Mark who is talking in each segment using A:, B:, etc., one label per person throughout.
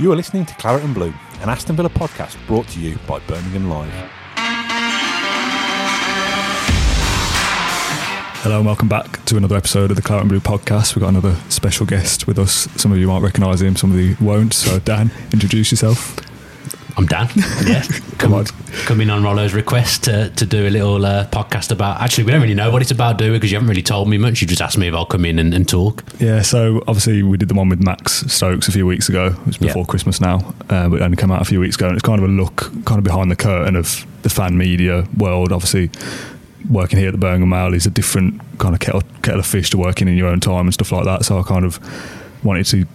A: You are listening to Claret and Blue, an Aston Villa podcast brought to you by Birmingham Live.
B: Hello and welcome back to another episode of the Claret and Blue podcast. We've got another special guest with us. Some of you might recognise him, some of you won't. So, Dan, introduce yourself.
C: I'm Dan. Yeah,
B: Come on.
C: Coming on Rollo's request to, to do a little uh, podcast about. Actually, we don't really know what it's about, do we? Because you haven't really told me much. You just asked me if I'll come in and, and talk.
B: Yeah, so obviously we did the one with Max Stokes a few weeks ago. It was before
C: Yeah.
B: Christmas now, uh, but it only came out a few weeks ago. And it's kind of a look, kind of behind the curtain of the fan media world. Obviously, working here at the Birmingham Mail is a different kind of kettle, kettle of fish to working in your own time and stuff like that. So I kind of wanted to,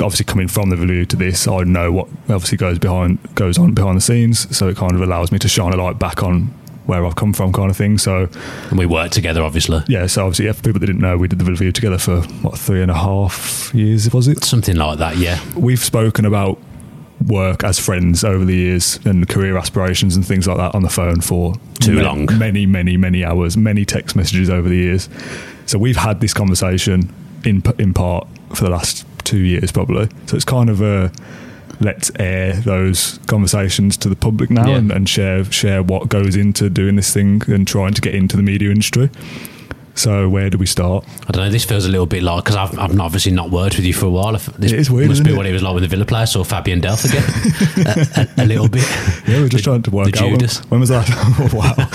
B: obviously coming from the Value to this, I know what obviously goes behind goes on behind the scenes. So it kind of allows me to shine a light back on where I've come from, kind of thing. So
C: And we work together, obviously.
B: yeah, so obviously, yeah, for people that didn't know, we did the review together for what three and a half years was it?
C: Something like that, yeah.
B: We've spoken about work as friends over the years and career aspirations and things like that on the phone for
C: Too
B: ma-
C: long.
B: many, many, many hours, many text messages over the years. So we've had this conversation in p- in part for the last two years, probably. So it's kind of a let's air those conversations to the public now
C: Yeah.
B: and, and share share what goes into doing this thing and trying to get into the media industry. So where do we start?
C: I don't know. This feels a little bit like because I've, I've not- obviously not worked with you for a while. If- This
B: It is weird,
C: Must
B: isn't
C: be
B: it?
C: what it was like with the Villa player. Saw Fabian Delph again a, a, a little bit.
B: Yeah, we're just
C: The-
B: trying to work
C: the
B: out when-
C: Judas.
B: When, was that? oh, wow,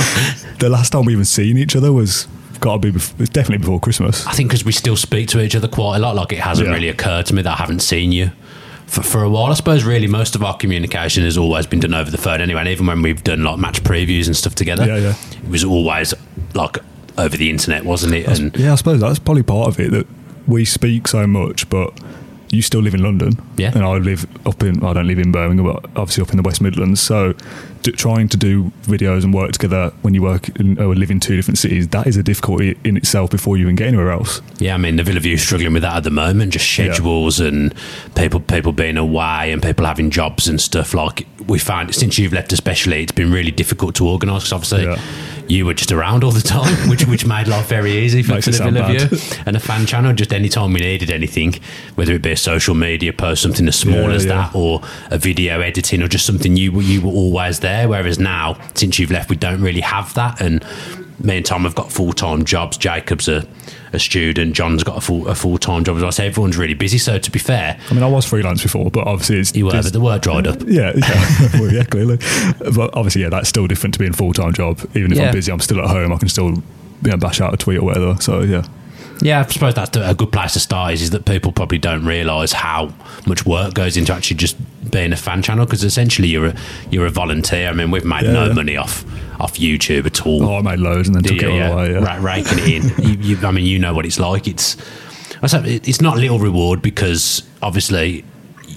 B: the last time we even seen each other was got to be bef- it's definitely before Christmas.
C: I think because we still speak to each other quite a lot, like it hasn't
B: Yeah.
C: really occurred to me that I haven't seen you for, for a while. I suppose really most of our communication has always been done over the phone anyway. And even when we've done like match previews and stuff together,
B: Yeah, yeah.
C: it was always like over the internet, wasn't it? And
B: Yeah, I suppose that's probably part of it that we speak so much, but you still live in London,
C: Yeah.
B: and I live up in I don't live in Birmingham, but obviously up in the West Midlands. So d trying to do videos and work together when you work in, or live in two different cities that is a difficulty in itself before you even get anywhere else.
C: yeah, I mean the Villa View struggling with that at the moment, just
B: Yeah.
C: schedules and people people being away and people having jobs and stuff. Like we find since you've left, especially, it's been really difficult to organise. 'cause obviously,
B: Yeah.
C: you were just around all the time, which which made life very easy for,
B: Makes
C: for
B: it
C: the
B: sound
C: Villa
B: bad.
C: View. and a fan channel just any time we needed anything whether it be a social media post something as small
B: Yeah,
C: as
B: yeah.
C: that or a video editing or just something you were you were always there whereas now since you've left we don't really have that and me and Tom have got full-time jobs Jacob's a a student John's got a, full, a full-time job as I say everyone's really busy so to be fair
B: I mean, I was freelance before, but obviously it's
C: you were
B: it's-
C: but the work dried up
B: Yeah, yeah, well, yeah, clearly. But obviously, yeah, that's still different to being a full time job. Even if
C: Yeah.
B: I'm busy, I'm still at home. I can still you know, bash out a tweet or whatever. So yeah,
C: Yeah, I suppose that's a good place to start is, is that people probably don't realise how much work goes into actually just being a fan channel because essentially you're a you're a volunteer. I mean, we've made no
B: Yeah.
C: money off off YouTube at all.
B: oh, I made loads and then took
C: yeah,
B: it all
C: yeah.
B: away. Yeah.
C: Ra- raking it in. you, you, I mean, you know what it's like. It's I said it- it's not little reward because obviously.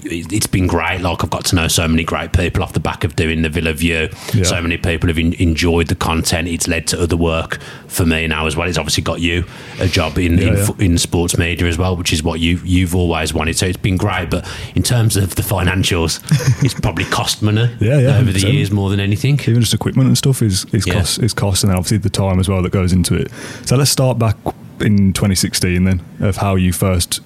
C: it- It's been great. Like I've got to know so many great people off the back of doing the Villa View.
B: Yeah.
C: So many people have en- enjoyed the content. It's led to other work for me now as well. It's obviously got you a job in in,
B: yeah.
C: f in sports media as well, which is what you you've always wanted. So it's been great. But in terms of the financials, it's probably cost money
B: Yeah, yeah,
C: over the
B: 100%.
C: years more than anything.
B: Even just equipment and stuff is is
C: Yeah.
B: cost is cost, and then obviously the time as well that goes into it. So let's start back in 2016 then of how you first.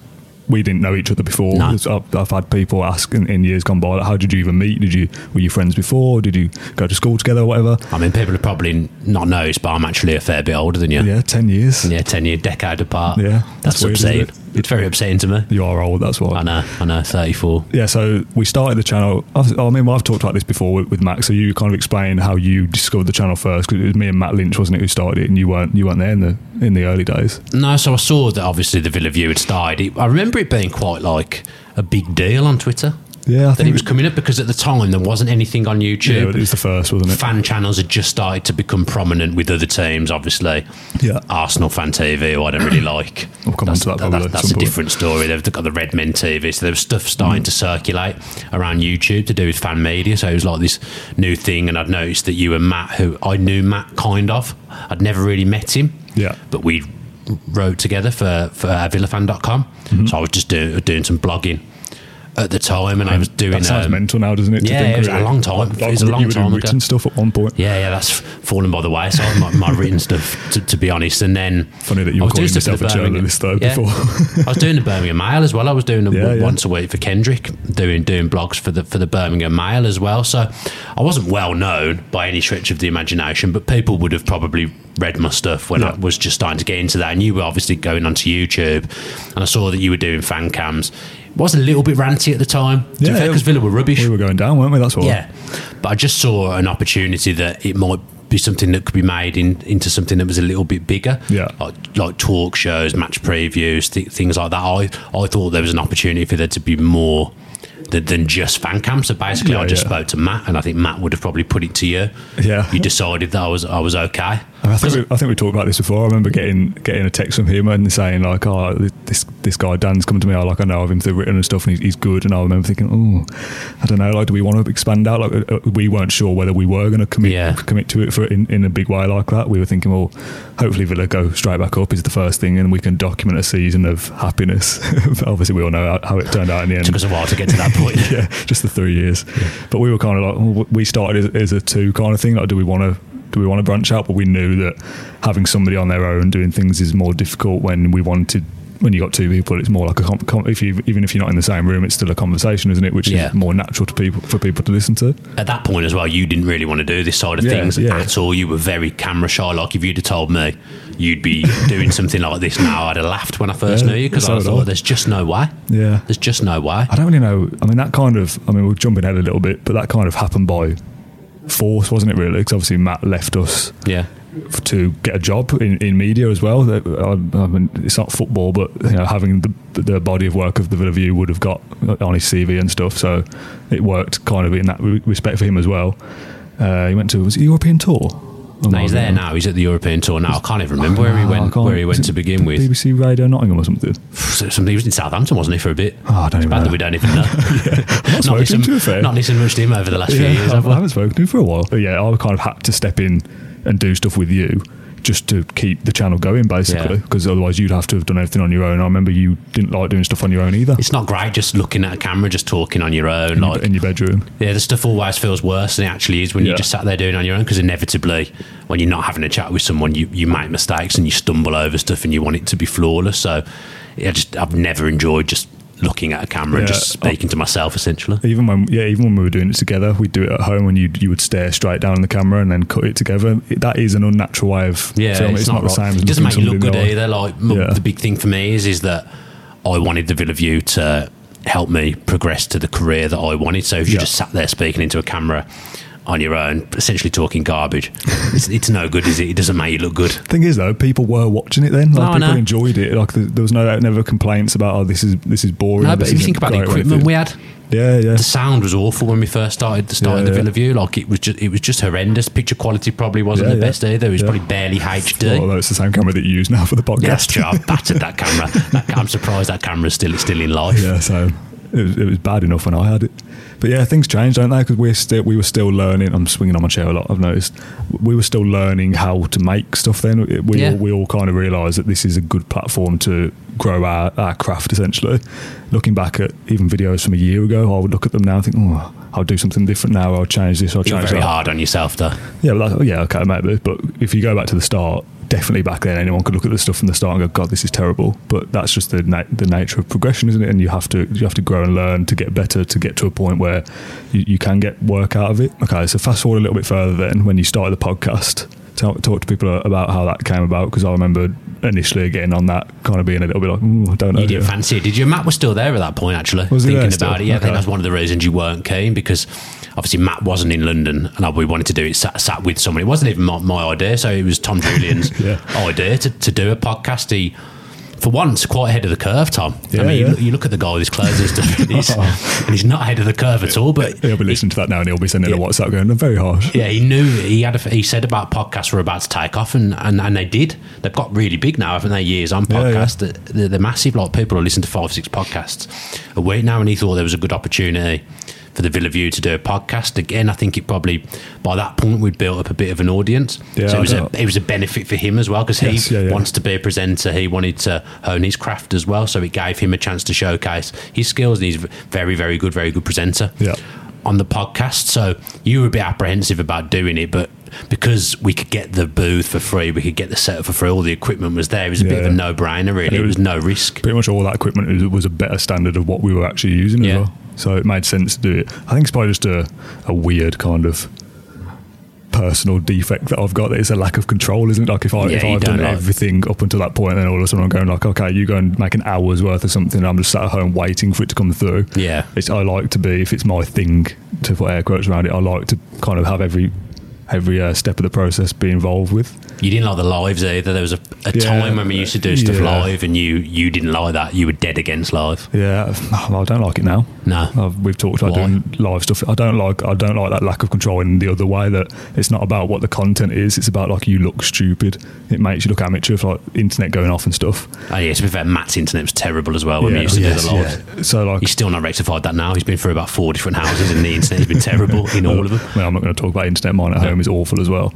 B: We didn't know each other before.
C: No.
B: It's- I've, I've had people ask in, in years gone by, like, how did you even meet? Did you were you friends before? Did you go to school together or whatever?
C: I mean, people have probably not noticed, but I'm actually a fair bit older than you.
B: Yeah, ten years.
C: Yeah, 10 year decade apart.
B: Yeah,
C: That's,
B: that's weird, isn't
C: upsetting.
B: it?
C: It's very upsetting to me.
B: You are old. That's why.
C: I know, I know, 34.
B: yeah, so we started the channel. I I mean, I've talked about this before with, with Max. So you kind of explained how you discovered the channel first because it was me and Matt Lynch, wasn't it, who started it, and you weren't you weren't there in the in the early days.
C: No, so I saw that obviously the Villa View had started. It, I remember it being quite like a big deal on Twitter.
B: Yeah, I
C: that
B: think
C: it was coming up because at the time there wasn't anything on
B: Yeah,
C: YouTube.
B: it was the first, wasn't it?
C: fan channels had just started to become prominent with other teams, obviously.
B: Yeah.
C: Arsenal fan TV, who I don't really like.
B: We'll come
C: that's
B: on to that probably at
C: that's
B: some
C: a
B: point. Mm.
C: different story. They've got the Red Men TV, so there was stuff starting to circulate around YouTube to do with fan media. So it was like this new thing, and I'd noticed that you and Matt, who I knew Matt kind of, I'd never really met him.
B: Yeah.
C: But we wrote together for, for uh, villafan.com.
B: Mm-hmm.
C: So I was just do, doing some blogging at the time, and I was doing
B: that sounds
C: um,
B: mental now, doesn't it? to
C: yeah,
B: think
C: it was
B: of
C: a long time- it was a
B: you
C: long
B: were doing
C: time ago.
B: written stuff at one point.
C: Yeah, yeah, that's fallen by the wayside. My, my written stuff, to, to be honest, and then
B: Funny that you
C: I
B: were
C: was doing
B: calling yourself
C: stuff for
B: a
C: the Birmingham-
B: journalist though
C: yeah.
B: before.
C: I was doing the Birmingham Mail as well. I was doing them
B: Yeah,
C: one-
B: yeah.
C: once a week for Kendrick, doing doing blogs for the for the Birmingham Mail as well. So I wasn't well known by any stretch of the imagination, but people would have probably read my stuff when I
B: Yeah.
C: was just starting to get into that. And you were obviously going onto YouTube, and I saw that you were doing fan cams. It was a little bit ranty at the time,
B: Yeah, yeah.
C: because Villa were rubbish.
B: we were going down, weren't we? That's why.
C: Yeah, but I just saw an opportunity that it might be something that could be made in, into something that was a little bit bigger.
B: Yeah.
C: like, like talk shows, match previews, th- things like that. I I thought there was an opportunity for there to be more than, than just fan camp. So basically,
B: Yeah,
C: I just
B: yeah.
C: spoke to Matt, and I think Matt would have probably put it to you.
B: Yeah.
C: you decided that I was I was okay.
B: I think, we, I think we talked about this before. I remember getting getting a text from him and saying like, "Oh, this this guy Dan's come to me. I like I know of him through written and stuff, and he's, he's good." And I remember thinking, "Oh, I don't know. Like, do we want to expand out? Like, uh, uh, we weren't sure whether we were going to commit
C: Yeah.
B: commit to it for in, in a big way like that. We were thinking, well, hopefully Villa go straight back up is the first thing, and we can document a season of happiness. But Obviously, we all know how, how it turned out in the end
C: Took us a while to get to that point.
B: yeah, just the three years. But we were kind of like, well, w- we started as, as a two kind of thing. Like, do we want to? Do we want to branch out? But we knew that having somebody on their own doing things is more difficult when we wanted. When you got two people, it's more like a com- com- if you even if you're not in the same room, it's still a conversation, isn't it? Which
C: Yeah.
B: is more natural to people for people to listen to.
C: at that point as well, you didn't really want to do this side of
B: Yeah,
C: things
B: yeah.
C: at all. You were very camera shy. Like if you'd have told me you'd be doing something like this now, I'd have laughed when I first
B: Yeah,
C: knew you because
B: so
C: I
B: would
C: thought
B: I.
C: there's just no way.
B: Yeah.
C: there's just no way.
B: I don't really know. I mean, that kind of. I mean, we're jumping ahead a little bit, but that kind of happened by force, wasn't it? Really, because obviously Matt left us
C: Yeah,
B: f- to get a job in, in media as well. That- I, I mean, it's not football, but you know, having the, the body of work of the Villa View would have got on his CV and stuff. So it worked kind of in that re- respect for him as well. Uh, he went to was it European tour.
C: no, he's there now. He's at the European tour now. I can't even remember where he
B: Ah, I
C: went.
B: can't-
C: Where he
B: is
C: went
B: it
C: to begin with.
B: BBC Radio Nottingham or something.
C: So- something- he was in Southampton, wasn't he, for a bit?
B: Oh, I don't
C: It's
B: even
C: bad
B: know.
C: that we don't even know. not,
B: spoken
C: listened,
B: to a fair.
C: not listened much to him over the last few
B: Yeah,
C: years.
B: I
C: Have we?
B: haven't spoken to him for a while. But yeah, I kind of had to step in and do stuff with you just to keep the channel going, basically,
C: Yeah.
B: because otherwise you'd have to have done everything on your own. I remember you didn't like doing stuff on your own either.
C: It's not great just looking at a camera, just talking on your own.
B: in your-
C: like
B: in your bedroom.
C: Yeah, the stuff always feels worse than it actually is when
B: Yeah.
C: you're just sat there doing it on your own. Because inevitably, when you're not having a chat with someone, you, you make mistakes and you stumble over stuff, and you want it to be flawless. So, yeah, just I've never enjoyed just looking at a camera and
B: Yeah.
C: just speaking to myself essentially.
B: Even when yeah, even when we were doing it together, we'd do it at home, and you you would stare straight down in the camera and then cut it together. It, that is an unnatural way of
C: Yeah,
B: filming. It's, not, the
C: right.
B: same. as
C: It doesn't make
B: looking
C: you look good
B: somebody in the eye.
C: either. Like m-
B: Yeah.
C: the big thing for me is is that I wanted the Villa View to help me progress to the career that I wanted. So if you
B: Yeah.
C: just sat there speaking into a camera on your own, essentially talking garbage, it's, it's no good, is it? It doesn't make you look good.
B: Thing is, though, people were watching it then. Like
C: No, I
B: people
C: know.
B: enjoyed it. Like there, there was no never complaints about oh this is this is boring.
C: No, but
B: this
C: if you
B: isn't
C: think about the
B: great or
C: equipment we
B: anything."
C: had,
B: yeah, yeah,
C: the sound was awful when we first started the start of
B: Yeah,
C: the
B: yeah.
C: Villa View. Like it was just it was just horrendous. Picture quality probably wasn't
B: Yeah,
C: the
B: yeah.
C: best either. It was
B: Yeah.
C: probably barely HD.
B: Although it's the same camera that you use now for the podcast.
C: yeah, that's true. I battered that camera. That- I'm surprised that camera's still still in life.
B: yeah, so it was, it was bad enough when I had it. But yeah, things change, don't they? Because we're still we were still learning. I'm swinging on my chair a lot. I've noticed we were still learning how to make stuff. Then It- we
C: Yeah.
B: all, we all kind of realised that this is a good platform to grow our, our craft. Essentially, looking back at even videos from a year ago, I would look at them now and think, oh, I'll do something different now. I'll change this. I'll
C: You're
B: change
C: very
B: that.
C: hard on yourself though.
B: Yeah, well, that, yeah, okay, maybe. But if you go back to the start, definitely back then anyone could look at the stuff from the start and go, "God, this is terrible." But that's just the na- the nature of progression, isn't it? And you have to you have to grow and learn to get better to get to a point where you, you can get work out of it. Okay, so fast forward a little bit further. Then when you started the podcast, tell, talk to people about how that came about because I remember initially getting on that kind of being a little bit like, "Ooh, I don't know."
C: You didn't fancy it, did you? Matt was still there at that point, actually.
B: Was he
C: thinking
B: there still?
C: about it, yeah, I
B: Okay.
C: think that's one of the reasons you weren't keen because obviously Matt wasn't in London, and we wanted to do it sat, sat with someone. It wasn't even my, my idea, so it was Tom Julian's
B: Yeah.
C: idea to, to do a podcast. He for once, quite ahead of the curve, Tom.
B: Yeah,
C: I mean, you
B: yeah.
C: look- you, look at the guy who's closing his he's, and he's not ahead of the curve at all. But
B: He'll be listening to that now and he'll be sending a WhatsApp going, "I'm very harsh.
C: yeah, he knew he had. A, he said about podcasts were about to take off, and, and, and they did. They've got really big now, haven't they? Years on
B: Yeah, yeah.
C: podcasts, They're, they're- they're massive. Like people who listen to five, six podcasts a week now, and he thought there was a good opportunity for the Villa View to do a podcast again. I think it probably by that point we'd built up a bit of an audience,
B: Yeah,
C: so
B: I
C: it was a,
B: doubt-
C: it was a benefit for him as well because
B: Yes,
C: he
B: yeah, yeah.
C: wants to be a presenter. He wanted to hone his craft as well, so it gave him a chance to showcase his skills, and he's v- very, very good, very good presenter
B: Yeah.
C: on the podcast. So you were a bit apprehensive about doing it, but because we could get the booth for free, we could get the setup for free, all the equipment was there. It was a bit of
B: Yeah.
C: a no brainer, really.
B: it
C: It was,
B: was-
C: no risk.
B: Pretty much all that equipment was, was a better standard of what we were actually using as
C: Yeah.
B: well. So it made sense to do it. I think it's probably just a, a weird kind of personal defect that I've got that it's a lack of control, isn't it? Like if I
C: Yeah,
B: if
C: you
B: I've done
C: don't like-
B: everything up until that point and then all of a sudden I'm going like, Okay, you go and make an hour's worth of something and I'm just sat at home waiting for it to come through.
C: Yeah.
B: It's I like to be if it's my thing to put air quotes around it, I like to kind of have every every uh, step of the process be involved with.
C: You didn't like the lives either. There was a, a
B: Yeah.
C: time when we used to do stuff
B: Yeah.
C: live, and you you didn't like that. You were dead against live.
B: Yeah, well, I don't like it now.
C: No.
B: I've, we've talked about
C: Why?
B: doing live stuff. I don't like I don't like that lack of control in the other way that it's not about what the content is. It's about like you look stupid. It makes you look amateur for like internet going off and stuff.
C: Oh yeah, to be fair, Matt's internet was terrible as well when we used to do the live.
B: Oh, yeah. So like,
C: He's still not rectified that now. He's been through about four different houses, and the internet's been terrible in all of them.
B: I mean, I'm not going to talk about internet. Mine at home is awful as well.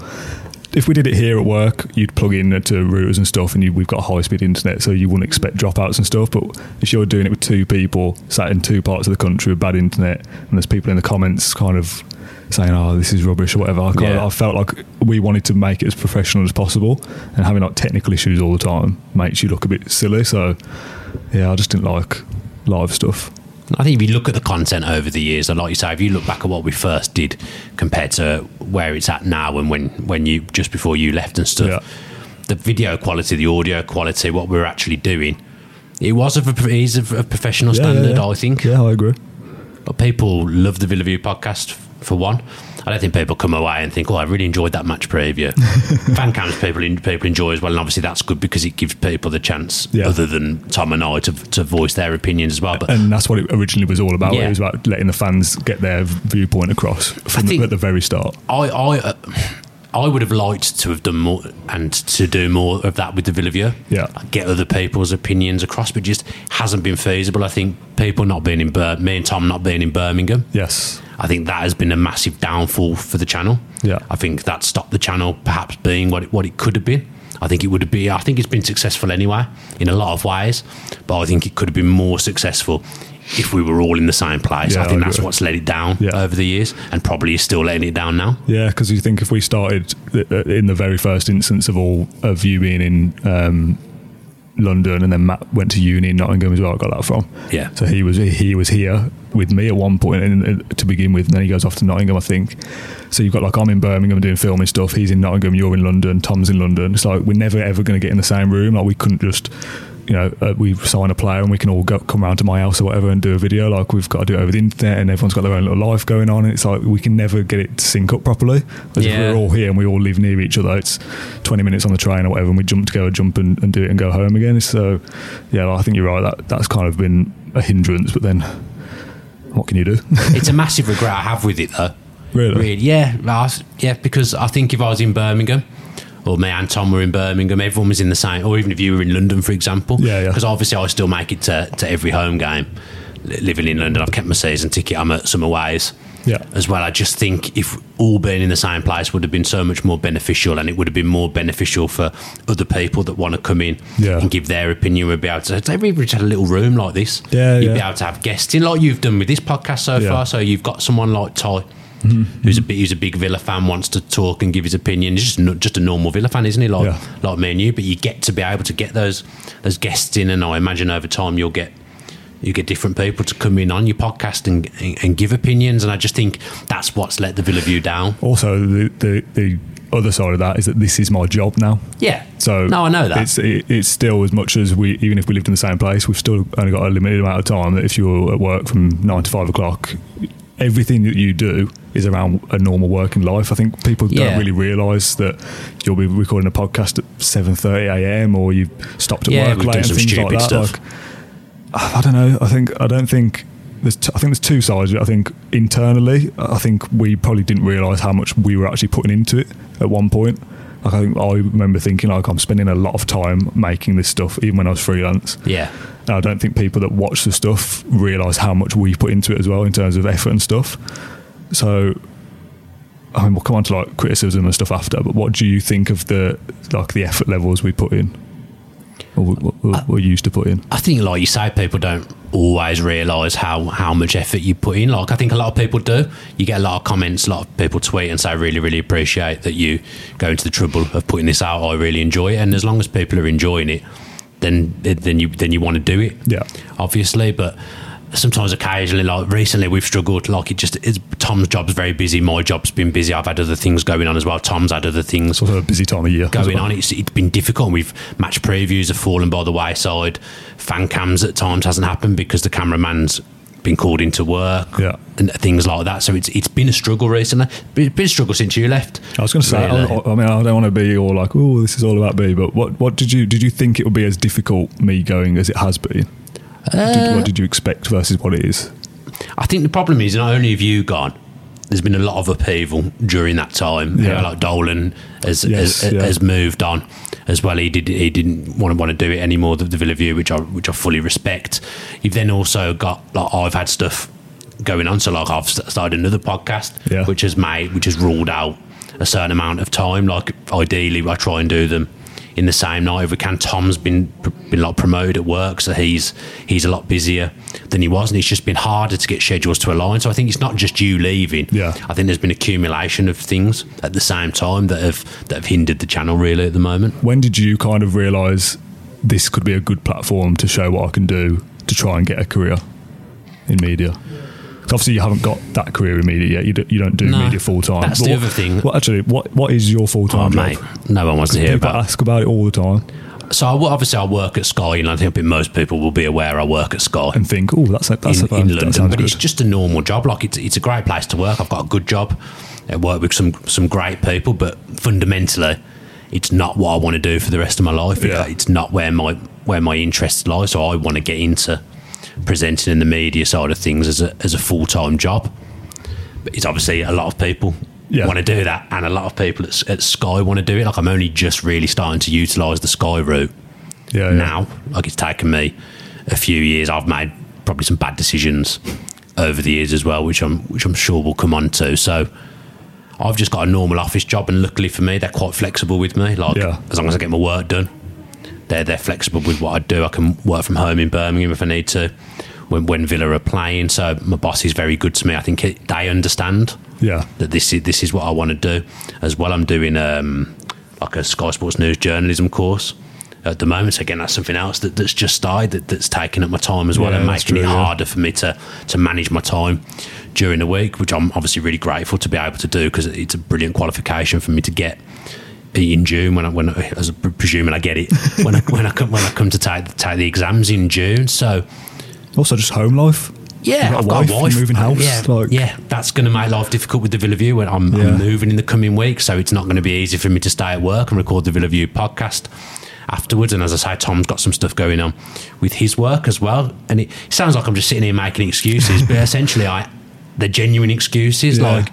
B: If we did it here at work, you'd plug in to routers and stuff, and you, we've got high speed internet, so you wouldn't expect dropouts and stuff. But if you're doing it with two people sat in two parts of the country with bad internet, and there's people in the comments kind of saying, "Oh, this is rubbish" or whatever, I, kind of,
C: Yeah.
B: I felt like we wanted to make it as professional as possible, and having like technical issues all the time makes you look a bit silly. So, yeah, I just didn't like live stuff.
C: I think if you look at the content over the years, and like you say, if you look back at what we first did compared to where it's at now and when, when you just before you left and stuff,
B: Yeah.
C: the video quality, the audio quality, what we were actually doing, it was of a, it is of a professional
B: Yeah, yeah,
C: standard,
B: yeah.
C: I think.
B: Yeah, I agree.
C: But people love the Villa View podcast f- for one. I don't think people come away and think, "Oh, I really enjoyed that match preview." Fan cams people en- people enjoy as well, and obviously that's good because it gives people the chance,
B: Yeah.
C: other than Tom and I, to to voice their opinions as well. But
B: and that's what it originally was all about.
C: Yeah.
B: It was about letting the fans get their viewpoint across from
C: think-
B: the, at the very start.
C: I I uh, I would have liked to have done more and to do more of that with the Villa View.
B: Yeah.
C: get other people's opinions across, but just hasn't been feasible. I think people not being in Bir- me and Tom not being in Birmingham.
B: Yes,
C: I think that has been a massive downfall for the channel.
B: Yeah.
C: I think that stopped the channel perhaps being what it, what it could have been. I think it would have been. I think it's been successful anyway in a lot of ways, but I think it could have been more successful if we were all in the same place.
B: Yeah,
C: I think
B: I
C: that's
B: agree.
C: what's let it down
B: Yeah.
C: over the years, and probably is still letting it down now.
B: yeah, because you think if we started th- th- in the very first instance of all of you being in um, London, and then Matt went to uni in Nottingham as well. I got that from.
C: Yeah.
B: so he was he was here with me at one point and, and to begin with, and then he goes off to Nottingham, I think. So you've got like I'm in Birmingham doing filming stuff. He's in Nottingham. You're in London. Tom's in London. It's like we're never ever going to get in the same room. Like we couldn't just. You know, uh, we sign a player and we can all go, come round to my house or whatever and do a video. Like we've got to do it over the internet, and everyone's got their own little life going on. And it's like we can never get it to sync up properly. Whereas if
C: Yeah.
B: we're all here and we all live near each other. It's 20 minutes on the train or whatever, and we jump to go jump and, and do it and go home again. So, yeah, I think you're right. That that's kind of been a hindrance. But then, what can you do?
C: it's a massive regret I have with it though.
B: Really?
C: yeah, I was- yeah. Because I think if I was in Birmingham, or me and Tom were in Birmingham, everyone was in the same. Or even if you were in London, for example,
B: Yeah, yeah.
C: Because obviously I still make it to, to every home game. Li- Living in London, I've kept my season ticket. I'm at some aways.
B: Yeah.
C: As well, I just think if all being in the same place would have been so much more beneficial, and it would have been more beneficial for other people that want to come in
B: Yeah.
C: and give their opinion. Would be able to. Maybe if we just had a little room like this.
B: Yeah,
C: you'd
B: yeah.
C: be able to have guests in, like you've done with this podcast so
B: Yeah.
C: far. So you've got someone like Ty, who's a big, who's a big Villa fan, wants to talk and give his opinion. He's just n- just a normal Villa fan, isn't he? Like
B: Yeah.
C: like me and you. But you get to be able to get those those guests in, and I imagine over time you'll get you get different people to come in on your podcast and and, and give opinions. And I just think that's what's let the Villa View down.
B: also, the, the the other side of that is that this is my job now.
C: Yeah.
B: So
C: no, I know that.
B: it's it, it's still as much as we even if we lived in the same place, we've still only got a limited amount of time. That if you're at work from nine to five o'clock, everything that you do is around a normal working life. I think people
D: Yeah.
B: don't really realise that you'll be recording a podcast at seven thirty a.m. or you stopped at
D: Yeah,
B: work
C: we've
B: late
C: done
B: and
C: some
B: things
C: stupid
B: like that.
C: stuff.
B: Like, I don't know. I think I don't think there's. T- I think there's two sides. of it. I think internally, I think we probably didn't realise how much we were actually putting into it at one point. Like I think I remember thinking like I'm spending a lot of time making this stuff, even when I was freelance.
C: Yeah.
B: And I don't think people that watch the stuff realise how much we put into it as well in terms of effort and stuff. So, I mean, we'll come on to like criticism and stuff after. But what do you think of the like the effort levels we put in, or we, we, we used to put in?
C: I think, like you say, people don't always realise how, how much effort you put in. Like, I think a lot of people do. You get a lot of comments, a lot of people tweet and say, "I really, really appreciate that you go into the trouble of putting this out. I really enjoy it. And as long as people are enjoying it, then then you then you want to do it.
B: Yeah.
C: obviously, but. Sometimes, occasionally, like recently, we've struggled. Like it just is. Tom's job's very busy. My job's been busy. I've had other things going on as well. Tom's had other things
B: It's also a busy time of year. as
C: going
B: well.
C: on. It's, it's been difficult. We've match previews have fallen by the wayside. Fan cams at times hasn't happened because the cameraman's been called into work.
B: Yeah.
C: and things like that. So it's it's been a struggle recently. Been, been a struggle since you left.
B: I was going to say, I-
C: really.
B: I, I mean, I don't want to be all like, "Oh, this is all about me." But what, what did you did you think it would be as difficult me going as it has been? did, what did you expect versus what it is?
C: I think the problem is not only have you gone. There's been a lot of upheaval during that time. You know,
B: Yeah.
C: like Dolan has,
B: Yes,
C: has,
B: yeah.
C: has moved on as well. He did he didn't want to want to do it anymore. The, the Villa View, which I which I fully respect. You've then also got like I've had stuff going on. So like I've st- started another podcast,
B: Yeah.
C: which has made which has ruled out a certain amount of time. Like ideally, I try and do them in the same night if we can. Tom's been been like promoted at work, so he's he's a lot busier than he was, and it's just been harder to get schedules to align. So I think it's not just you leaving.
B: Yeah.
C: I think there's been accumulation of things at the same time that have that have hindered the channel really at the moment.
B: When did you kind of realise this could be a good platform to show what I can do to try and get a career in media? 'Cause Obviously, you haven't got that career in media yet. You, do, you don't do
C: No,
B: media full time.
C: that's the other thing.
B: Well, actually, what what is your full
C: Oh,
B: time job?
C: mate, no one wants to hear
B: People
C: about.
B: ask about it all the time
C: So I, wo- obviously I work at Sky, and I think most people will be aware I work at Sky.
B: and think, "Oh, that's a, that's
C: in,
B: a,
C: in
B: that
C: London,
B: sounds
C: but
B: good."
C: it's just a normal job. Like it's it's a great place to work. I've got a good job. I work with some some great people, but fundamentally, it's not what I want to do for the rest of my life. It-
B: Yeah.
C: it's not where my where my interests lie. So I want to get into presenting in the media side of things as a as a full time job. But it's obviously a lot of people.
B: Yeah.
C: Want to do that, and a lot of people at, at Sky want to do it. Like I'm only just really starting to utilise the Sky route
B: yeah, yeah.
C: now. Like it's taken me a few years. I've made probably some bad decisions over the years as well, which I'm which I'm sure we'll come on to. So I've just got a normal office job, and luckily for me, they're quite flexible with me. Like
B: Yeah.
C: as long as I get my work done, they're they're flexible with what I do. I can work from home in Birmingham if I need to. When, when Villa are playing, so my boss is very good to me. I think it, they understand
B: yeah.
C: that this is this is what I want to do as well. I'm doing um, like a Sky Sports News journalism course at the moment. So again, that's something else that, that's just started that, that's taking up my time as well
B: Yeah,
C: and
B: that's
C: making it
B: true, yeah.
C: harder for me to to manage my time during the week, which I'm obviously really grateful to be able to do because it's a brilliant qualification for me to get in June when I when I, as I presuming I get it when I when I come when I come to take take the exams in June. So.
B: Also, just home life.
C: Yeah,
B: You've
C: I've
B: got a
C: got
B: wife,
C: a wife.
B: moving house,
C: Yeah,
B: like-
C: yeah, that's going to make life difficult with the Villa View. When I'm,
B: Yeah.
C: I'm moving in the coming week, so it's not going to be easy for me to stay at work and record the Villa View podcast afterwards. And as I say, Tom's got some stuff going on with his work as well. And it sounds like I'm just sitting here making excuses, but essentially, I they're genuine excuses.
B: Yeah.
C: Like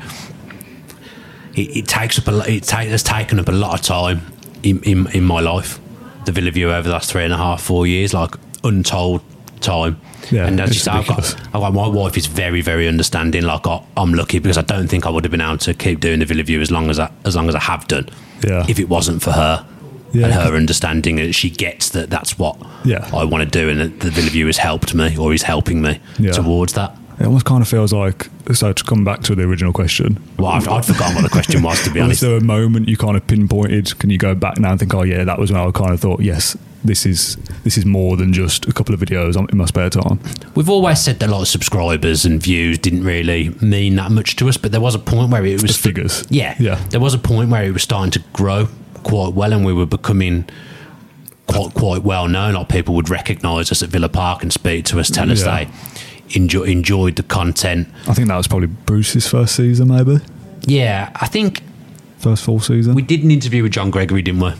C: it, it takes up a lot. It take, has taken up a lot of time in, in in my life. The Villa View over the last three and a half, four years, like untold time.
B: Yeah,
C: and as you
B: it's
C: say, I've got,
B: ridiculous.
C: I've got- my wife is very, very understanding. Like I, I'm lucky because I don't think I would have been able to keep doing the Villa View as long as I, as long as I have done.
B: Yeah.
C: If it wasn't for her
B: Yeah.
C: and her understanding, and she gets that that's what
B: Yeah.
C: I want to do, and that the Villa View has helped me or is helping me
B: Yeah.
C: towards that.
B: It almost kind of feels like so. To come back to the original question,
C: Well, I've, I'd forgotten what the question was to be
B: Was
C: honest.
B: there a moment you kind of pinpointed? Can you go back now and think, oh yeah, that was when I kind of thought, yes, this is this is more than just a couple of videos on- in my spare time.
C: We've always said that a lot of subscribers and views didn't really mean that much to us, but there was a point where it was
B: Just figures.
C: Yeah,
B: Yeah.
C: There was a point where it was starting to grow quite well, and we were becoming quite quite well known. Like people would recognise us at Villa Park and speak to us, tell us
B: Yeah.
C: they enjoy, enjoyed the content.
B: I think that was probably Bruce's first season, maybe
C: Yeah, I think
B: first full season.
C: we did an interview with John Gregory, didn't we?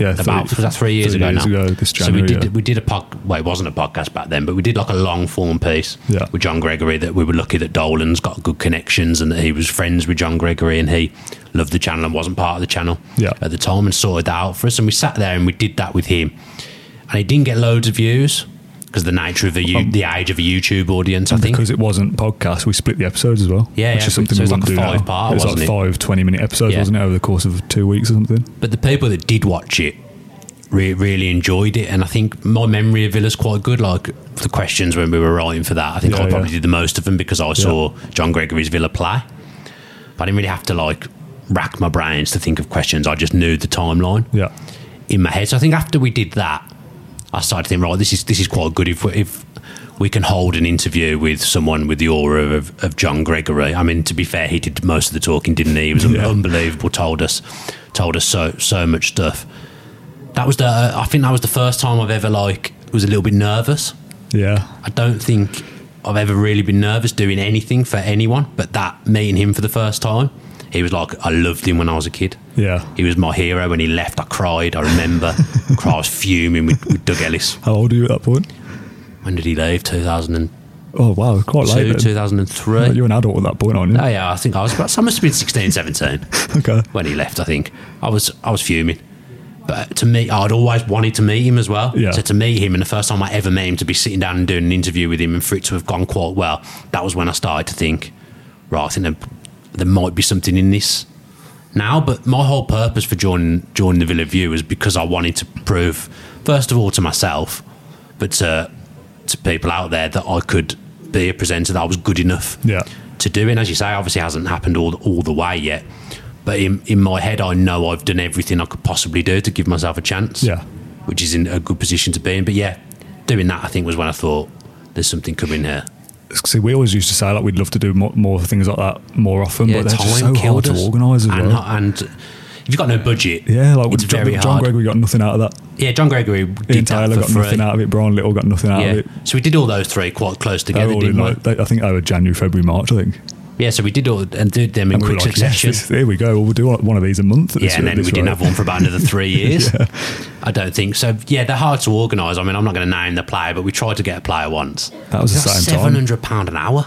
B: yeah,
C: About was that three years ago now?
B: this
C: so we
B: January.
C: did
B: yeah.
C: we did a pod. Well, it wasn't a podcast back then, but we did like a long form piece
B: Yeah.
C: with John Gregory that we were lucky that Dolan's got good connections and that he was friends with John Gregory and he loved the channel and wasn't part of the channel
B: Yeah.
C: at the time and sorted that out for us. And we sat there and we did that with him, and he didn't get loads of views because the nature of the
B: Um,
C: you, the age of a YouTube audience, I think.
B: because it wasn't podcast, we split the episodes as well.
C: Yeah,
B: which
C: yeah,
B: is something
C: so
B: we
C: it was
B: wouldn't
C: like a
B: do now.
C: five-part,
B: It was like
C: wasn't it?
B: five 20 minute episodes,
C: Yeah.
B: wasn't it, over the course of two weeks or something?
C: But the people that did watch it re- really enjoyed it, and I think my memory of Villa's quite good. Like the questions when we were writing for that, I think
B: Yeah,
C: I probably
B: yeah.
C: did the most of them because I saw John Gregory's Villa play. But I didn't really have to like rack my brains to think of questions. I just knew the timeline
B: Yeah,
C: in my head. So I think after we did that, I started thinking, right, this is this is quite good if we, if we can hold an interview with someone with the aura of, of John Gregory. I mean, to be fair, he did most of the talking, didn't he? He was un-
B: Yeah.
C: unbelievable. Told us, told us so so much stuff. That was the. uh, I think that was the first time I've ever like was a little bit nervous.
B: yeah.
C: I don't think I've ever really been nervous doing anything for anyone, but that meeting him for the first time, he was like, I loved him when I was a kid.
B: Yeah.
C: He was my hero. When he left, I cried. I remember. Cry- I was fuming with, with Doug Ellis.
B: How old are you at that point?
C: When did he leave? 2002,
B: Oh, wow, quite late. then.
C: 2003.
B: You're an adult at that point, aren't you?
C: Oh, yeah, I think I was about, I must have been 16, 17
B: Okay.
C: when he left, I think. I was, I was fuming. But to me, I'd always wanted to meet him as well.
B: Yeah.
C: So to meet him, and the first time I ever met him, to be sitting down and doing an interview with him, and for it to have gone quite well, that was when I started to think, right, I think there, there might be something in this now. But my whole purpose for joining joining the Villa View was because I wanted to prove, first of all, to myself, but to to people out there that I could be a presenter, that I was good enough
B: Yeah.
C: to do. And as you say, obviously hasn't happened all all the way yet. But in, in my head, I know I've done everything I could possibly do to give myself a chance.
B: Yeah.
C: Which is in a good position to be in. But yeah, doing that, I think, was when I thought there's something coming here.
B: See, we always used to say like we'd love to do more, more things like that more often,
C: Yeah,
B: but they're just so hard
C: killed
B: to
C: us.
B: organise as
C: and,
B: well.
C: not- and if you've got no budget,
B: yeah, like
C: it's
B: with John,
C: very
B: John
C: hard.
B: Gregory got nothing out of that.
C: yeah, John Gregory did
B: Ian
C: that
B: Taylor
C: for
B: got
C: free.
B: nothing out of it. Brian Little got nothing out
C: yeah.
B: of it.
C: So we did all those three quite close
B: They
C: together,
B: were all in
C: didn't we?
B: like, they, I think they were January, February, March. I think.
C: yeah, so we did all and did them in
B: And we were
C: quick
B: like, yes,
C: succession.
B: this, here we go. We'll do one of these a month. at this
C: Yeah, and
B: rate,
C: then we
B: this
C: didn't
B: rate.
C: have one for about another three years. I don't think so. Yeah, they're hard to organise. I mean, I'm not going to name the player, but we tried to get a player once.
B: That was the same
C: Seven
B: time.
C: hundred pound an hour.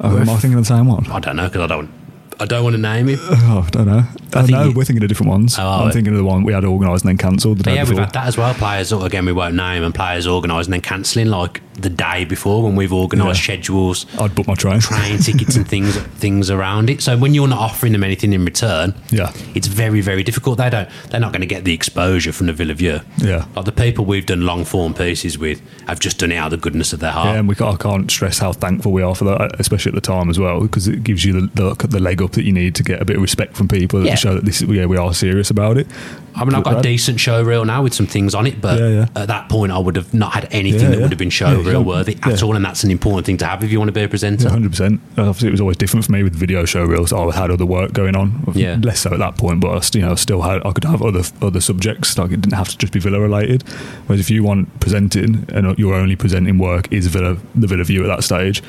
B: Oh, am I thinking of the same one?
C: I don't know because I don't. I don't want to name him.
B: Oh, I don't know. I
C: think
B: no,
C: you-
B: we're thinking of different ones.
C: Oh, are
B: I'm
C: we?
B: thinking of the one we had organised and then cancelled the
C: But
B: day
C: yeah, we've
B: before.
C: had that as well. Players again, we won't name, and players organising and cancelling like the day before when we've organised
B: Yeah.
C: schedules,
B: I'd book my train.
C: train tickets, and things things around it. So when you're not offering them anything in return,
B: Yeah.
C: it's very very difficult. They don't. They're not going to get the exposure from the Villa View.
B: Yeah.
C: like the people we've done long form pieces with have just done it out of the goodness of their heart.
B: Yeah, and we can't, I can't stress how thankful we are for that, especially at the time as well, because it gives you the, the, the leg up that you need to get a bit of respect from people
C: Yeah.
B: to show that this is, yeah, we are serious about it.
C: I mean, I've got a decent show reel now with some things on it, but
B: Yeah, yeah.
C: at that point, I would have not had anything
B: Yeah,
C: that
B: yeah.
C: would have been show
B: Yeah, you
C: reel
B: don't-
C: worthy at
B: yeah.
C: all, and that's an important thing to have if you want to be a presenter.
B: 100%. Obviously, it was always different for me with video show reels. I had other work going on,
C: Yeah.
B: less so at that point, but I, st- you know, still had, I could have other other subjects. Like it didn't have to just be Villa related. Whereas if you want presenting and your only presenting work is Villa, the Villa View at that stage,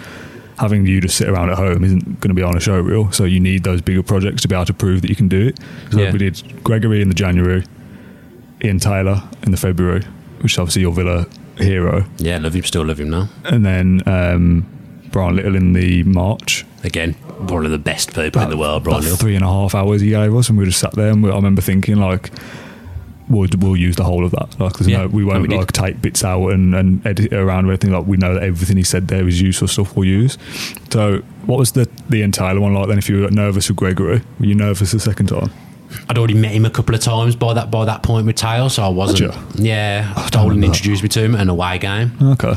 B: having you just sit around at home isn't going to be on a show reel. So you need those bigger projects to be able to prove that you can do it. So
C: Yeah.
B: we did Gregory in the January, Ian Taylor in the February, which is obviously your Villa hero,
C: Yeah, love him, still love him now.
B: and then um, Brian Little in the March
C: Again, one of the best people in the world,
B: about
C: Brian. Hill.
B: three and a half hours he gave us, and we just sat there. And we, I remember thinking like, we'll, we'll use the whole of that. Like, there's
C: Yeah,
B: no, we won't
C: and we did.
B: like take bits out and, and edit it around or anything. Like, we know that everything he said there was useful stuff we'll use. So, what was the the entire one like then? If you were nervous with Gregory, were you nervous the second time?
C: I'd already met him a couple of times by that by that point with Tail, so I wasn't.
B: Had
C: Yeah,
B: remember
C: Dolan
B: that.
C: introduced me to him at an away game,
B: Okay.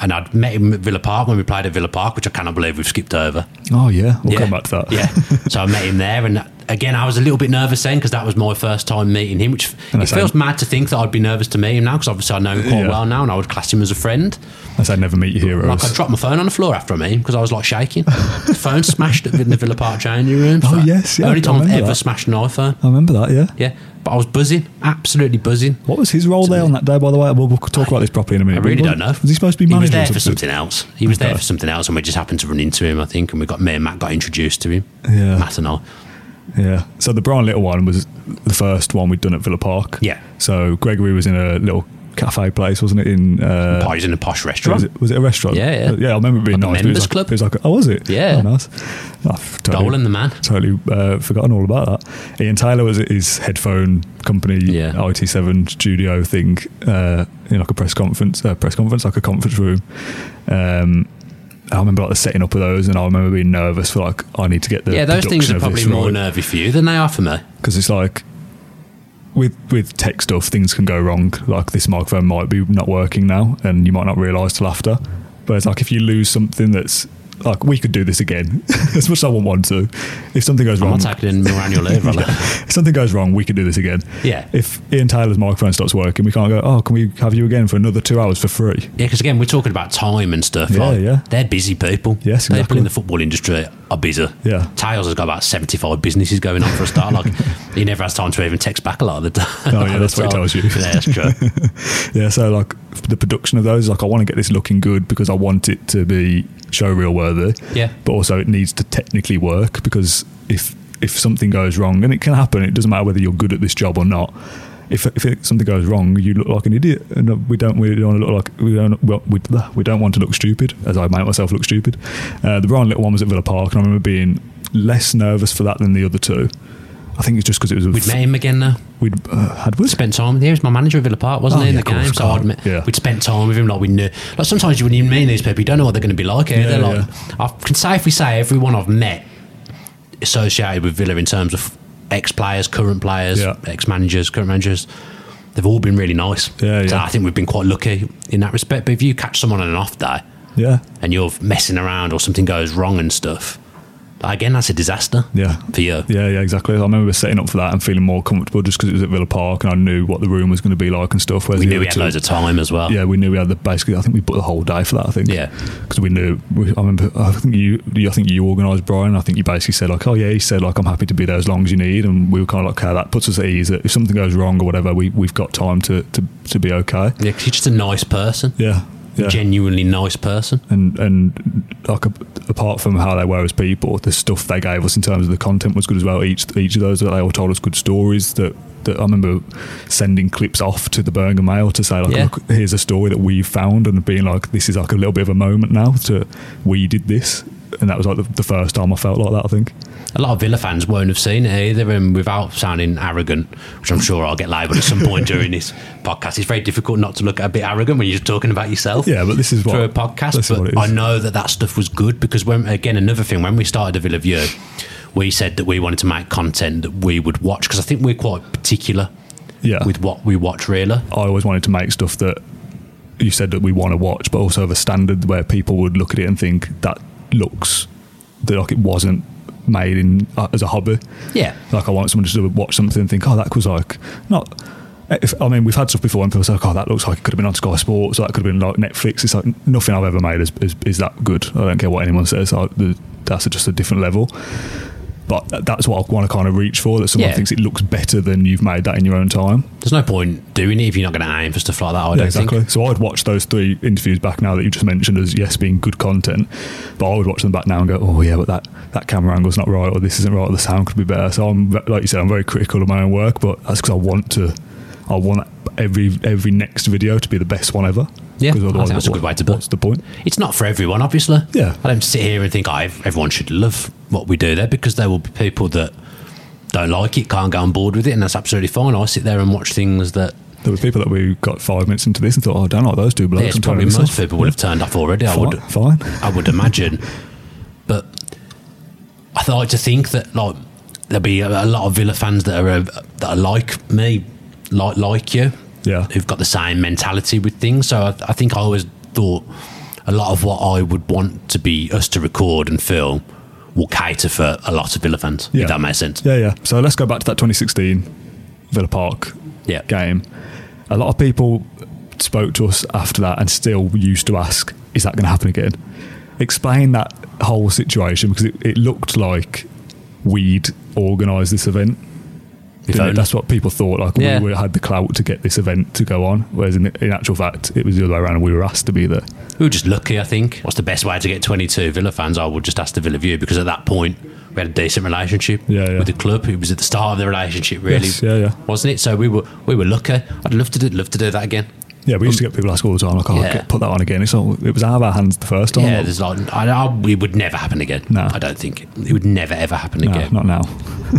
C: and I'd met him at Villa Park when we played at Villa Park, which I cannot believe we've skipped over.
B: Oh yeah, we'll
C: Yeah.
B: come back to that.
C: yeah. So I met him there, and again, I was a little bit nervous then because that was my first time meeting him, which
B: And I
C: it
B: said-
C: feels mad to think that I'd be nervous to meet him now because obviously I know him quite
B: Yeah.
C: well now and I would class him as a friend.
B: I said never meet your heroes.
C: Like, I dropped my phone on the floor after I met him because I was like shaking. the phone smashed in the Villa Park changing room.
B: Oh,
C: So
B: yes, yeah,
C: Only
B: I
C: time I've
B: remember
C: ever
B: that.
C: smashed an iPhone.
B: I remember that. Yeah.
C: Yeah. but I was buzzing, absolutely buzzing.
B: What was his role there on that day, by the way? We'll, we'll talk about this properly in a
C: I
B: minute.
C: really
B: Was-
C: don't know.
B: Was he supposed to be
C: He was
B: manager or
C: there for something else. He was there for something else, and we just happened to run into him, I think. And we got me and Matt got introduced to him.
B: Yeah. Uh,
C: Matt and I.
B: Yeah. So the Brian Little one was the first one we'd done at Villa Park.
C: Yeah.
B: So Gregory was in a little cafe place, wasn't it? In uh,
C: Pies in a posh
B: was
C: restaurant.
B: it, was it a restaurant?
C: Yeah, yeah.
B: Uh, yeah. I remember it being
C: Like
B: nice.
C: a
B: but it was
C: members
B: like,
C: club?
B: It was like, oh, was it?
C: Yeah.
B: Oh, nice. I've totally,
C: Dolan the man.
B: Totally uh, forgotten all about that. Ian Taylor was at his headphone company,
C: Yeah.
B: IT7 studio thing, uh, in like a press conference, uh, press conference, like a conference room. Um, I remember like the setting up of those, and I remember being nervous for like I need to get the
C: Yeah, those things
B: production
C: are
B: of this
C: probably more
B: right
C: nervy for you than they are for me.
B: because it's like with with tech stuff things can go wrong like this microphone might be not working now and you might not realize till after whereas like if you lose something that's like we could do this again as much as i wouldn't want to if something goes
C: I'm
B: wrong
C: not tackling my annual leave, brother.
B: if something goes wrong we could do this again
C: Yeah.
B: if ian taylor's microphone stops working we can't go oh can we have you again for another two hours for free
C: Yeah, because again, we're talking about time and stuff.
B: Yeah,
C: like,
B: yeah.
C: They're busy people.
B: Yes,
C: People
B: exactly.
C: in the football industry are busy.
B: Yeah.
C: Tails has got about 75 businesses going on for a start. Like, he never has time to even text back a lot of the time.
B: Oh, yeah, that's what he tells you.
C: Yeah, that's true.
B: yeah so like f- the production of those like i want to get this looking good because i want it to be show reel worthy
C: Yeah.
B: but also it needs to technically work because if if something goes wrong and it can happen it doesn't matter whether you're good at this job or not if, if it, something goes wrong you look like an idiot and we don't we don't want to look like we don't well, we, we don't want to look stupid as i make myself look stupid uh, the brian little one was at villa park and i remember being less nervous for that than the other two I think it's just because it was a
C: We'd
B: f-
C: met him again now.
B: we'd uh, had we
C: Spent time with him. He was my manager at Villa Park, wasn't
B: Oh,
C: he, in
B: yeah,
C: the
B: of course,
C: game? So
B: God.
C: I'd met,
B: Yeah.
C: we'd spent time with him. Like, we knew. Like, sometimes when you meet these people, you don't know what they're going to be like. eh?
B: Yeah,
C: they're like, I can safely say everyone I've met associated with Villa in terms of ex players, current players,
B: Yeah.
C: ex managers, current managers. They've all been really nice.
B: Yeah,
C: So
B: yeah.
C: I think we've been quite lucky in that respect. But if you catch someone on an off day
B: yeah
C: and you're messing around or something goes wrong and stuff, like, again, that's a disaster.
B: Yeah.
C: For you.
B: Yeah, yeah, exactly. I remember setting up for that and feeling more comfortable just because it was at Villa Park and I knew what the room was going to be like and stuff. Whereas
C: We
B: the
C: knew we
B: other
C: had
B: two-
C: loads of time as well.
B: Yeah, we knew we had the basically. I think we booked the whole day for that. I think.
C: Yeah.
B: because we knew. We, I remember. I think you. you- I think you organised Brian. I think you basically said like, "Oh yeah," he said like, "I'm happy to be there as long as you need," and we were kind of like, "Okay, that puts us at ease. That if something goes wrong or whatever, we we've got time to to, to be okay."
C: Yeah, 'cause he's just a nice person.
B: Yeah. Yeah.
C: Genuinely nice person.
B: and and like a- apart from how they were as people, the stuff they gave us in terms of the content was good as well. Each each of those, they all told us good stories that. That I remember sending clips off to the Birmingham Mail to say, like,
C: Yeah.
B: look, here's a story that we found, and being like, this is like a little bit of a moment now to we did this, and that was like the, the first time I felt like that. I think.
C: A lot of Villa fans won't have seen it either, and without sounding arrogant, which I'm sure I'll get labelled at some point during this podcast, it's very difficult not to look a bit arrogant when you're just talking about yourself.
B: Yeah, but this is what-
C: through a podcast.
B: this is what it
C: But
B: is.
C: I know that that stuff was good because when again another thing when we started the Villa View, we said that we wanted to make content that we would watch because I think we're quite particular
B: Yeah.
C: with what we watch really.
B: I always wanted to make stuff that you said that we want to watch, but also of a standard where people would look at it and think that looks that like it wasn't made in uh, as a hobby.
C: Yeah.
B: Like I want someone just to watch something and think, oh, that was like not. If, I mean, we've had stuff before and people say, oh, that looks like it could have been on Sky Sports, or that could have been like Netflix. It's like nothing I've ever made is, is, is that good. I don't care what anyone says. I, the, that's just a different level. But that- that's what I want to kind of reach for that someone
C: Yeah.
B: thinks it looks better than you've made that in your own time.
C: There's no point doing it if you're not going to aim for stuff like that. I
B: Yeah,
C: don't
B: exactly.
C: think.
B: So I'd watch those three interviews back now that you just mentioned as yes being good content, but I would watch them back now and go, oh yeah, but that that camera angle's not right, or this isn't right, or the sound could be better. So I'm ve- like you said, I'm very critical of my own work, but that's because I want to, I want every every next video to be the best one ever.
C: Yeah,
B: 'Cause
C: I think
B: otherwise,
C: that's a good
B: what-
C: way to put it.
B: What's the point?
C: It's not for everyone, obviously.
B: Yeah.
C: I don't sit here and think oh, ev- everyone should love what we do there because there will be people that don't like it, can't get on board with it, and that's absolutely fine. I sit there and watch things that
B: There were people that we got five minutes into this and thought, oh, I don't like those two blokes.
C: yeah, it's
B: I'm turning
C: probably
B: this
C: most
B: off."
C: people would have turned off already. I would,
B: Fine. fine.
C: I would imagine. But I th- like to think that like there'll be a, a lot of Villa fans that are uh, that are like me, like like you,
B: Yeah.
C: who've got the same mentality with things. So I, I think I always thought a lot of what I would want to be us to record and film will cater for a lot of Villa fans.
B: Yeah.
C: If that makes sense.
B: Yeah, yeah. So let's go back to that 2016 Villa Park
C: Yeah.
B: game. A lot of people spoke to us after that and still used to ask, is that going to happen again? Explain that whole situation because it, it looked like we'd organised this event didn't
C: only.
B: it? That's what people thought. Like
C: Yeah.
B: we, we had the clout to get this event to go on, whereas in, in actual fact, it was the other way around. We were asked to be there.
C: We were just lucky, I think. What's the best way to get 22 Villa fans? I would just ask the Villa View because at that point we had a decent relationship
B: Yeah, yeah.
C: with the club. It was at the start of the relationship, really,
B: Yes, yeah, yeah.
C: wasn't it? So we were we were lucky. I'd love to do, love to do that again.
B: Yeah, we used to get people ask all the time, like, "Oh,
C: Yeah.
B: get, put that on again." It's all, it was out of our hands the first time.
C: Yeah, there's like I, I, it would never happen again.
B: No.
C: I don't think it would never ever happen
B: No,
C: again.
B: not now.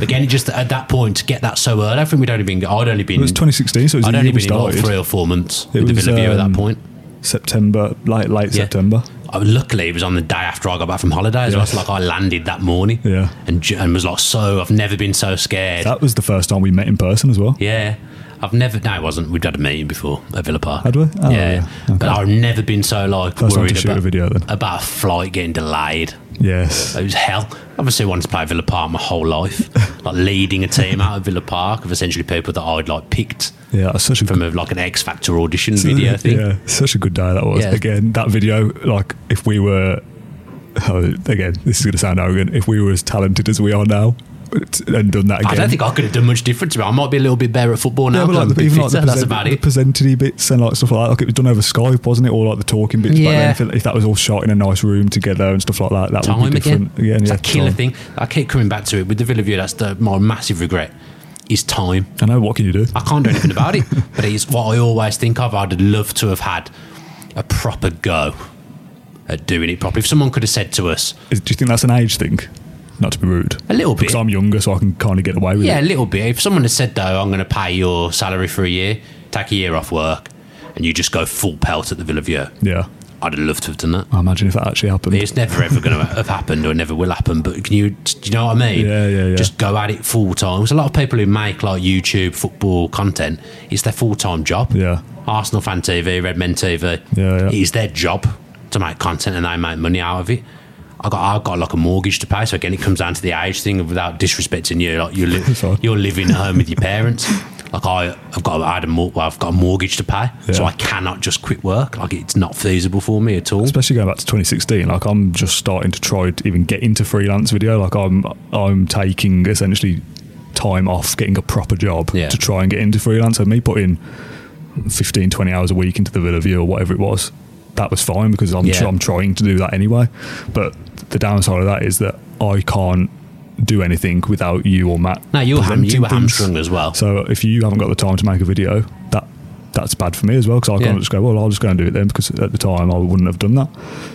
C: again, it just at that point to get that so early. I think we'd only been. I'd only been.
B: It was 2016, so it was
C: I'd
B: the
C: only
B: year we
C: been in like
B: started.
C: three or four months
B: It
C: with
B: was,
C: the Villa View at
B: um,
C: that point.
B: September, late late
C: Yeah.
B: September.
C: I, luckily, it was on the day after I got back from holiday as well.
B: Yes.
C: So, like, I landed that morning
B: Yeah.
C: and, ju- and was like, so I've never been so scared.
B: That was the first time we met in person as well.
C: yeah. I've never, no, it wasn't. We'd had a meeting before at Villa Park.
B: Had we? Oh,
C: yeah.
B: yeah.
C: But I've never been so, like,
B: First time to
C: worried
B: shoot a
C: about,
B: video then.
C: about a flight getting delayed.
B: Yes.
C: It was hell. Obviously, I wanted to play at Villa Park my whole life. like, leading a team out of Villa Park of essentially people that I'd, like, picked
B: Yeah, that's such a
C: from, a, like, an X Factor audition video thing.
B: Yeah, such a good day that was.
C: Yeah.
B: Again, that video, like if we were, oh, again, this is going to sound arrogant. If we were as talented as we are now t- and done that again,
C: I don't think I could have done much different to it. I might be a little bit better at football now.
B: yeah, but
C: 'cause I'm
B: like
C: a
B: the,
C: bit
B: even like the,
C: fitter. that's
B: present,
C: about
B: the
C: it.
B: presenty bits and like stuff like that. Like it was done over Skype, wasn't it? Or like the talking bits. Yeah.
C: Yeah.
B: Back then, if, if that was all shot in a nice room together and stuff like that, that would
C: time
B: be
C: again.
B: different. Again,
C: it's
B: yeah,
C: a killer
B: time.
C: thing. I keep coming back to it with the Villa View. That's the, my massive regret is time.
B: I know. What can you do?
C: I can't do anything about it, but it's what I always think of. I'd love to have had a proper go at doing it properly. If someone could have said to us,
B: Is, do you think that's an age thing? Not to be rude,
C: A little bit.
B: Because I'm younger, so I can kind of get away with
C: yeah, a
B: it.
C: little bit. If someone had said, though, I'm going to pay your salary for a year, take a year off work, and you just go full pelt at the Villa View,
B: Yeah,
C: I'd have loved to have done that.
B: I imagine if that actually happened.
C: It's never ever going to have happened or never will happen. But can you, do you know what I mean?
B: Yeah, yeah, yeah.
C: Just go at it full time. There's a lot of people who make like YouTube football content. It's their full time job.
B: Yeah.
C: Arsenal fan TV, Red Men TV.
B: Yeah, yeah.
C: It is their job to make content and they make money out of it. I got, I've got like a mortgage to pay, so again, it comes down to the age thing. of Without disrespecting you, like you're,
B: It's all
C: li-
B: right.
C: you're living at home with your parents. Like I, I've got, I had a, mor- well, I've got a mortgage to pay, so
B: Yeah.
C: I cannot just quit work. Like it's not feasible for me at all.
B: especially going back to 2016 like i'm just starting to try to even get into freelance video like i'm i'm taking essentially time off getting a proper job
C: Yeah.
B: to try and get into freelance so me putting 15 20 hours a week into the villa view or whatever it was that was fine because i'm,
C: Yeah.
B: I'm trying to do that anyway but the downside of that is that i can't do anything without you or matt
C: No, you were, ham-
B: presenting
C: you were
B: things.
C: hamstrung as well.
B: So if you haven't got the time to make a video, that that's bad for me as well because I
C: Yeah.
B: can't just go. Well, I'll just go and do it then because at the time I wouldn't have done that.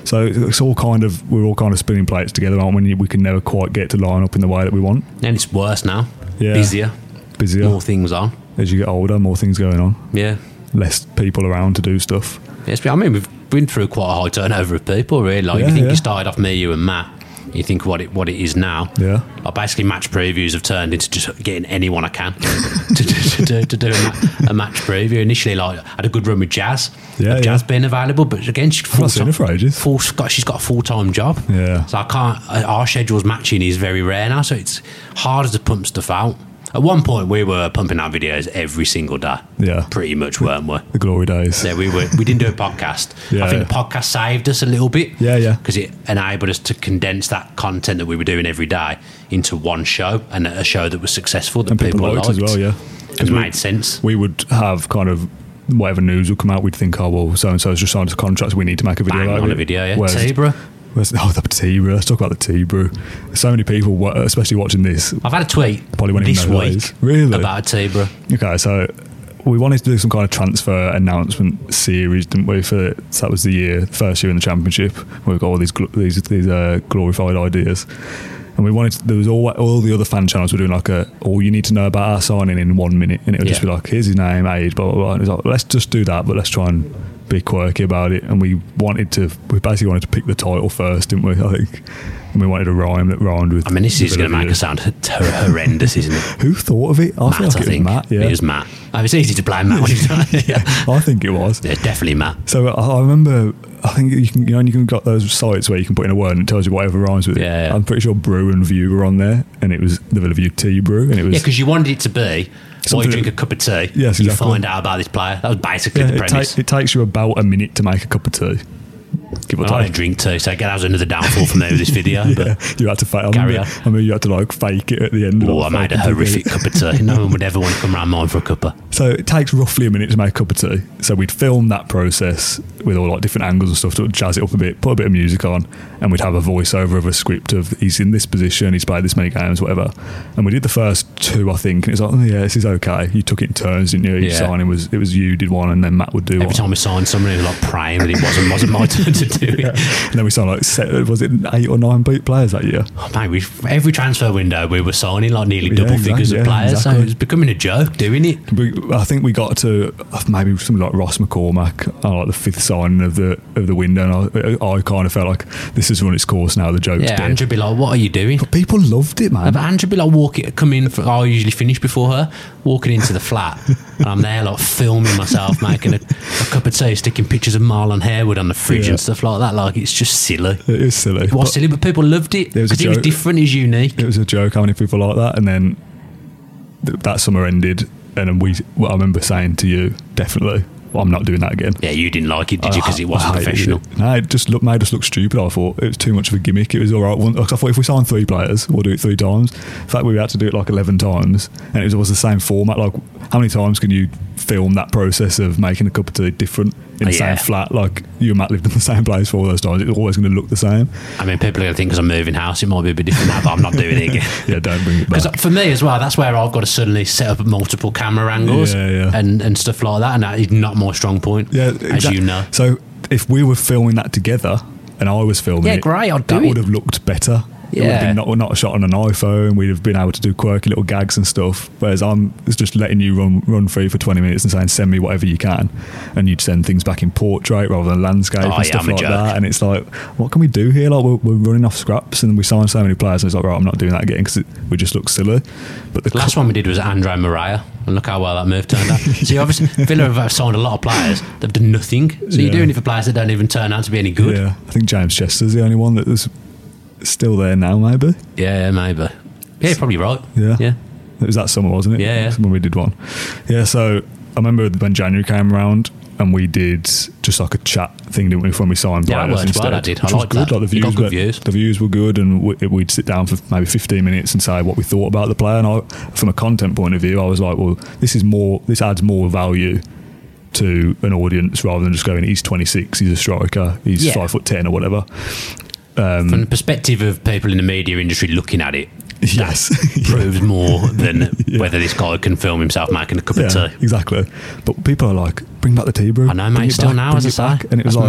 B: So it's- it's all kind of we're all kind of spinning plates together, aren't we? And We can never quite get to line up in the way that we want.
C: and it's worse now.
B: Yeah.
C: Busier,
B: Busier
C: more things on.
B: as you get older, more things going on,
C: Yeah.
B: less people around to do stuff.
C: Yes, but I mean, we've been through quite a high turnover of people, really. Like,
B: Yeah,
C: you think
B: yeah.
C: you started off me, you and Matt. You think what it what it is now.
B: Yeah.
C: Like basically, match previews have turned into just getting anyone I can to, do, to do to do a, ma- a match preview. Initially, like I had a good run with Jazz.
B: Yeah,
C: of Jazz
B: yeah.
C: being available, but again, she's
B: I've
C: full
B: not seen her for ages.
C: full. She's got, she's got a full time job.
B: Yeah.
C: So I can't. uh, Our schedules matching is very rare now, so it's harder to pump stuff out. At one point, we were pumping out videos every single day.
B: Yeah.
C: Pretty much, weren't we?
B: The glory days.
C: Yeah, we were. We didn't do a podcast.
B: Yeah,
C: I think the
B: yeah.
C: podcast saved us a little bit.
B: Yeah, yeah.
C: Because it enabled us to condense that content that we were doing every day into one show and a show that was successful that
B: and people, liked, as well. Yeah,
C: It
B: we-
C: made sense.
B: we would have kind of whatever news would come out, we'd think, oh well, so and so's just signed a contract, so we need to make a video.
C: Bang
B: out of
C: on a
B: it.
C: video, yeah.
B: Whereas-
C: Tea, bro.
B: whereas- oh, the tea brew. Let's talk about the tea brew. So many people, wa- especially watching this.
C: I've had a tweet
B: Probably won't even
C: this
B: know what it
C: week
B: is. Really?
C: about a Tibra.
B: Okay, so we wanted to do some kind of transfer announcement series, didn't we? For so that was the year, first year in the championship. We've got all these gl- these these uh, glorified ideas. And we wanted to, there was all all the other fan channels were doing like a all you need to know about our signing in one minute, and it would just
C: Yeah.
B: be like here's his name, age, blah blah blah. And it's like let's just do that, but let's try and be quirky about it. And we wanted to we basically wanted to pick the title first, didn't we? I think. And we wanted a rhyme that rhymed with.
C: I mean, this is going to make
B: Villa.
C: us sound hor- horrendous, isn't it?
B: Who thought of it? I feel
C: Matt,
B: like
C: I
B: it was
C: think.
B: Matt. Yeah,
C: It was Matt. Oh, it's easy to blame Matt when he's done it. Yeah.
B: I think it was.
C: yeah, definitely Matt.
B: So I, I remember, I think you can, you know, you can got those sites where you can put in a word and it tells you whatever rhymes with it.
C: Yeah, yeah.
B: I'm pretty sure Brew and View were on there, and it was the Villa View Tea Brew, and it
C: Yeah,
B: was
C: because you wanted it to be while
B: Something-
C: you drink a cup of tea,
B: Yes,
C: you
B: exactly.
C: find out about this player. That was basically the
B: it,
C: premise.
B: ta- it takes you about a minute to make a cup of tea. Give or
C: I don't
B: take.
C: drink too, so that was another downfall from there with this video.
B: Yeah,
C: But
B: you had to fake. I
C: Carry
B: remember,
C: on.
B: I remember you had to like fake it at the end.
C: oh, I
B: like,
C: made a
B: fake it.
C: horrific cup of tea. No one would ever want to come round mine for a cuppa.
B: So it takes roughly a minute to make a cup of tea. So we'd film that process with all like different angles and stuff to jazz it up a bit, put a bit of music on, and we'd have a voiceover of a script of he's in this position, he's played this many games, whatever. And we did the first two, I think, and it's like, oh yeah, this is okay. You took it in turns, didn't you? Each
C: Yeah.
B: signing was it was you did one, and then Matt would do
C: Every
B: one.
C: time we signed someone, it was like praying that it wasn't wasn't my turn to do it.
B: And then we signed like se- was it eight or nine beat players that year?
C: Oh, mate, we, every transfer window we were signing like nearly
B: Yeah,
C: double
B: exactly,
C: figures
B: yeah,
C: of players, so
B: exactly.
C: it was becoming a joke doing it.
B: We, I think we got to uh, maybe something like Ross McCormack, uh, like the fifth signing of the of the window, and I, I kind of felt like this has run its course now. The joke's
C: Yeah,
B: dead.
C: Andrew be like, "What are you doing?"
B: People loved it, man.
C: But Andrew be like, walking, come in. For, I usually finish before her. Walking into the flat, and I'm there like filming myself making a, a cup of tea, sticking pictures of Marlon Harewood on the fridge
B: Yeah.
C: and stuff like that. Like it's just silly.
B: It is silly.
C: It was
B: but
C: silly, but people loved it
B: It was a
C: because it was
B: joke.
C: different, it was unique.
B: it was a joke how many people like that. And then th- that summer ended, and then we. Well, I remember saying to you, definitely, well, I'm not doing that again.
C: Yeah, you didn't like it, did you? Because it
B: Oh, Uh,
C: wasn't
B: I hated
C: professional.
B: It. No, it just looked, made us look stupid. I thought it was too much of a gimmick. It was all right. One, 'cause I thought if we sign three players, we'll do it three times. In fact, we had to do it like 11 times. And it was, was the same format. Like, how many times can you film that process of making a cup of tea different in the same
C: Yeah.
B: flat? Like, you and Matt lived in the same place for all those times. It's always going to look the same.
C: I mean, people are going to think because I'm moving house, it might be a bit different now, but I'm not doing it again.
B: Yeah, don't bring it back.
C: Because for me as well, that's where I've got to suddenly set up multiple camera angles
B: Yeah, yeah.
C: And, and stuff like that, and that is not my strong point,
B: Yeah,
C: as
B: exact-
C: you know.
B: So if we were filming that together and I was filming
C: Yeah,
B: it,
C: great,
B: that
C: I'd do it.
B: would have looked better. It would have
C: Yeah.
B: been not, not shot on an iPhone. We'd have been able to do quirky little gags and stuff. Whereas I'm it's just letting you run run free for 20 minutes and saying, send me whatever you can. And you'd send things back in portrait rather than landscape
C: Oh, yeah,
B: and stuff
C: I'm a
B: like
C: jerk.
B: that. And it's like, what can we do here? Like, we're, we're running off scraps and we signed so many players. And it's like, right, I'm not doing that again because we just look silly. But the
C: The last one we did was Andre Maria, and look how well that move turned out. so you obviously Villa have signed a lot of players; they've done nothing. So
B: Yeah.
C: you're doing it for players that don't even turn out to be any good. Yeah,
B: Yeah, I think James Chester's the only one that was still there now, maybe.
C: yeah maybe. Yeah, you're probably right.
B: Yeah.
C: yeah.
B: It was that summer, wasn't it?
C: Yeah, yeah.
B: When we did one. Yeah, so I remember when January came around and we did just like a chat thing, didn't we, when we signed
C: Yeah, that
B: players
C: worked
B: instead.
C: well, that did. I
B: which was
C: liked
B: good.
C: that.
B: Like the
C: You
B: views,
C: got good
B: were,
C: views.
B: The views were good and we, we'd sit down for maybe 15 minutes and say what we thought about the player. And I, from a content point of view, I was like, well, this is more, this adds more value to an audience rather than just going, he's 26, he's a striker, he's
C: Yeah.
B: five foot 10 or whatever.
C: From the perspective of people in the media industry looking at it,
B: Yes. Yeah.
C: proves more than whether this guy can film himself making a cup of
B: Yeah,
C: tea.
B: exactly. But people are like, bring back the tea, bro.
C: uh, I know,
B: Bring
C: mate.
B: it
C: Still
B: back,
C: now,
B: bring
C: as I
B: it
C: say.
B: back." and it was like,
C: That's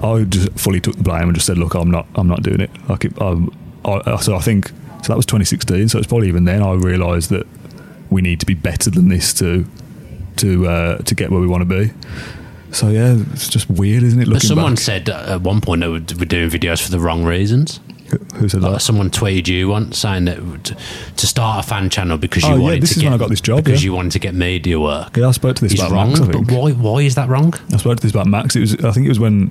C: mad.
B: I just fully took the blame and just said, look, I'm not, I'm not doing it. Like, it, um, I, so I think so. That was 2016. So it's probably even then I realised that we need to be better than this to to uh, to get where we want to be. So yeah, it's just weird, isn't it? Looking
C: But someone
B: back,
C: said at one point they were, were doing videos for the wrong reasons.
B: who said
C: Like
B: that?
C: someone tweeted you once saying that to, to start a fan channel because you
B: Oh, yeah,
C: wanted
B: this
C: to
B: is
C: get
B: when I got this job,
C: because
B: yeah.
C: you wanted to get media work.
B: Yeah, I spoke to this
C: Is
B: about
C: wrong,
B: Max. I
C: but
B: think.
C: why? Why is that wrong?
B: I spoke to this about Max. It was I think it was when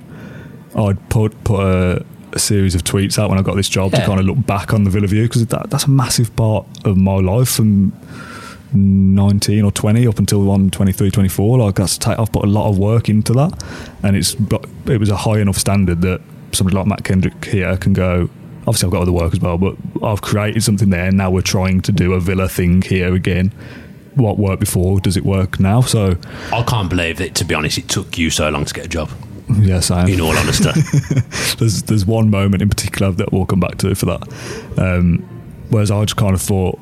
B: I'd put put a, a series of tweets out when I got this job to
C: Yeah.
B: kind of look back on the Villa View because that, that's a massive part of my life from 19 or 20 up until 1, 23, 24. Like that's take, I've put a lot of work into that, and it's but it was a high enough standard that somebody like Matt Kendrick here can go. Obviously, I've got other work as well, but I've created something there. and Now we're trying to do a Villa thing here again. What worked before? Does it work now? So,
C: I can't believe that. To be honest, it took you so long to get a job.
B: yeah, Sam.
C: In all honesty,
B: there's there's one moment in particular that we'll come back to for that. Um, whereas I just kind of thought,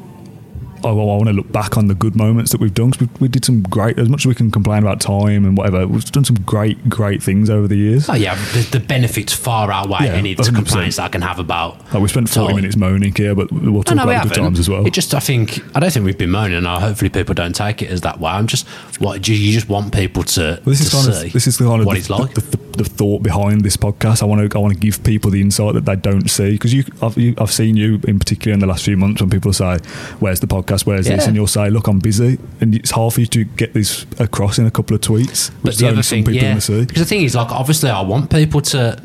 B: oh, well, I want to look back on the good moments that we've done 'cause we, we did some great. As much as we can complain about time and whatever, we've done some great great things over the years.
C: oh yeah, the, the benefits far outweigh
B: Yeah,
C: any of the
B: 100%.
C: complaints that I can have about.
B: Like we spent 40
C: Totally.
B: minutes moaning here, but we'll talk
C: Oh, No, no, we
B: about the good
C: haven't.
B: times as well.
C: It just, I think, I don't think we've been moaning. and I hopefully, people don't take it as that way. I'm just, what you, you just want people to,
B: Well, this
C: to
B: is kind
C: see
B: of this is kind of
C: what
B: the,
C: it's like.
B: The, the, the thought behind this podcast. I want to I want to give people the insight that they don't see because you I've, you I've seen you in particular in the last few months when people say, "Where's the podcast? Where's this?"
C: Yeah.
B: and you'll say, "Look, I'm busy," and it's hard for you to get this across in a couple of tweets, which is only some people going to see.
C: Because the thing is, like, obviously, I want people to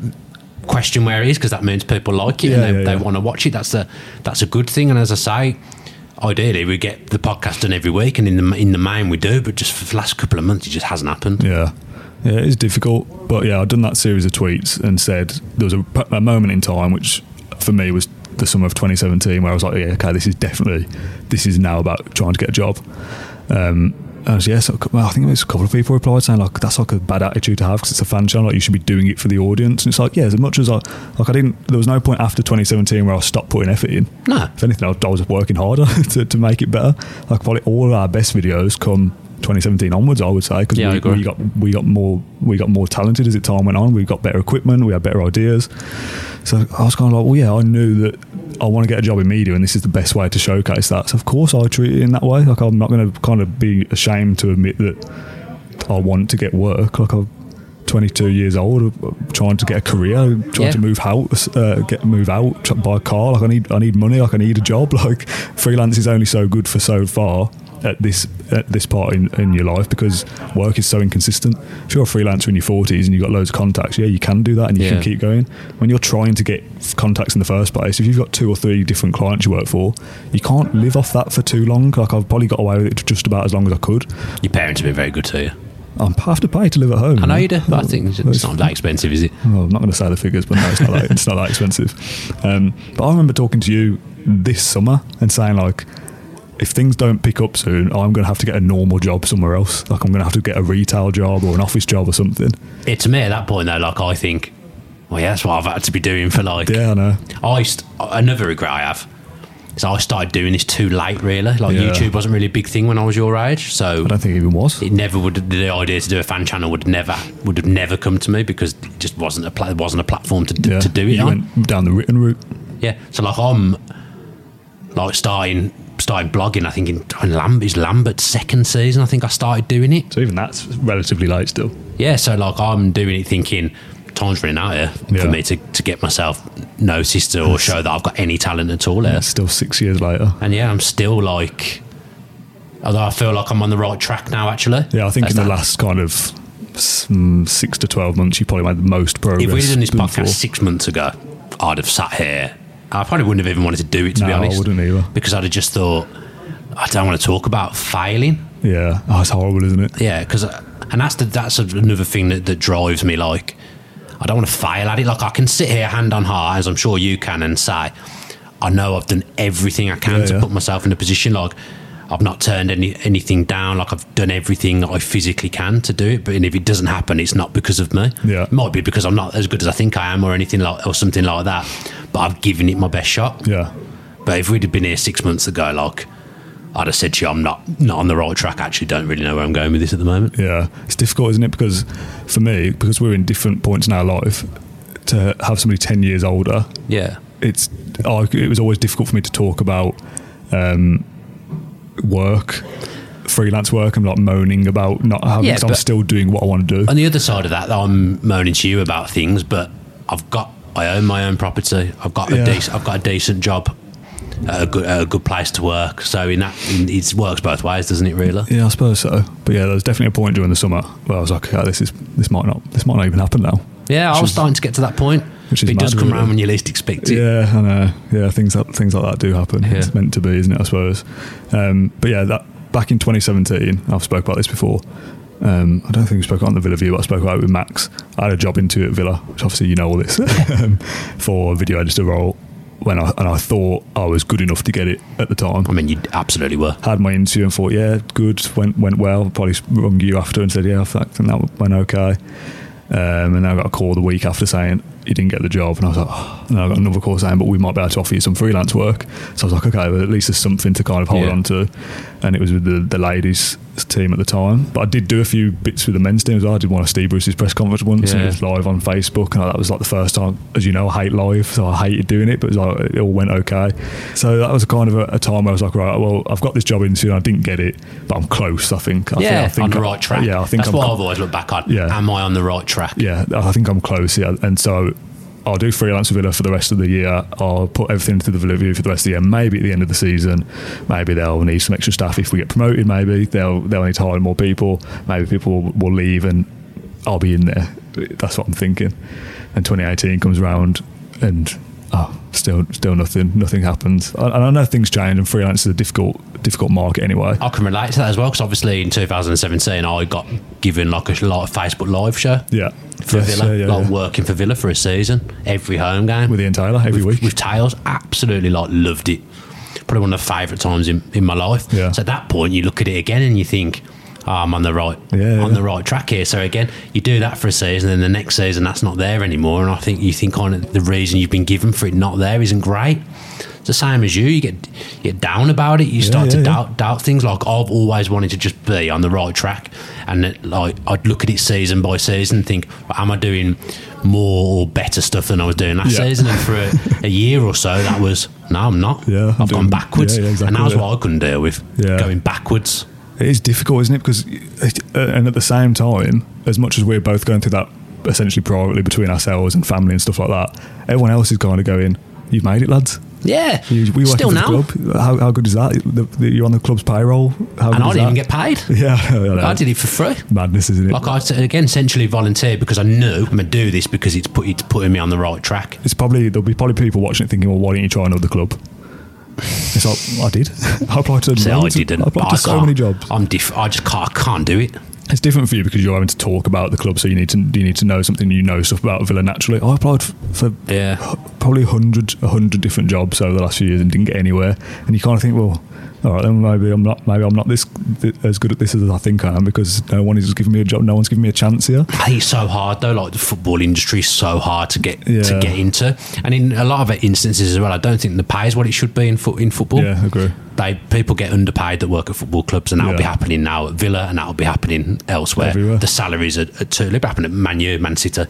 C: question where it is because that means people like it
B: Yeah,
C: and they,
B: yeah, yeah.
C: they want to watch it. That's a that's a good thing. And as I say, ideally, we get the podcast done every week, and in the in the main we do. But just for the last couple of months, it just hasn't happened.
B: Yeah. Yeah, it is difficult, but yeah, I've done that series of tweets and said there was a, a moment in time which for me was the summer of 2017 where I was like, yeah, okay, this is definitely this is now about trying to get a job. Um, and I was, yeah, so, well, I think it was a couple of people replied saying like that's like a bad attitude to have because it's a fan channel. Like you should be doing it for the audience. And it's like yeah, as much as I like, I didn't. There was no point after 2017 where I stopped putting effort in.
C: No.
B: If anything, I, I was working harder to, to make it better. Like probably all of our best videos come 2017 onwards, I would say, because
C: Yeah, I
B: we,
C: agree.
B: we got we got more we got more talented as it time went on. We got better equipment, we had better ideas. So I was kind of like, well, yeah, I knew that I want to get a job in media, and this is the best way to showcase that. So of course, I treat it in that way. Like I'm not going to kind of be ashamed to admit that I want to get work. Like I'm 22 years old, uh, trying to get a career, trying
C: Yeah.
B: to move house, uh, get move out, tr- buy a car. Like I need, I need money. Like I need a job. Like freelance is only so good for so far at this at this part in, in your life because work is so inconsistent. If you're a freelancer in your 40s and you've got loads of contacts, yeah, you can do that and you
C: Yeah.
B: can keep going. When you're trying to get f- contacts in the first place, if you've got two or three different clients you work for, you can't live off that for too long. Like I've probably got away with it just about as long as I could.
C: Your parents have been very good to you.
B: I'm, I have to pay to live at home.
C: I know
B: man.
C: you do, but I think it's not that expensive, is it?
B: Well, I'm not going to say the figures, but no, it's not that, it's not that expensive. Um, but I remember talking to you this summer and saying like, if things don't pick up soon, I'm going to have to get a normal job somewhere else. Like I'm going to have to get a retail job or an office job or something.
C: It's me at that point though. Like I think, well, yeah, that's what I've had to be doing for like.
B: Yeah, I know.
C: I st- another regret I have is I started doing this too late. Really, like
B: Yeah.
C: YouTube wasn't really a big thing when I was your age, so
B: I don't think it even was.
C: it never would. The idea to do a fan channel would never would have never come to me because it just wasn't a pla- wasn't a platform to, d-
B: Yeah.
C: to do it
B: you
C: on.
B: went down the written route.
C: Yeah. So like I'm like starting starting blogging. I think in, in Lambert's Lambert's second season. I think I started doing it.
B: So even that's relatively late still.
C: Yeah, so like I'm doing it thinking time's running out here
B: Yeah.
C: for me to, to get myself noticed or show that I've got any talent at all here.
B: It's still six years later.
C: And yeah, I'm still like, although I feel like I'm on the right track now, actually.
B: Yeah, I think
C: That's
B: in the
C: that-
B: last kind of s- mm, six to twelve months, you probably made the most progress.
C: If we'd have done this
B: than
C: podcast
B: before.
C: six months ago, I'd have sat here. I probably wouldn't have even wanted to do it, to be
B: No, I
C: honest.
B: wouldn't either.
C: Because I'd have just thought, I don't want to talk about failing.
B: yeah, oh, it's horrible, isn't it?
C: Yeah, because and that's the, that's another thing that, that drives me. Like, I don't want to fail at it. Like, I can sit here hand on heart, as I'm sure you can, and say, I know I've done everything I can
B: Yeah,
C: to
B: yeah.
C: put myself in a position. Like, I've not turned any anything down. Like, I've done everything that I physically can to do it. But and if it doesn't happen, it's not because of me.
B: Yeah.
C: it might be because I'm not as good as I think I am, or anything like or something like that. But I've given it my best shot.
B: Yeah.
C: But if we'd have been here six months ago, like. I'd have said to you, I'm not not on the right track. I actually don't really know where I'm going with this at the moment.
B: Yeah, it's difficult, isn't it? Because for me, because we're in different points in our life, to have somebody ten years older,
C: Yeah.
B: it's oh, it was always difficult for me to talk about um, work, freelance work. I'm like moaning about not having.
C: Yeah,
B: 'cause I'm
C: but-
B: still doing what I want to do.
C: On the other side of that, though, I'm moaning to you about things, but I've got I own my own property. I've got a
B: Yeah.
C: dec- I've got a decent job, at a good at a good place to work. So in that, in, it works both ways, doesn't it? Really?
B: Yeah, I suppose so. But yeah, there was definitely a point during the summer where I was like, okay, this is this might not this might not even happen now.
C: Yeah, I was starting to get to that point.
B: which is
C: but it does
B: mad,
C: come
B: really.
C: around when you least expect it.
B: Yeah, I know. Yeah, things that things like that do happen.
C: Yeah.
B: It's meant to be, isn't it? I suppose. Um, but yeah, that back in 2017, I've spoke about this before. Um, I don't think we spoke about it on the Villa View, but I spoke about it with Max. I had a job into at Villa, which obviously you know all this, um, for a video editor role. When I and I thought I was good enough to get it at the time
C: I mean, you absolutely were.
B: had my interview and thought, yeah, good, went went well. Probably rung you after and said, yeah, I think think that went okay. Um, and then I got a call the week after saying you didn't get the job, and I was like, oh. and I got another call saying, but we might be able to offer you some freelance work. So I was like, okay, well, at least there's something to kind of hold
C: Yeah.
B: on to. And it was with the, the ladies team at the time, but I did do a few bits with the men's team as well. I did one of Steve Bruce's press conference once, and it
C: Yeah.
B: was live on Facebook, and that was like the first time, as you know, I hate live, so I hated doing it, but it, was like, it all went okay. So that was kind of a, a time where I was like, right, well, I've got this job into, and I didn't get it, but I'm close. I think, I think, I think
C: on the
B: I-
C: right track.
B: Yeah, I think
C: that's
B: I'm
C: what
B: co-
C: I've always looked back on.
B: Yeah.
C: Am I on the right track?
B: yeah, I think I'm close. Yeah, and so I'll do freelance with Villa for the rest of the year. I'll put everything into the Villa View for the rest of the year. Maybe at the end of the season, maybe they'll need some extra staff if we get promoted. Maybe they'll they'll need to hire more people. Maybe people will, will leave, and I'll be in there. That's what I'm thinking. And 2018 comes round, ah, and oh, still still nothing. Nothing happens. And and I know things change, and freelance is a difficult difficult market anyway.
C: I can relate to that as well because obviously in 2017 I got given like a like a Facebook live show
B: Yeah.
C: for
B: Yes,
C: Villa,
B: yeah, yeah,
C: like
B: yeah.
C: working for Villa for a season, every home game
B: With Ian Taylor every
C: with,
B: week.
C: with Tails. Absolutely like loved it. Probably one of the favourite times in, in my life.
B: Yeah.
C: So at that point, you look at it again and you think, oh, I'm on the right,
B: Yeah, yeah.
C: on the right track here. So again, you do that for a season, and the next season that's not there anymore. And I think you think on it, the reason you've been given for it not there isn't great. It's the same as you. You get you get down about it. You start
B: yeah,
C: to
B: yeah.
C: doubt doubt things. Like I've always wanted to just be on the right track, and that, like I'd look at it season by season, and think, am I doing more or better stuff than I was doing last
B: Yeah.
C: season? And for a, a year or so, that was no, I'm not.
B: Yeah, I'm
C: I've gone
B: doing-
C: backwards,
B: yeah, yeah, exactly,
C: and that was
B: yeah.
C: what I couldn't deal with.
B: Yeah.
C: Going backwards.
B: It is difficult, isn't it? Because, uh, and at the same time, as much as we're both going through that essentially privately between ourselves and family and stuff like that, everyone else is kind of going, You've made it, lads.
C: Yeah,
B: You, we working
C: still
B: for the
C: now,
B: club. How, how good is that? The, the, you're on the club's payroll. How
C: and I
B: good
C: didn't even
B: is
C: get paid.
B: that? Yeah, I know.
C: I did it for free.
B: Madness, isn't it?
C: Like I said, again, essentially volunteered because I knew I'm gonna do this because it's put it's putting me on the right track.
B: it's probably there'll be probably people watching it thinking, well, why didn't you try another club? It's like I did. I applied to
C: See, I
B: loads of-
C: didn't.
B: I applied to
C: I
B: so
C: can't-
B: many jobs.
C: I'm diff- I just can't, I can't do it.
B: It's different for you because you're having to talk about the club, so you need to you need to know something. You know stuff about Villa naturally. I applied f- for
C: Yeah.
B: h- probably hundred hundred different jobs over the last few years and didn't get anywhere. And you kind of think, well, all right, then maybe I'm not maybe I'm not this th- as good at this as I think I am because no one is giving me a job, no one's giving me a chance here.
C: I think it's so hard though. Like the football industry is so hard to get to
B: Yeah.
C: get into, and in a lot of instances as well, I don't think the pay is what it should be in foot in football.
B: Yeah, I agree.
C: They people get underpaid that work at football clubs, and that'll
B: Yeah.
C: be happening now at Villa, and that'll be happening elsewhere.
B: Everywhere. Mm-hmm.
C: The salaries are, are too. It happened at Man U, Man City.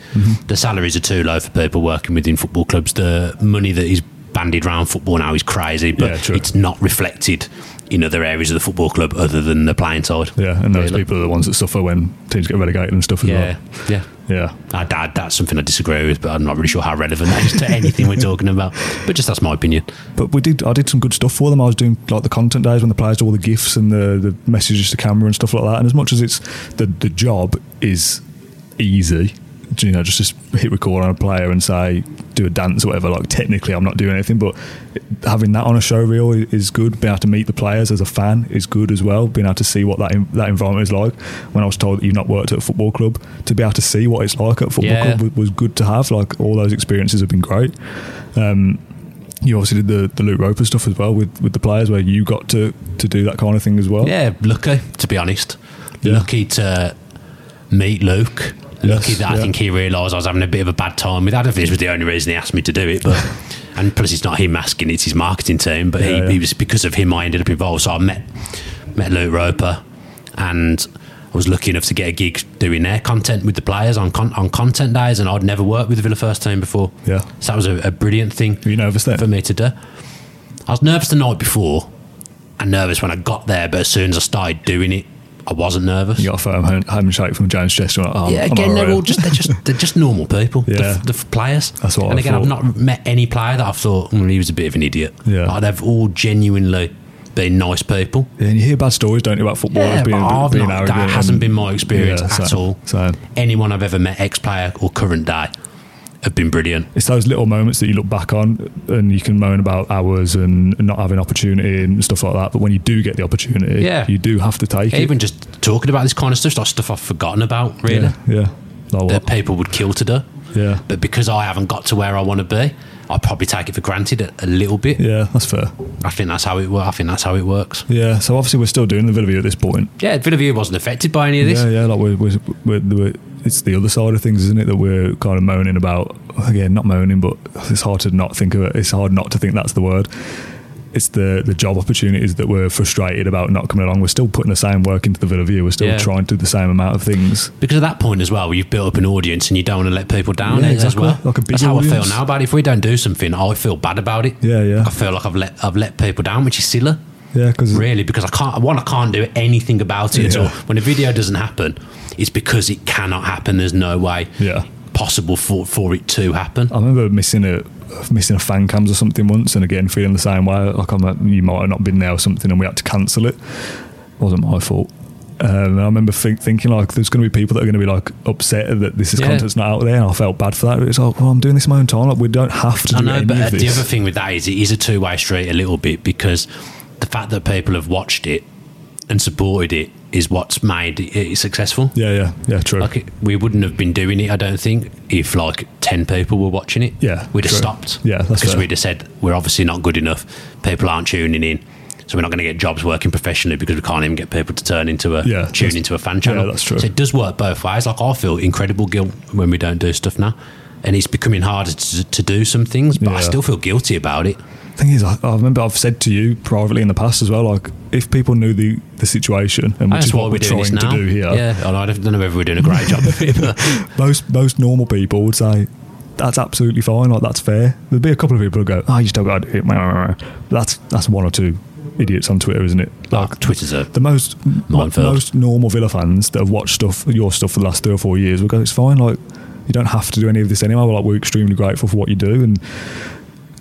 C: The salaries are too low for people working within football clubs. The money that is bandied around football now is crazy,
B: Yeah,
C: but
B: true.
C: it's not reflected in other areas of the football club other than the playing side.
B: Yeah, and those
C: Really.
B: people are the ones that suffer when teams get relegated and stuff as
C: Yeah, yeah.
B: well. Yeah.
C: I, I, that's something I disagree with, but I'm not really sure how relevant that is to anything we're talking about. But just that's my opinion.
B: But we did. I did some good stuff for them. I was doing like the content days when the players do all the gifs and the, the messages to camera and stuff like that. And as much as it's the the job is easy, you know, just just hit record on a player and say do a dance or whatever. Like technically, I'm not doing anything, but having that on a show reel i- is good. Being able to meet the players as a fan is good as well. Being able to see what that en- that environment is like. When I was told that you've not worked at a football club, to be able to see what it's like at a football
C: Yeah.
B: club was, was good to have. Like all those experiences have been great. Um, you obviously did the, the Luke Roper stuff as well with, with the players where you got to, to do that kind of thing as well.
C: Yeah, lucky to be honest.
B: Yeah.
C: Lucky to meet Luke. Lucky
B: Yes,
C: that I
B: yeah.
C: think he realised I was having a bit of a bad time with. I don't think this was the only reason he asked me to do it, but and plus it's not him asking; it's his marketing team. But he,
B: Yeah, yeah.
C: he was because of him I ended up involved. So I met met Luke Roper, and I was lucky enough to get a gig doing their content with the players on con- on content days, and I'd never worked with the Villa first team before.
B: Yeah.
C: so that was a, a brilliant thing
B: Were you nervous then?
C: for me to do. I was nervous the night before and nervous when I got there, but as soon as I started doing it, I wasn't nervous.
B: You got a firm hand- handshake from James Chester. Like, oh,
C: Yeah,
B: I'm
C: again,
B: alright.
C: they're all just they're just they're just normal people. The,
B: Yeah.
C: f- the f- players.
B: That's what
C: And
B: I
C: again, I've
B: thought.
C: not met any player that I've thought "Mm, he was a bit of an idiot.
B: Yeah.
C: Like, they've all genuinely been nice people.
B: Yeah, and you hear bad stories, don't you, about footballers
C: Yeah,
B: being,
C: but I've
B: being
C: not-
B: arrogant?
C: that hasn't
B: and-
C: been my experience
B: Yeah,
C: at
B: so-
C: all.
B: So
C: Anyone I've ever met, ex player or current day, have been brilliant.
B: it's those little moments that you look back on and you can moan about hours and not having opportunity and stuff like that. But when you do get the opportunity,
C: Yeah.
B: you do have to take it.
C: Even just talking about this kind of stuff, it's like stuff I've forgotten about, really.
B: yeah, yeah. Like
C: That
B: what?
C: people would kill to do.
B: yeah,
C: But because I haven't got to where I want to be, I probably take it for granted a, a little bit.
B: yeah, that's fair.
C: I think that's how it works. I think that's how it works.
B: Yeah, so obviously we're still doing the Villa View at this point.
C: Yeah, Villaview wasn't affected by any of this.
B: Yeah, yeah. Like we're, we're, we're, we're, it's the other side of things, isn't it? That we're kind of moaning about. Again, not moaning, but it's hard to not think of it. It's hard not to think that's the word. It's the the job opportunities that we're frustrated about not coming along. We're still putting the same work into the Villa View. We're still
C: Yeah.
B: trying to do the same amount of things.
C: Because at that point as well, you've built up an audience and you don't want to let people down
B: Yeah,
C: as-
B: exactly.
C: as well.
B: Like a big
C: that's how I
B: audience.
C: feel now about it. If we don't do something, I feel bad about it.
B: Yeah, yeah.
C: I feel like I've let I've let people down, which is silly,
B: Yeah, because
C: really, because I can't. One, I can't do anything about it at
B: Yeah.
C: all. When a video doesn't happen, it's because it cannot happen. There's no way
B: Yeah.
C: possible for for it to happen.
B: I remember missing a missing a fan cams or something once, and again feeling the same way. Like I'm, a, you might have not been there or something, and we had to cancel it. wasn't my fault. Um, and I remember think, thinking like, there's going to be people that are going to be like upset that this is
C: Yeah.
B: content's not out there, and I felt bad for that. It's like, well, I'm doing this in my own time. Like we don't have to do
C: I know,
B: any
C: but
B: of
C: uh, the
B: this.
C: other thing with that is it is a two way street a little bit because the fact that people have watched it and supported it is what's made it successful.
B: Yeah, yeah, yeah. True.
C: Like it, we wouldn't have been doing it, I don't think, if like ten people were watching it.
B: Yeah,
C: we'd have
B: true.
C: stopped.
B: Yeah, that's
C: because
B: fair.
C: we'd have said we're obviously not good enough. People aren't tuning in, so we're not going to get jobs working professionally because we can't even get people to turn into a
B: Yeah,
C: tune
B: that's-
C: into a fan channel.
B: yeah, that's true.
C: So it does work both ways. Like I feel incredible guilt when we don't do stuff now, and it's becoming harder to, to do some things, but I
B: Yeah.
C: still feel guilty about it.
B: thing is, I, I remember I've said to you privately in the past as well. Like, if people knew the, the situation, and which
C: That's
B: is
C: why
B: what
C: we're
B: we're
C: doing
B: trying
C: this
B: to
C: now.
B: do here,
C: Yeah, and I don't know whether we're doing a great job of it, but
B: most most normal people would say that's absolutely fine. Like, that's fair. There'd be a couple of people who go, "Oh, you still got to do it." But That's that's one or two idiots on Twitter, isn't it?
C: like Twitter's a
B: the most m-
C: Minefield.
B: most normal Villa fans that have watched stuff your stuff for the last three or four years will go, it's fine. Like you don't have to do any of this anymore. Like we're extremely grateful for what you do, and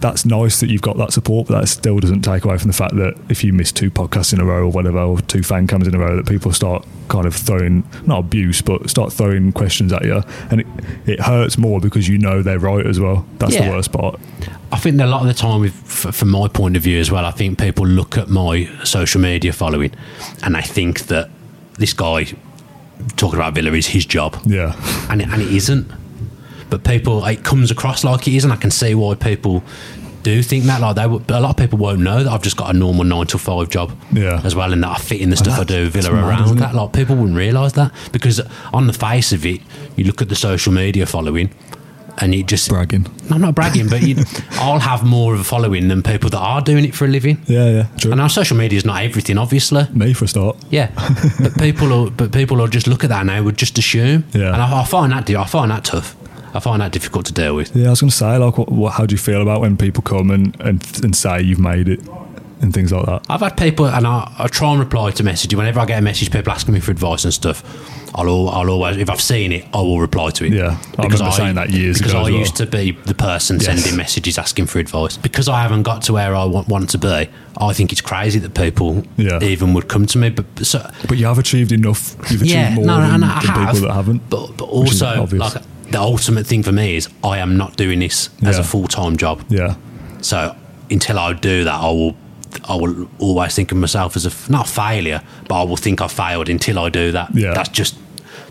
B: that's nice that you've got that support. But that still doesn't take away from the fact that if you miss two podcasts in a row or whatever, or two fan cams in a row, that people start kind of throwing not abuse, but start throwing questions at you, and it, it hurts more because you know they're right as well. That's
C: Yeah.
B: the worst part.
C: I think a lot of the time, with, f- from my point of view as well, I think people look at my social media following and they think that this guy talking about Villa is his job,
B: Yeah,
C: and it, and it isn't. But people, it comes across like it is, and I can see why people do think that. Like they, would- a lot of people won't know that I've just got a normal nine to five job,
B: Yeah.
C: as well, and that I fit in the stuff I
B: that-
C: do with Villa
B: that's mad,
C: around
B: isn't
C: that.
B: it?
C: Like people wouldn't realise that because on the face of it, you look at the social media following, and it just
B: bragging.
C: I'm not bragging, but you, I'll have more of a following than people that are doing it for a living.
B: Yeah, yeah, true.
C: And our social media is not everything, obviously.
B: Me for a start.
C: Yeah, but people, will, but people will just look at that and they would just assume.
B: Yeah.
C: And I, I find that, di- I find that tough. I find that difficult to deal with.
B: Yeah, I was going to say, like, what, what, how do you feel about when people come and, and, and say you've made it and things like that?
C: I've had people, and I, I try and reply to messages. Whenever I get a message, people asking me for advice and stuff, I'll, al- I'll always, if I've seen it, I will reply to it.
B: Yeah, I remember saying that years
C: because
B: ago
C: I
B: as well.
C: used to be the person sending messages asking for advice. Because I haven't got to where I want, want to be, I think it's crazy that people
B: Yeah.
C: even would come to me. But, but so,
B: But you have achieved enough. You've achieved
C: yeah,
B: more
C: no, no,
B: than,
C: no, I
B: than
C: have,
B: people that haven't.
C: But, but
B: which is
C: also,
B: obvious.
C: like, the ultimate thing for me is I am not doing this as a
B: Yeah.
C: full time job.
B: yeah,
C: So until I do that, I will I will always think of myself as a f- not a failure, but I will think I failed until I do that.
B: Yeah.
C: That's just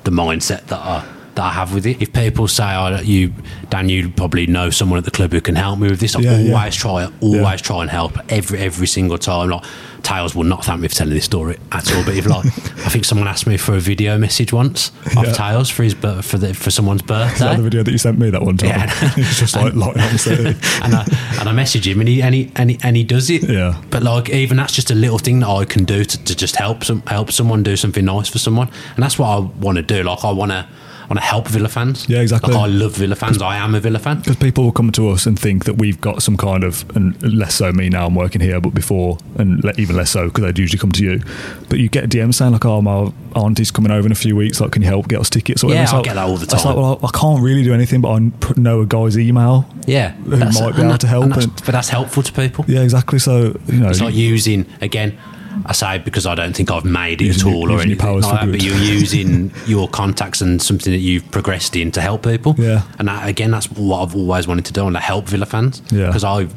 C: the mindset that I that I have with it. If people say, "Oh, you Dan, you probably know someone at the club who can help me with this," I
B: Yeah,
C: always
B: yeah.
C: try, always try and help every every single time. Like Tails will not thank me for telling this story at all. But if like I think someone asked me for a video message once of
B: Yeah.
C: Tails for his bir- for the, for someone's
B: Is that
C: birthday,
B: the video that you sent me that one time.
C: Yeah.
B: it's just like lighting on the
C: and I and I message him, and he and he and he, and he does it.
B: Yeah.
C: But like, even that's just a little thing that I can do to, to just help some help someone do something nice for someone, and that's what I want to do. Like, I want to want to help Villa fans.
B: Yeah, exactly.
C: Like, I love Villa fans. I am a Villa fan.
B: Because people will come to us and think that we've got some kind of, and less so me now, I'm working here, but before, and le- even less so because they'd usually come to you. But you get DMs saying, like, oh, my auntie's coming over in a few weeks, like, can you help get us tickets or
C: Yeah,
B: whatever? It's
C: I
B: like-
C: get that all the
B: It's
C: time.
B: like, well, I I can't really do anything, but I pr- know a guy's email.
C: Yeah,
B: Who might be able to help
C: and that's-
B: and-
C: but that's helpful to people.
B: Yeah, exactly. So you know,
C: It's like using again. I say because I don't think I've made it
B: Using
C: at
B: your-
C: all or
B: using your powers
C: anything like
B: for
C: that, but
B: good.
C: you're using your contacts and something that you've progressed in to help people.
B: Yeah.
C: And that, again, that's what I've always wanted to do and to help Villa fans.
B: Yeah.
C: Because I've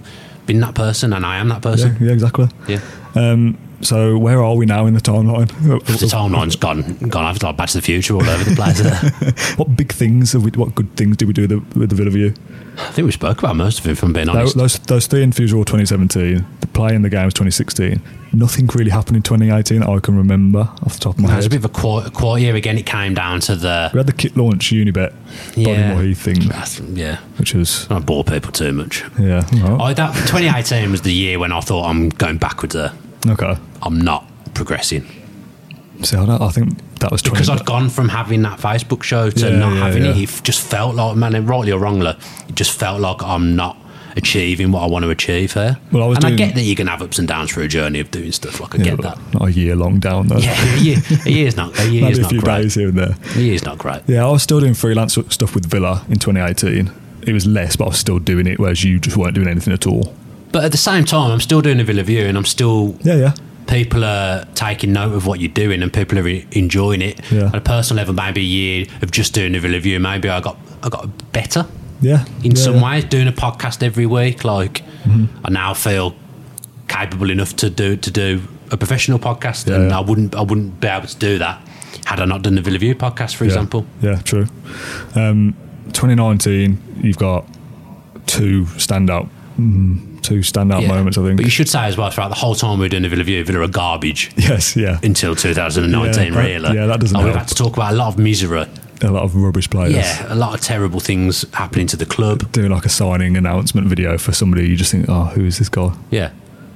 C: been that person and I am that
B: yeah,
C: person.
B: yeah, exactly.
C: Yeah.
B: Um, so where are we now in the timeline?
C: The timeline's gone, gone. I've like Back to the Future all over the place.
B: what big things? Have we, what good things did we do with the, with the Villa View?
C: I think we spoke about most of it, if I'm being
B: Those,
C: honest.
B: those those three in Fusion 2017, the play in the game was 2016. Nothing really happened in 2018 that I can remember off the top of my
C: It was a
B: head.
C: bit of a quiet, quiet year. Again, it came down to
B: we
C: the.
B: had the kit launch Unibet
C: Yeah.
B: Bodymore Heath thing,
C: That's- Yeah.
B: which was
C: I bore people too much.
B: yeah, all right.
C: I, that 2018 was the year when I thought I'm going backwards uh, there.
B: okay.
C: I'm not progressing
B: So I, don't, I think that was 20,
C: because I'd gone from having that Facebook show to
B: Yeah,
C: not
B: yeah,
C: having it.
B: yeah.
C: It just felt like, man, and rightly or wrongly, it just felt like I'm not achieving what I want to achieve here.
B: Well, I was
C: and I
B: doing-
C: get that you can have ups and downs for a journey of doing stuff. Like I
B: yeah,
C: get
B: but
C: that.
B: not a year long down though.
C: Yeah, a year, a year's not a year's
B: Maybe a
C: not
B: few
C: great.
B: days here and there.
C: A year's not great.
B: Yeah, I was still doing freelance stuff with Villa in 2018. It was less, but I was still doing it, whereas you just weren't doing anything at all.
C: But at the same time, I'm still doing a Villa View, and I'm still
B: Yeah, yeah.
C: people are taking note of what you're doing and people are e- enjoying it.
B: Yeah.
C: At a personal level, maybe a year of just doing a Villa View, maybe I got I got better.
B: Yeah. yeah,
C: in
B: Mm-hmm.
C: some
B: yeah.
C: ways doing a podcast every week like i now feel capable enough to do to do a professional podcast,
B: Yeah,
C: and
B: yeah.
C: I wouldn't I wouldn't be able to do that had I not done the Villa View podcast, for
B: Yeah.
C: example.
B: Yeah, true. Um, 2019, you've got two standout, mm, two standout
C: Yeah.
B: moments. I think.
C: But you should say as well throughout the whole time we're doing the Villa View, Villa are garbage
B: yes, yeah,
C: until 2019,
B: Yeah, that-
C: really.
B: yeah, that doesn't
C: And We've
B: help.
C: had to talk about a lot of misery.
B: a lot of rubbish players.
C: Yeah, a lot of terrible things happening to the club.
B: Doing like a signing announcement video for somebody, you just think, oh, who is this guy?
C: Yeah.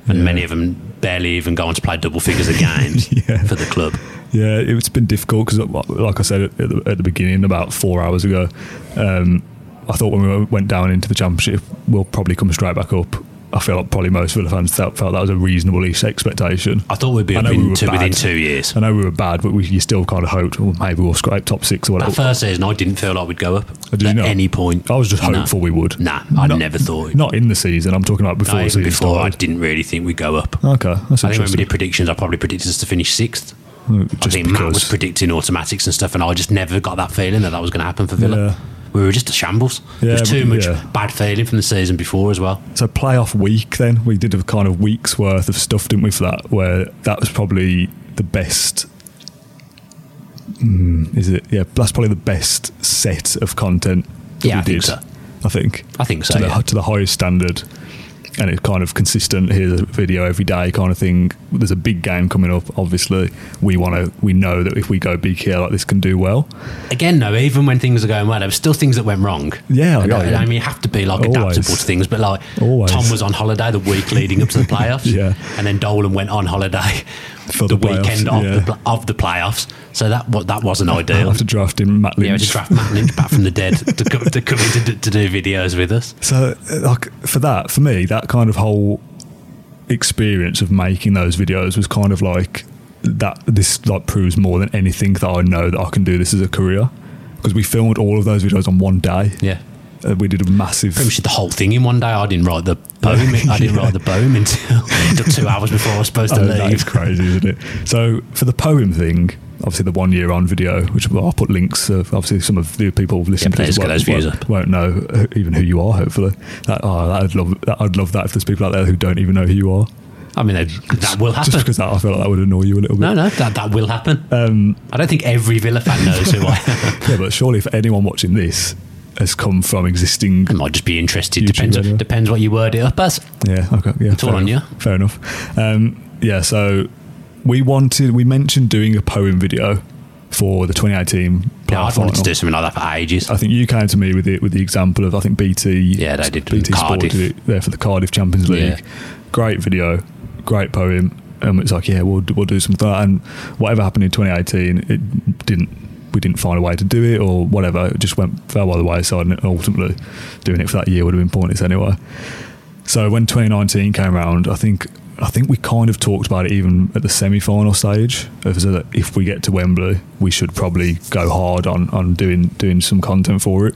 C: And many of them barely even go on to play double figures of games
B: Yeah.
C: for the club.
B: Yeah, it's been difficult because, like I said at the, at the beginning, about four hours ago, um, I thought when we went down into the championship, we'll probably come straight back up. I feel like probably most Villa fans felt, felt that was a reasonable ex- expectation.
C: I thought we'd be
B: I
C: up
B: know we
C: in
B: were
C: two, within
B: bad.
C: two years.
B: I know we were bad, but we, you still kind of hoped, well, maybe we'll scrape top six or
C: That
B: whatever.
C: first season, I didn't feel like we'd go up
B: did you
C: at
B: not?
C: any point.
B: I was just
C: No.
B: hopeful we would.
C: Nah, I
B: Not-
C: never thought.
B: Not in the season. I'm talking about before
C: No,
B: the
C: even
B: season
C: before, I
B: started.
C: didn't really think we'd go up.
B: Okay, that's
C: I think when we
B: interesting.
C: did predictions, I probably predicted us to finish sixth. I
B: Just
C: think Matt was
B: because.
C: predicting automatics and stuff, and I just never got that feeling that that was going to happen for Villa.
B: Yeah.
C: We were just a shambles.
B: Yeah,
C: There was too
B: but-
C: much
B: yeah.
C: bad feeling from the season before as well.
B: So playoff week then we did a kind of week's worth of stuff, didn't we? For that, where that was probably the best. Mm, is it? Yeah, that's probably the best set of content. That
C: Yeah,
B: we
C: I think
B: did,
C: so.
B: I think.
C: I think so,
B: To the,
C: yeah.
B: to the highest standard, and it's kind of consistent. Here's a video every day, kind of thing. There's a big game coming up. Obviously, we want to. We know that if we go big here, like this can do well.
C: Again, though, even when things are going well, there were still things that went wrong.
B: Yeah,
C: and,
B: yeah,
C: and
B: yeah.
C: I mean, you have to be like
B: Always.
C: adaptable to things. But like,
B: Always.
C: Tom was on holiday the week leading up to the playoffs,
B: Yeah.
C: and then Dolan went on holiday
B: For
C: the,
B: the playoffs,
C: weekend of,
B: yeah.
C: the, pl- of the playoffs. So that wa- that wasn't ideal.
B: After drafting Matt Lynch,
C: Yeah, we just draft Matt Lynch back from the dead to, co- to come in to, do- to do videos with us.
B: So, uh, like for that, for me, that kind of whole experience of making those videos was kind of like that. This like proves more than anything that I know that I can do this as a career because we filmed all of those videos on one day.
C: Yeah.
B: Uh, we did a massive.
C: Pretty much did the whole thing in one day. I didn't write the poem. I didn't write the poem until, until two hours before I was supposed to
B: Oh, that is
C: leave.
B: crazy, isn't it? So for the poem thing, obviously the one year on video, which well, I'll put links. Uh, obviously, some of the people listening
C: please
B: to
C: get
B: this
C: those
B: won't,
C: views
B: won't,
C: up.
B: won't know uh, even who you are. Hopefully, that, oh, I'd love that. I'd love that if there's people out there who don't even know who you are.
C: I mean, that, that will happen.
B: Just because that, I feel like that would annoy you a little bit.
C: no, no, that, that will happen.
B: Um,
C: I don't think every Villa fan knows who I am.
B: Yeah, but surely if anyone watching this has come from existing.
C: I might just be interested.
B: YouTube
C: depends
B: video.
C: depends what you word it up as.
B: Yeah, okay. Yeah,
C: all
B: fair
C: on
B: enough, Fair enough. Um, yeah, so we wanted, we mentioned doing a poem video for the 2018
C: Yeah,
B: playoff
C: I've wanted to
B: final. Uh,
C: do something like that for ages.
B: I think you came to me with it with the example of I think BT.
C: Yeah, they did
B: BT Sport
C: Cardiff.
B: did it there for the Cardiff Champions League.
C: Yeah.
B: Great video, great poem. Um, it's like yeah, we'll do- we'll do something. Like that. And whatever happened in 2018, it didn't. We didn't find a way to do it or whatever. It just went fell by the wayside, and ultimately, doing it for that year would have been pointless anyway. So when 2019 came around, I think I think we kind of talked about it even at the semi-final stage. Of so that if we get to Wembley, we should probably go hard on on doing doing some content for it.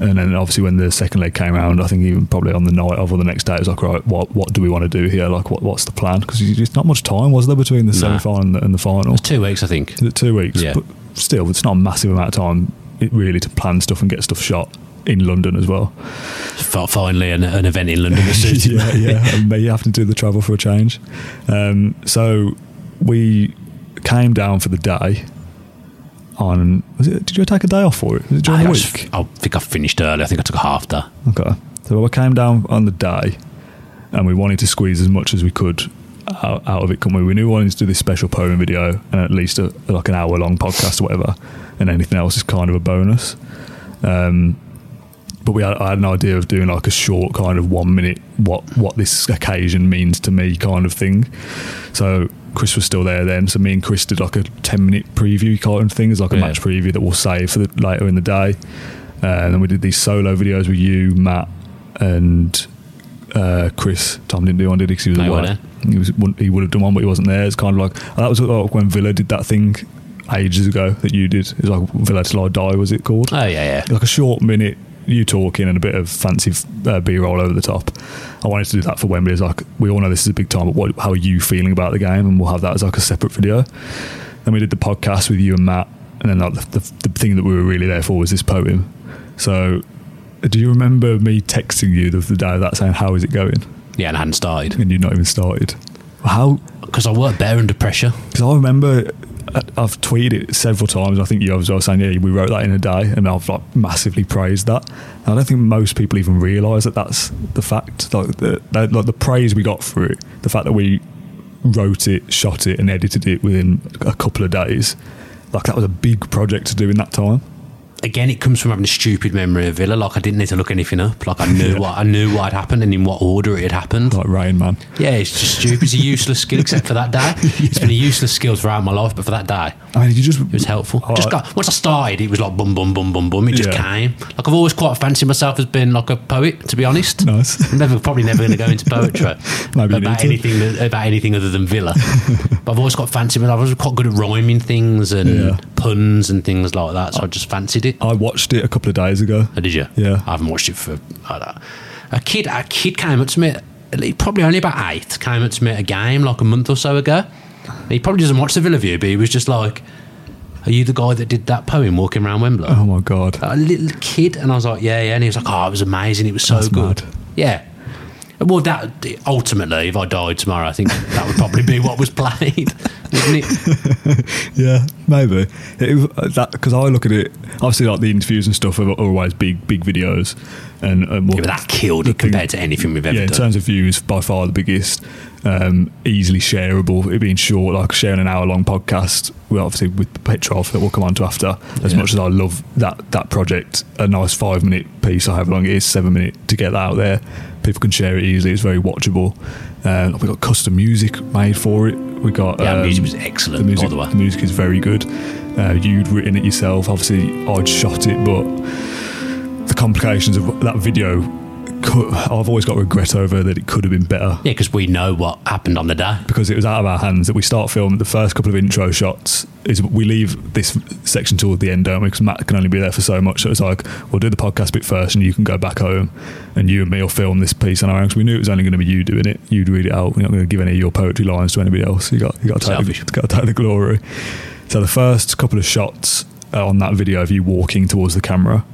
B: And then obviously when the second leg came around, I think even probably on the night of or the next day, it was like, right, what what do we want to do here? Like, what what's the plan? Because there's not much time was there between the semi-final and the, and the final.
C: Two weeks, I think.
B: Is it two weeks?
C: Yeah.
B: But still, it's not a massive amount of time it really to plan stuff and get stuff shot in London as well.
C: Fi- Finally, an, an event in London. was suited.
B: yeah, yeah. And me having to do the travel for a change. Um, so we came down for the day. On was it? Did you take a day off for it? Was it during
C: I,
B: the
C: was-
B: week?
C: I think I finished early. I think I took a half day.
B: Okay. So we came down on the day, and we wanted to squeeze as much as we could out, out of it. Couldn't we? We knew we wanted to do this special poem video and at least a, like an hour long podcast or whatever, and anything else is kind of a bonus. Um, but we had, I had an idea of doing like a short kind of one minute what what this occasion means to me kind of thing. So Chris was still there then, so me and Chris did like a ten minute preview kind of thing, as like a
C: Yeah.
B: match preview that we'll save for the, later in the day. Uh, and then we did these solo videos with you, Matt, and uh, Chris. Tom didn't do one, did he? 'Cause he was
C: No, he
B: away.
C: wasn't
B: He was wouldn't- he would have done one, but he wasn't there. It's kind of like that was like when Villa did that thing ages ago that you did. It was like Villa till I die. Was it called?
C: Oh, yeah, yeah.
B: like a short minute you talking and a bit of fancy uh, b-roll over the top i wanted to do that for wembley It's like we all know this is a big time but what, how are you feeling about the game and we'll have that as like a separate video then we did the podcast with you and matt and then like the, the, the thing that we were really there for was this poem so do you remember me texting you the, the day of that saying how is it going
C: Yeah, and I hadn't started
B: and you'd not even started. How?
C: because I worked there under pressure.
B: Because I remember I- I've tweeted it several times. I think you was, I was saying, yeah, we wrote that in a day, and I've like massively praised that. And I don't think most people even realise that that's the fact. Like the, that, like the praise we got for it, the fact that we wrote it, shot it, and edited it within a couple of days. Like that was a big project to do in that time.
C: Again, it comes from having a stupid memory of Villa. Like I didn't need to look anything up. Like I knew what I knew what had happened and in what order it had happened.
B: Like Rain Man.
C: Yeah, it's just stupid. It's a useless skill except for that day. It's been a useless skill throughout my life, but for that day,
B: I mean, you just
C: it was helpful.
B: Oh,
C: just
B: I-
C: got, once I started, it was like bum bum bum bum bum. It just
B: Yeah.
C: came. Like I've always quite fancied myself as being like a poet, to be honest.
B: Nice.
C: I'm never probably never going to go into poetry
B: Maybe you need
C: about
B: to.
C: anything that, about anything other than Villa. but I've always got fancy. I've always quite good at rhyming things and
B: Yeah.
C: puns and things like that. So I just fancied it.
B: I watched it a couple of days ago.
C: Oh, did you?
B: Yeah.
C: I haven't watched it for I don't- a kid. A kid came up to me, he probably only about eight, came up to me at a game like a month or so ago. He probably doesn't watch the Villa View, but he was just like, "Are you the guy that did that poem walking around Wembley?"
B: Oh my god.
C: A little kid, and I was like, "Yeah, yeah," and he was like, "Oh, it was amazing. It was so
B: That's
C: good."
B: mad.
C: Yeah. Well, that ultimately, if I died tomorrow, I think that would probably be what was played, wouldn't it?
B: Yeah, maybe it, uh, that because I look at it. Obviously, like the interviews and stuff are always big, big videos, and, and what-
C: Yeah, but that killed
B: the
C: it compared to anything we've ever
B: yeah, in
C: done.
B: terms of views, by far the biggest. Um, easily shareable. It being short, like sharing an hour-long podcast. We obviously with Petrov that we'll come on to after. As
C: Yeah.
B: much as I love that that project, a nice five-minute piece, or however long it is, seven-minute to get that out there. People can share it easily. It's very watchable. Uh, we got custom music made for it. We got
C: Yeah,
B: um,
C: music was excellent,
B: The music,
C: by the way.
B: music is very good. Uh, you'd written it yourself. Obviously, I'd shot it, but the complications of that video, could, I've always got regret over that it could have been better
C: yeah, because we know what happened on the day.
B: because it was out of our hands that we start filming the first couple of intro shots is we leave this section toward the end don't we because Matt can only be there for so much so it's like we'll do the podcast bit first and you can go back home and you and me will film this piece on our own because we knew it was only going to be you doing it you'd read it out we're not going to give any of your poetry lines to anybody else you got you got to take,
C: Selfish.
B: the, got to take the glory so the first couple of shots uh, on that video of you walking towards the camera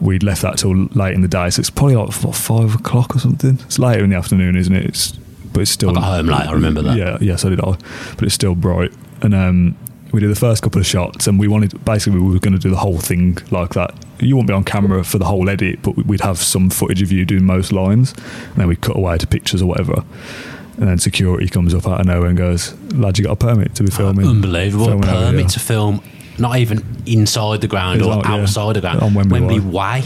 B: we'd left that till late in the day so it's probably like what, five o'clock or something it's later in the afternoon isn't it it's but it's still
C: I got home late, I remember that.
B: yeah, yeah, so did I. But it's still bright. And um, we did the first couple of shots, and we wanted basically we were going to do the whole thing like that. You wouldn't be on camera for the whole edit, but we'd have some footage of you doing most lines, and then we cut away to pictures or whatever. And then security comes up out of nowhere and goes, "Lad, you got a permit to be filming?"
C: Unbelievable.
B: Filming over
C: Permit
B: here."
C: to film, not even inside the ground
B: It's
C: or
B: out, yeah.
C: outside the ground.
B: On Wembley
C: Way.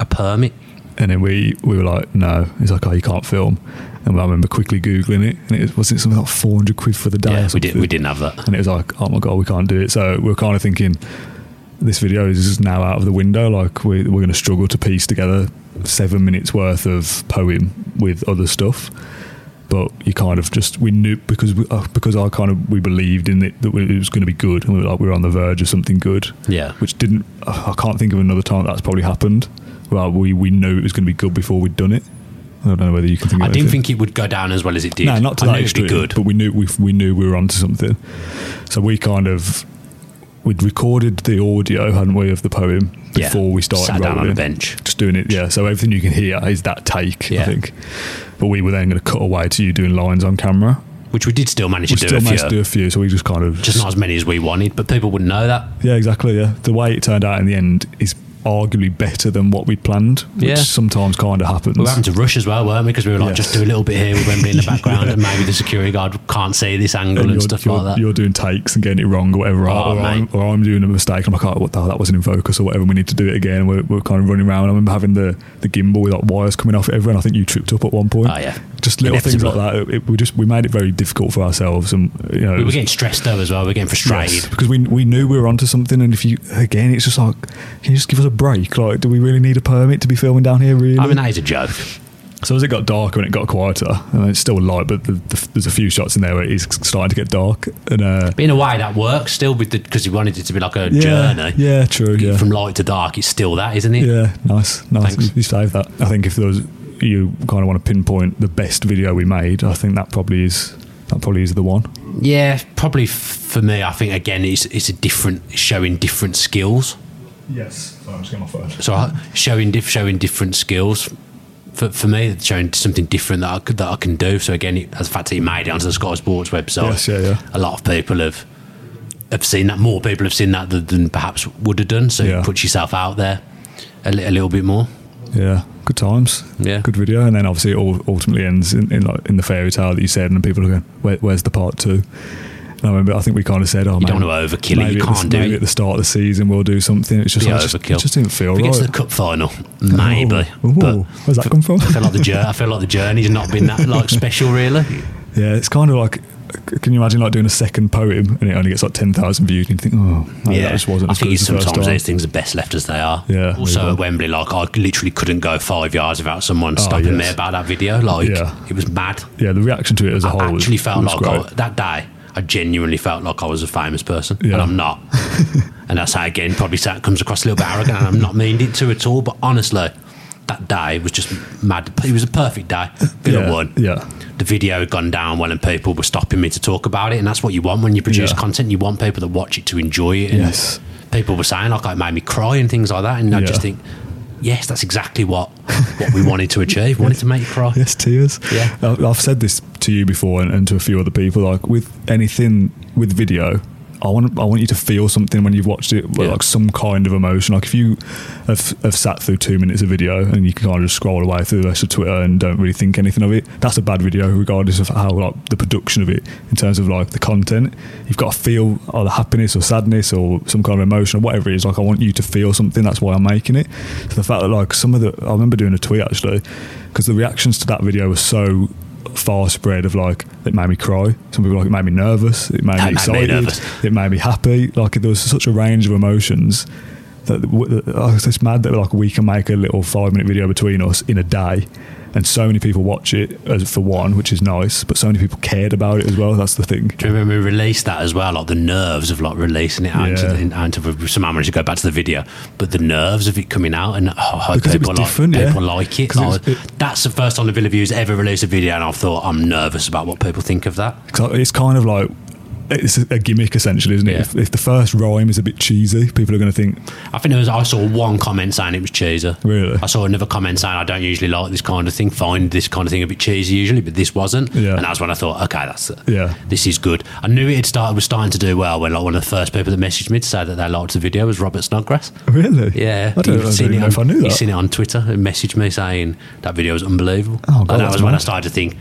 C: A permit.
B: And then we we were like, "No." He's like, "Oh, you can't film." And I remember quickly googling it, and it was, wasn't it something like four hundred quid for the day. or
C: Yeah, we
B: something?
C: didn't. We didn't have that.
B: and it was like, oh my god, we can't do it. So we are kind of thinking, this video is now out of the window. Like we, we're going to struggle to piece together seven minutes worth of poem with other stuff. But you kind of just we knew because we, uh, because I kind of we believed in it that it was going to be good, and we were like we were on the verge of something good.
C: Yeah.
B: which didn't. I can't think of another time that's probably happened. Well, we we knew it was going to be good before we'd done it. I don't know whether you can think.
C: I
B: of
C: didn't
B: anything.
C: think it would go down as well as it did.
B: No, not to
C: I
B: that
C: knew
B: extreme.
C: It'd be good.
B: But we knew we, we knew we were onto something. So we kind of we'd recorded the audio, hadn't we, of the poem
C: Yeah.
B: before we started
C: Sat down on
B: rolling.
C: a bench.
B: just doing it. Yeah, so everything you can hear is that take, I
C: Yeah.
B: think. But we were then going to cut away to you doing lines on camera.
C: Which we did still manage
B: We
C: to do
B: still
C: a few.
B: managed to do a few, so we just kind of
C: just not as many as we wanted, but people wouldn't know that.
B: yeah, exactly. Yeah, the way it turned out in the end is arguably better than what we planned, which
C: Yeah.
B: sometimes kind of happens.
C: We were having to rush as well, weren't we? Because we were
B: Yes.
C: like, just do a little bit here with Wembley in the background, and maybe the security guard can't see this angle and,
B: you're,
C: stuff
B: you're-
C: like that.
B: you're doing takes and getting it wrong or whatever,
C: Oh,
B: or, I'm,
C: mate.
B: or I'm doing a mistake. I'm like, oh, what the hell, that wasn't in focus or whatever. We need to do it again. And we're, we're kind of running around. I remember having the, the gimbal with like wires coming off it. everyone. I think you tripped up at one point.
C: Oh, yeah.
B: Just little things like
C: Inevitable.
B: that. It- it- we just we made it very difficult for ourselves, and you know,
C: We
B: it
C: were
B: was-
C: getting stressed though as well. We were getting frustrated.
B: Yes, because we we knew we were onto something. And if you again, it's just like, can you just give us a break? Like, do we really need a permit to be filming down here? Really?
C: I mean, that is a joke.
B: So as it got darker and it got quieter, and it's still light, but the, the, there's a few shots in there where it is starting to get dark. And uh,
C: But in a way, that works still with the because we wanted it to be like a
B: yeah,
C: journey.
B: Yeah, true. Yeah,
C: From light to dark, it's still that, isn't it?
B: yeah, nice, nice.
C: Thanks.
B: You, you saved that. I think if there was, you kind of want to pinpoint the best video we made. I think that probably is that probably is the one.
C: Yeah, probably f- for me. I think again, it's it's a different showing different skills.
B: Yes, I'm just getting my phone.
C: So I- showing diff, showing different skills for, for me, it's showing something different that I, could, that I can do. So again, it, as the fact that it made it onto the Sky Sports website,
B: Yes, yeah, yeah.
C: a lot of people have have seen that. More people have seen that than, than perhaps would have done. So
B: Yeah.
C: it puts yourself out there a, li- a little bit more.
B: Yeah, good times.
C: Yeah.
B: good video, and then obviously it all ultimately ends in, in like in the fairy tale that you said, and people are going, Where, "Where's the part two? And I remember, I think we kind of said, "Oh,
C: You don't want to overkill it.
B: maybe
C: You
B: at the-
C: can't do
B: maybe
C: it.
B: at the start of the season we'll do something." It's just,
C: Be
B: I just,
C: overkill.
B: it just didn't feel
C: if it
B: right. Oh,
C: gets to the cup final, maybe.
B: Ooh, ooh,
C: but
B: where's that come from?
C: I feel like the journey. I feel like the journey's not been that like special, really.
B: yeah, it's kind of like. Can you imagine like doing a second poem and it only gets like ten thousand views and you think, oh, maybe that just wasn't
C: I
B: as good
C: think
B: as the first
C: sometimes
B: time.
C: those things are best left as they are.
B: Yeah,
C: Also
B: move on.
C: at Wembley, like I literally couldn't go five yards without someone stopping me
B: Oh, yes.
C: about that video. Like
B: Yeah.
C: it was mad.
B: Yeah, the reaction to it as a whole
C: I
B: was-
C: actually felt
B: was
C: like
B: great.
C: I, that day. I genuinely felt like I was a famous person,
B: Yeah.
C: and I'm not. and that's how again probably sa- comes across a little bit arrogant, and I'm not meaning it to at all. But honestly, that day was just mad. It was a perfect day. Villa
B: yeah,
C: won
B: yeah,
C: the video had gone down well and people were stopping me to talk about it and that's what you want when you produce
B: Yeah.
C: content you want people that watch it to enjoy it and
B: Yes.
C: people were saying like it made me cry and things like that and I
B: Yeah.
C: just think yes that's exactly what what we wanted to achieve wanted to make you cry
B: Yes, tears.
C: Yeah.
B: I- I've said this to you before and, and to a few other people. Like with anything with video, I want I want you to feel something when you've watched it,
C: Yeah.
B: like some kind of emotion. Like if you have, have sat through two minutes of video and you can kind of just scroll away through the rest of Twitter and don't really think anything of it, that's a bad video, regardless of how like the production of it in terms of like the content. You've got to feel either happiness or sadness or some kind of emotion or whatever it is. Like I want you to feel something. That's why I'm making it. So the fact that like some of the, I remember doing a tweet actually because the reactions to that video were so far spread of like it made me cry. Some people were like it made me nervous. It made
C: It made
B: me
C: me
B: excited.
C: nervous.
B: It made me happy. Like there was such a range of emotions that oh, it's just mad that like we can make a little five minute video between us in a day. And so many people watch it as for one, which is nice, but so many people cared about it as well. That's the thing.
C: do you remember we released that as well like the nerves of like releasing it out into
B: Yeah.
C: the, in- out into the some managed to go back to the video but the nerves of it coming out and oh, I hope
B: Because it was
C: people,
B: different,
C: like,
B: yeah.
C: people like it,
B: 'Cause it was-
C: Like, that's the first time the Villa Views ever released a video and I thought I'm nervous about what people think of that
B: 'Cause It's kind of like it's a gimmick essentially, isn't it?
C: Yeah.
B: If, if the first rhyme is a bit cheesy, people are going to think,
C: I think there was. I saw one comment saying it was cheesy.
B: Really?
C: I saw another comment saying I don't usually like this kind of thing. Find this kind of thing a bit cheesy usually, but this wasn't.
B: Yeah.
C: And that's when I thought, okay, that's it.
B: Yeah.
C: This is good. I knew it had started was starting to do well when like one of the first people that messaged me to say that they liked the video was Robert Snodgrass.
B: "Really?
C: Yeah,
B: I don't,
C: You've
B: I don't
C: seen
B: even
C: it
B: know
C: on-
B: if I knew
C: You've
B: that."
C: seen it on Twitter and messaged me saying that video was unbelievable.
B: Oh, God,
C: and that
B: that's
C: was when I
B: mad.
C: started to think,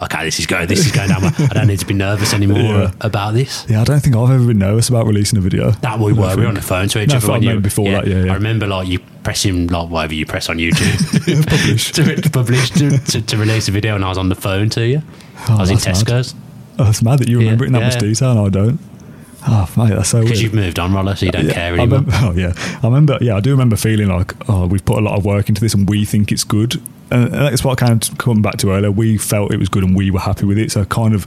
C: okay, this is going. This is going down. well. I don't need to be nervous anymore
B: Yeah.
C: about this.
B: Yeah, I don't think I've ever been nervous about releasing a video.
C: That we
B: I don't
C: were. We were on the
B: think.
C: phone to each
B: No,
C: other.
B: I
C: when you-
B: meant before that, yeah, yeah.
C: I remember like you pressing like whatever you press on YouTube
B: Publish.
C: to, to publish to, to, to release a video, and I was on the phone to you.
B: Oh,
C: I was in
B: that's mad.
C: Tesco's
B: Oh, it's mad that you
C: Yeah,
B: remember it in that
C: yeah.
B: much detail and I don't. Oh, mate, that's so
C: because
B: weird.
C: you've moved on, Rollo, so you don't
B: Yeah,
C: care
B: I
C: anymore.
B: remember, oh yeah, I remember. Yeah, I do remember feeling like, oh, we've put a lot of work into this, and we think it's good. And and that's what I kind of come back to earlier. We felt it was good, and we were happy with it. So kind of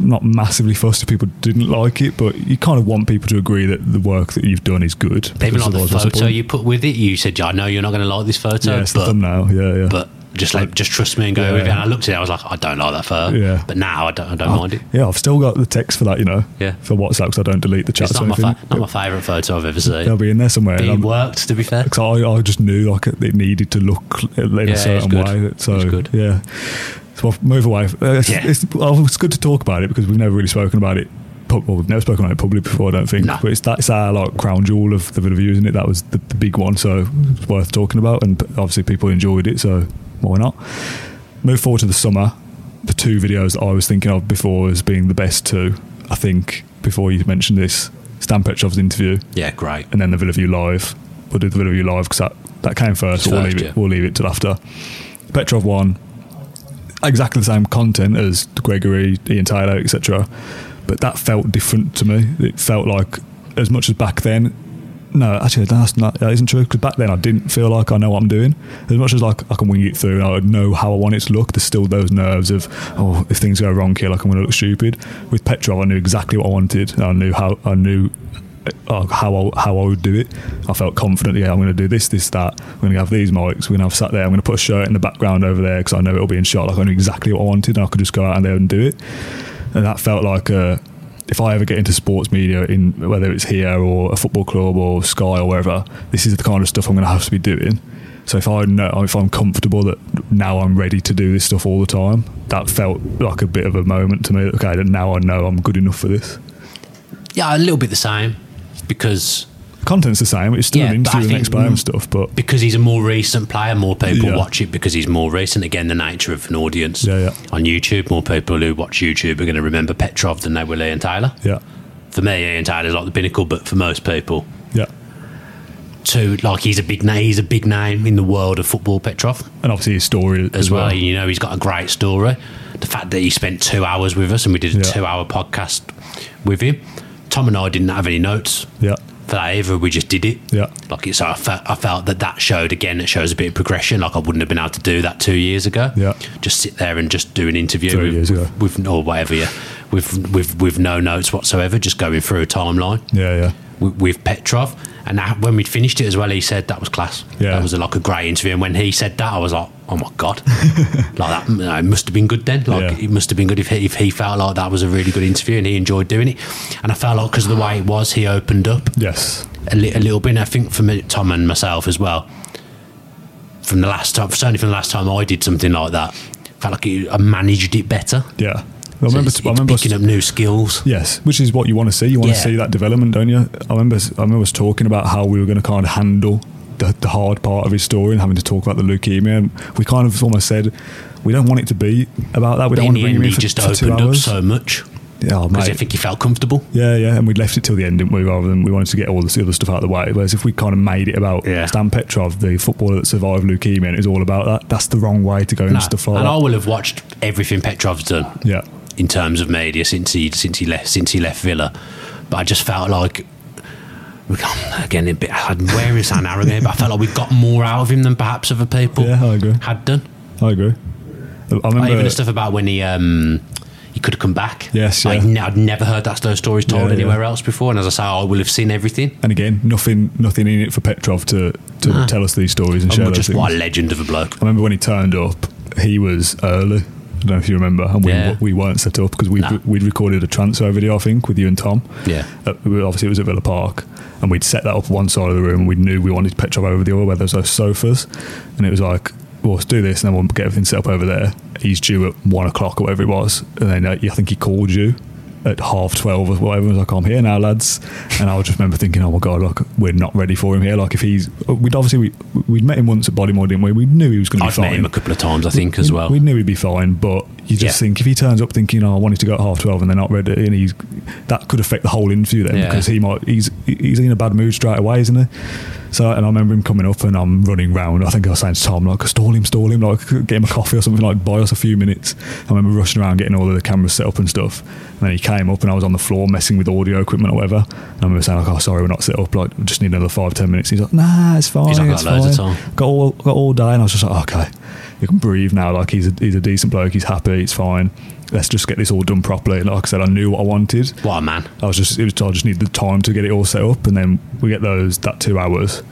B: not massively fussed if people didn't like it, but you kind of want people to agree that the work that you've done is good.
C: Even
B: because
C: like the
B: otherwise what's
C: photo
B: point?
C: you put with it, you said, "I know you're not going to like this photo,
B: yeah, it's the
C: but
B: thumbnail. Yeah, yeah.
C: but just like just trust me and go
B: Yeah.
C: with it." And I looked at it, I was like, "I don't like that photo,"
B: Yeah. Oh,
C: but now I don't, I don't mind it.
B: yeah, I've still got the text for that, you know,
C: Yeah.
B: for WhatsApp because I don't delete the chats.
C: It's not
B: or
C: my fa-
B: anything.
C: not my favorite photo I've ever seen.
B: They'll be in there somewhere.
C: but
B: and
C: it
B: I'm-
C: worked, to be fair.
B: because I, I just knew like it needed to look in
C: Yeah,
B: a
C: it's
B: certain
C: good.
B: way. So
C: It's good.
B: yeah. So I'll move away. Uh, It's,
C: Yeah.
B: it's, oh, it's good to talk about it because we've never really spoken about it. pub- Well, we've never spoken about it publicly before, I don't think.
C: No.
B: But it's that's our like crown jewel of the Villa View, isn't it? That was the, the big one, so it's worth talking about. And p- obviously, people enjoyed it, so why not? Move forward to the summer. The two videos that I was thinking of before as being the best two, I think, before you mentioned this, Stan Petrov's interview
C: Yeah, great.
B: and then the Villa View Live. We'll do the Villa View Live because that, that came first.
C: It's
B: but we'll
C: first,
B: leave
C: yeah.
B: it. We'll leave it till after. Petrov one, exactly the same content as Gregory, Ian Taylor, etc. But that felt different to me. It felt like as much as back then. No, actually, that's not, that isn't true. Because back then, I didn't feel like I know what I'm doing. As much as like I can wing it through and I know how I want it to look, there's still those nerves of oh, if things go wrong here, like I'm going to look stupid. With Petrov, I knew exactly what I wanted. And I knew how I knew uh, how I, how I would do it. I felt confident. Yeah, I'm going to do this, this, that. I'm going to have these mics. We're going to have sat there. I'm going to put a shirt in the background over there because I know it'll be in shot. Like I knew exactly what I wanted, and I could just go out and there and do it. And that felt like uh, if I ever get into sports media, in whether it's here or a football club or Sky or wherever, this is the kind of stuff I'm going to have to be doing. So if I know, if I'm comfortable that now I'm ready to do this stuff all the time, that felt like a bit of a moment to me. that, Okay, now I know I'm good enough for this.
C: Yeah, a little bit the same because
B: Content's the same. It's still
C: Yeah,
B: an
C: but
B: interview
C: I
B: with the
C: think-
B: next player and stuff, but
C: because he's a more recent player, more people
B: Yeah.
C: watch it because he's more recent. Again, the nature of an audience
B: Yeah, yeah.
C: on YouTube, more people who watch YouTube are going to remember Petrov than they will Ian Taylor.
B: yeah,
C: For me, Ian Taylor's like the pinnacle, but for most people,
B: yeah.
C: too, like he's a big name. He's a big name in the world of football, Petrov
B: And obviously his story
C: as well. You know, he's got a great story. The fact that he spent two hours with us and we did a
B: Yeah.
C: two-hour podcast with him. Tom and I didn't have any notes
B: Yeah,
C: for that either. We just did it.
B: Yeah.
C: Like it's, I felt, I felt that that showed again. It shows a bit of progression. Like I wouldn't have been able to do that two years ago.
B: Yeah.
C: Just sit there and just do an interview
B: Three
C: with,
B: years ago.
C: with, with or whatever. Yeah. With with with no notes whatsoever. Just going through a timeline
B: yeah, yeah.
C: with, with Petrov. And that, when we finished it as well, he said that was class.
B: Yeah.
C: That was like a great interview. And when he said that, I was like, oh my God. like that, you know, it must have been good then. Like
B: Yeah.
C: it must have been good if he, if he felt like that was a really good interview and he enjoyed doing it. And I felt like because of the way it was, he opened up
B: Yes,
C: a, li- a little bit. And I think for me, Tom and myself as well, from the last time, certainly from the last time I did something like that, felt like it, I managed it better.
B: yeah. I remember.
C: it's,
B: I
C: it's
B: remember.
C: picking up new skills.
B: Yes, which is what you want to see. You want
C: Yeah.
B: to see that development, don't you? I remember. I remember us talking about how we were going to kind of handle the, the hard part of his story and having to talk about the leukemia. And we kind of almost said we don't want it to be about that. We
C: But
B: don't want to
C: in the
B: bring
C: end,
B: him in
C: he
B: for,
C: just
B: for two
C: opened up
B: hours.
C: so much.
B: yeah, oh,
C: Because I
B: mate.
C: think he felt comfortable.
B: yeah, yeah, and we left it till the end, didn't we? Rather than we wanted to get all this other stuff out of the way. Whereas if we kind of made it about
C: Yeah.
B: Stan Petrov, the footballer that survived leukemia, and it was all about that. That's the wrong way to go
C: No.
B: into stuff like
C: and I
B: that.
C: will have watched everything Petrov's done
B: Yeah,
C: in terms of media since he since he left since he left Villa. But I just felt like we got, again a bit I'm where is San arrogant, but I felt like we got more out of him than perhaps other people
B: Yeah, I agree.
C: had done.
B: I agree. I remember.
C: Like, even the stuff about when he um he could have come back.
B: Yes, yeah.
C: I'd, ne- I'd never heard that those stories told
B: Yeah, yeah.
C: anywhere else before. And as I say, I will have seen everything.
B: And again, nothing, nothing in it for Petrov to, to tell us these stories and share
C: I'm
B: those
C: just
B: things.
C: what a
B: I
C: legend of a bloke.
B: remember when he turned up, he was early. I don't know if you remember, and we,
C: Yeah.
B: we weren't set up because we
C: No.
B: we'd recorded a transfer video, I think, with you and Tom.
C: Yeah.
B: Uh, we were- obviously it was at Villa Park, and we'd set that up one side of the room. and We knew we wanted Petrov over the other, where there's those sofas, and it was like, well, let's do this, and then we'll get everything set up over there. He's due at one o'clock or whatever it was, and then uh, I think he called you at half twelve or whatever. and was like, I'm here now, lads, and I just remember thinking, oh my god, like we're not ready for him here. Like if he's, uh, we'd obviously we we'd met him once at Bodymore, didn't we? We knew he was going to be
C: I've met
B: fine.
C: him a couple of times, I think, as
B: We-
C: well.
B: We knew he'd be fine, but you just
C: Yeah.
B: think if he turns up thinking, "Oh, I wanted to go at half 12 and they're not ready," and he's that could affect the whole interview then
C: Yeah.
B: because he might he's he's in a bad mood straight away, isn't he? So, and I remember him coming up and I'm running round. I think I was saying to Tom, like, stall him, stall him, like, get him a coffee or something, like, buy us a few minutes. I remember rushing around getting all of the cameras set up and stuff. And then he came up and I was on the floor messing with audio equipment or whatever. And I remember saying, like, oh, sorry, we're not set up, like, we just need another five, ten minutes. He's like, nah, it's fine.
C: He's like, "I've
B: it's
C: got loads
B: fine."
C: of time.
B: got all got all day, and I was just like, okay, you can breathe now. Like he's a, he's a decent bloke. He's happy. It's fine. Let's just get this all done properly. And like I said, I knew what I wanted.
C: what a man.
B: I was just it was, I just needed the time to get it all set up, and then we get those that two hours.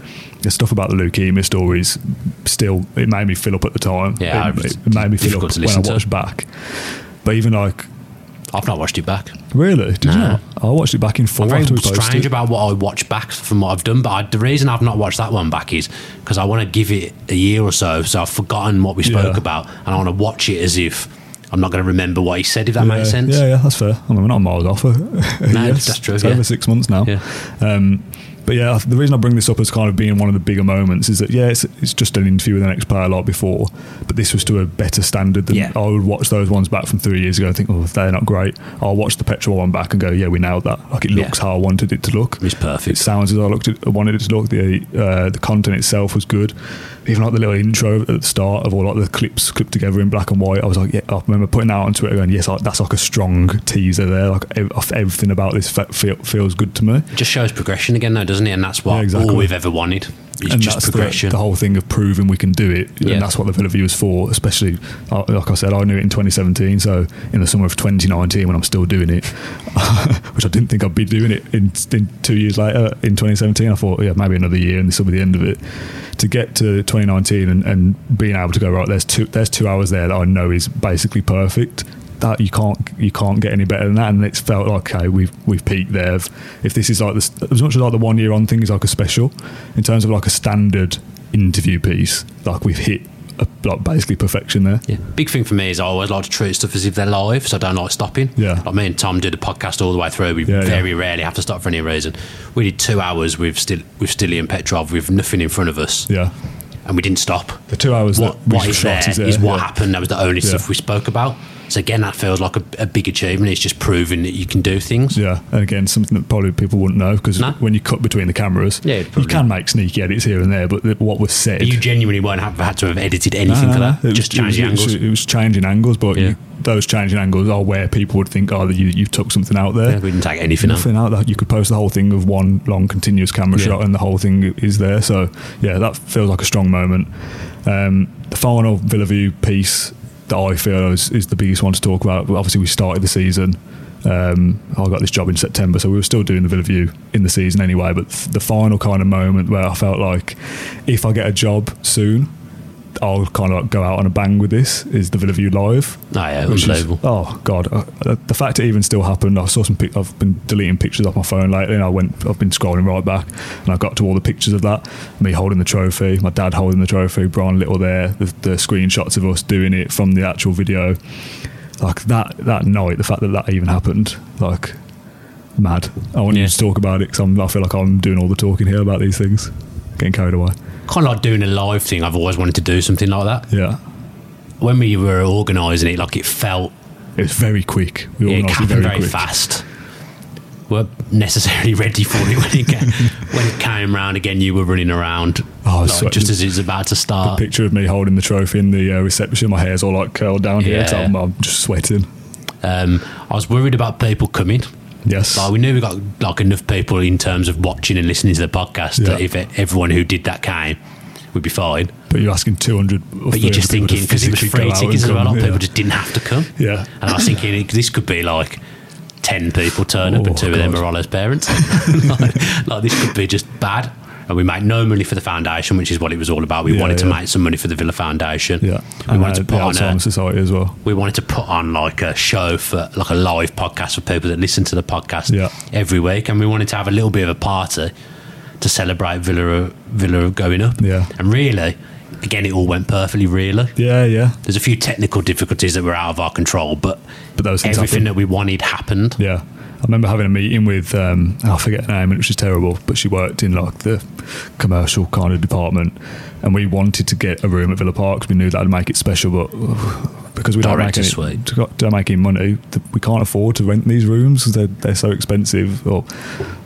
B: The stuff about the leukemia stories still it made me fill up at the time.
C: Yeah,
B: it,
C: it's
B: it made me fill up
C: difficult to
B: when I
C: listen to.
B: watched back. But even like
C: I've not watched it back.
B: really, did you?
C: Nah.
B: Not? I watched it back in full
C: I'm
B: after
C: very
B: we posted.
C: strange about what I watch back from what I've done, but I, the reason I've not watched that one back is because I want to give it a year or so, so I've forgotten what we spoke
B: Yeah.
C: about, and I want to watch it as if I'm not going to remember what he said. If that
B: yeah,
C: makes sense,
B: Yeah, yeah, that's fair. I mean, we're not miles off. No,
C: that's true,
B: It's
C: yeah.
B: over six months now.
C: Yeah.
B: Um, but yeah, the reason I bring this up as kind of being one of the bigger moments is that yeah, it's, it's just an interview with an ex-player like before, but this was to a better standard than
C: Yeah.
B: I would watch those ones back from three years ago and think, oh, they're not great. I'll watch the petrol one back and go, yeah, we nailed that. Like it
C: Yeah.
B: looks how I wanted it to look.
C: It's perfect.
B: It sounds as I looked at, wanted it to look. The uh, the content itself was good. Even like the little intro at the start of all like the clips clipped together in black and white. I was like, yeah. I remember putting that out on Twitter going, yes, like, that's like a strong teaser there. Like ev- of everything about this fe- feel, feels good to me.
C: it just shows progression again, though, doesn't it? And that's what
B: Yeah, exactly.
C: all we've ever wanted. It's
B: and
C: just
B: that's the-
C: progression.
B: The, whole thing of proving we can do it,
C: Yeah.
B: and that's what the Villa View is for. Especially, uh, like I said, I knew it in 2017. So in the summer of 2019, when I'm still doing it, which I didn't think I'd be doing it in, in two years later in 2017, I thought, yeah, maybe another year, and this will be the end of it. To get to 2019 and, and being able to go right, there's two there's two hours there that I know is basically perfect. That you can't you can't get any better than that, and it's felt like okay, we've we've peaked there. If this is like this, as much as like the one year on thing is like a special, in terms of like a standard interview piece, like we've hit a, like basically perfection there.
C: Yeah. Big thing for me is I always like to treat stuff as if they're live, so I don't like stopping.
B: Yeah.
C: Like me and Tom did the podcast all the way through. We
B: Yeah,
C: very rarely have to stop for any reason. We did two hours with still with Stilly and Petrov with nothing in front of us,
B: Yeah,
C: and we didn't stop.
B: the two hours
C: What,
B: that we
C: what is
B: shot
C: there is,
B: there,
C: what
B: yeah.
C: happened. That was the only stuff we spoke about. So again, that feels like a, a big achievement. It's just proving that you can do things.
B: Yeah, and again, something that probably people wouldn't know because
C: No.
B: when you cut between the cameras,
C: Yeah,
B: you
C: probably.
B: can make sneaky edits here and there. But th- what was said,
C: You genuinely won't have had to have edited
B: No,
C: anything
B: no,
C: for
B: no,
C: that.
B: it was-
C: just
B: it was
C: changing angles.
B: literally- It was changing angles, but
C: Yeah.
B: you, those changing angles are where people would think, "Oh, that you you took something out there."
C: Yeah, we didn't take anything out.
B: Nothing out that you could post the whole thing of one long continuous camera
C: Yeah.
B: shot, and the whole thing is there. So yeah, that feels like a strong moment. Um, the final Villa View piece that I feel is, is the biggest one to talk about. But Obviously, we started the season. Um, I got this job in September, so we were still doing the Villa View in the season anyway. But th- the final kind of moment where I felt like, if I get a job soon, I'll kind of like go out on a bang with this is the Villa View live.
C: Oh, yeah,
B: Which is-
C: unbelievable.
B: oh god, uh, the fact it even still happened. I saw some. Pic- I've been deleting pictures off my phone lately, and I went. I've been scrolling right back, and I got to all the pictures of that. Me holding the trophy, my dad holding the trophy, Brian Little there, the, the screenshots of us doing it from the actual video. Like that that night, the fact that that even happened, like mad. I want
C: Yeah.
B: you to talk about it because I feel like I'm doing all the talking here about these things, getting carried away.
C: Kind of like doing a live thing. I've always wanted to do something like that.
B: Yeah.
C: when we were organising it, like it felt
B: It was very quick. We
C: it
B: organised
C: happened very, fast. We're necessarily ready for it when it came, when it came round again. You were running around,
B: Oh,
C: like,
B: so-
C: just as it was about to start.
B: picture of me holding the trophy in the uh, reception. My hair's all like curled down here. So
C: Yeah.
B: I'm, I'm just sweating.
C: Um, I was worried about people coming.
B: Yes.
C: Like we knew we got like enough people in terms of watching and listening to the podcast that
B: Yeah.
C: if it, everyone who did that came, we'd be fine.
B: but you're asking 200.
C: But you're just thinking because it was free tickets as well, a lot of people just didn't have to come.
B: Yeah.
C: and I was thinking it- this could be like ten people turn up
B: Oh,
C: and two of them
B: God.
C: are Rollo's parents. like, like, this could be just bad. And we made no money for the foundation, which is what it was all about. We
B: Yeah,
C: wanted to
B: yeah.
C: make some money for the Villa Foundation.
B: Yeah.
C: we wanted to
B: uh, the
C: put on a,
B: Alzheimer's Society as well.
C: we wanted to put on like a show for like a live podcast for people that listen to the podcast
B: Yeah.
C: every week, and we wanted to have a little bit of a party to celebrate Villa Villa going up.
B: Yeah.
C: and really, again, it all went perfectly. Really,
B: Yeah, yeah.
C: there's a few technical difficulties that were out of our control, but
B: But those things
C: everything
B: happen.
C: that we wanted happened.
B: Yeah. I remember having a meeting with, um, I forget her name, and it was just terrible, but she worked in like the commercial kind of department. And we wanted to get a room at Villa Park 'cause we knew that would make it special, but because we don't make,
C: Director's
B: any,
C: suite.
B: to- don't make any money, th- we can't afford to rent these rooms 'cause they're, they're so expensive. Or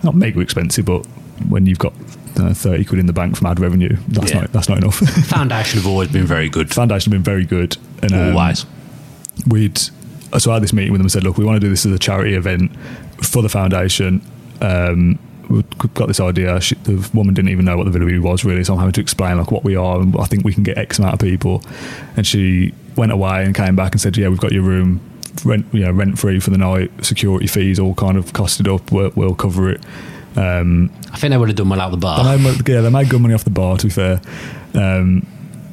B: not mega expensive, but when you've got uh, 30 quid in the bank from ad revenue, that's,
C: Yeah.
B: not, that's not enough.
C: Foundation have always been very good.
B: Foundation have been very good. And, um,
C: Always.
B: we'd so I had this meeting with them and said, look, we want to do this as a charity event for the foundation. Um, we've got this idea. She, the woman didn't even know what the video was really, so I'm having to explain like what we are and I think we can get X amount of people. And she went away and came back and said, yeah, we've got your room rent, you know, rent free for the night. Security fees all kind of costed up. We'll, we'll cover it. Um,
C: I think they would have done well out the bar.
B: they made, yeah, they made good money off the bar. To be fair, um,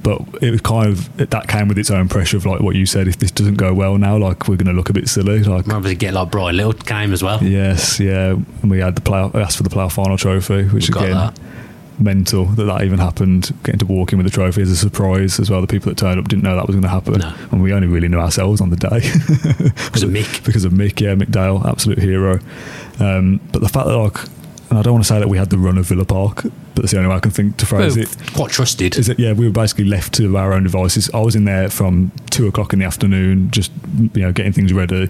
B: but it was kind of that came with its own pressure of like what you said. If this doesn't go well now, like we're going to look a bit silly. Like
C: Remember to get like Brian Little came as well.
B: yes, yeah, and we had the playoff. Asked for the playoff final trophy, which
C: We got
B: again.
C: that.
B: Mental that that even happened. Getting to walk in with the trophy as a surprise as well. The people that turned up didn't know that was going to happen,
C: No.
B: and we only really knew ourselves on the day.
C: Because of Mick.
B: because of Mick, yeah, Mick Dale, absolute hero. Um, but the fact that like, and I don't want to say that we had the run of Villa Park, but that's the only way I can think to
C: We
B: phrase
C: were
B: it.
C: Quite trusted.
B: Is that yeah? We were basically left to our own devices. I was in there from two o'clock in the afternoon, just you know, getting things ready,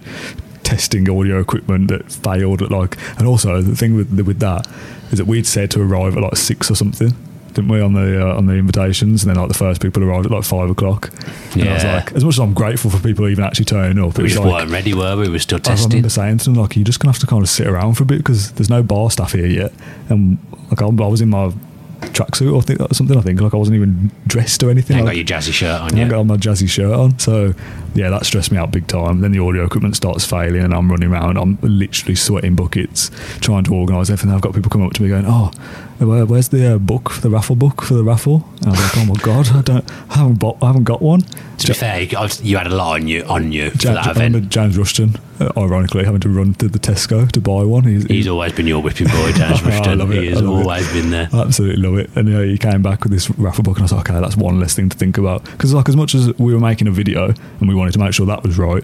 B: testing audio equipment that failed. At like, and also the thing with with that is that we'd said to arrive at like six or something. Didn't we on the uh, on the invitations? And then like the first people arrived at like five o'clock. And I was
C: Yeah.
B: like, as much as I'm grateful for people even actually turning up, it
C: We
B: was
C: just
B: like,
C: weren't ready, were we? We were still
B: I
C: testing.
B: remember saying to them, like, you're just going to have to kind of sit around for a bit because there's no bar staff here yet. And, like, I, I was in my tracksuit or, think, or something, I think. Like, I wasn't even dressed or anything.
C: Ain't
B: like,
C: got your jazzy shirt on
B: I
C: yet.
B: got my jazzy shirt on. So, yeah, that stressed me out big time. Then the audio equipment starts failing and I'm running around. I'm literally sweating buckets trying to organise everything. I've got people coming up to me going, oh, where, where's the uh, book, for the raffle book for the raffle? And I was like, oh my god, I don't, I haven't bought, I haven't got one.
C: To be fair, you, you had a lot on you on you for
B: Ja-
C: that
B: I
C: event.
B: remember James Rushton, uh, ironically, having to run to the Tesco to buy one. He's,
C: He's always been your whipping boy, James
B: Oh, I
C: Rushton.
B: love it,
C: He has
B: I love it.
C: always been there.
B: I absolutely love it. And you know, he came back with this raffle book, and I was like, okay, that's one less thing to think about. Because like, as much as we were making a video and we wanted to make sure that was right,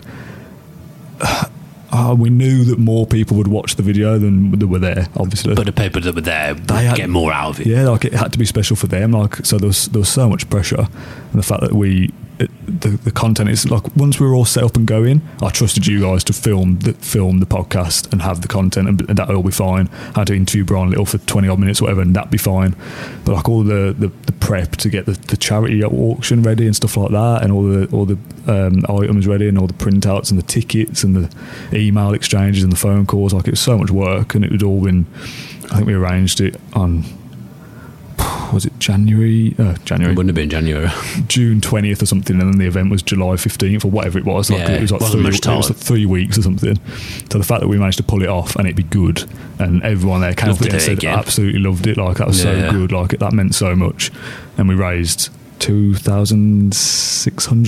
B: uh, we knew that more people would watch the video than that were there, obviously.
C: But the people that were there would
B: They had-
C: get more out of it.
B: yeah, like it had to be special for them. Like, so there was there was so much pressure, and the fact that we. It, the, the content is like once we were all set up and going I trusted you guys to film the, film the podcast and have the content and, and that will be fine I had to interview Brian Little for 20 odd minutes or whatever and that'd be fine but like all the, the, the prep to get the, the charity auction ready and stuff like that and all the all the um, items ready and all the printouts and the tickets and the email exchanges and the phone calls like it was so much work and it had all been I think we arranged it on was it January? Uh,
C: It
B: January,
C: wouldn't have been January.
B: June twentieth or something, and then the event was July fifteenth or whatever it was. Like
C: Yeah,
B: it was like
C: wasn't
B: three,
C: much
B: it was
C: time.
B: like three weeks or something. So the fact that we managed to pull it off and it be good, and everyone there came up
C: Loved
B: to
C: to
B: it and
C: do it
B: said,
C: again.
B: absolutely loved it. Like that was
C: Yeah.
B: so good. Like it, that meant so much, and we raised. 2600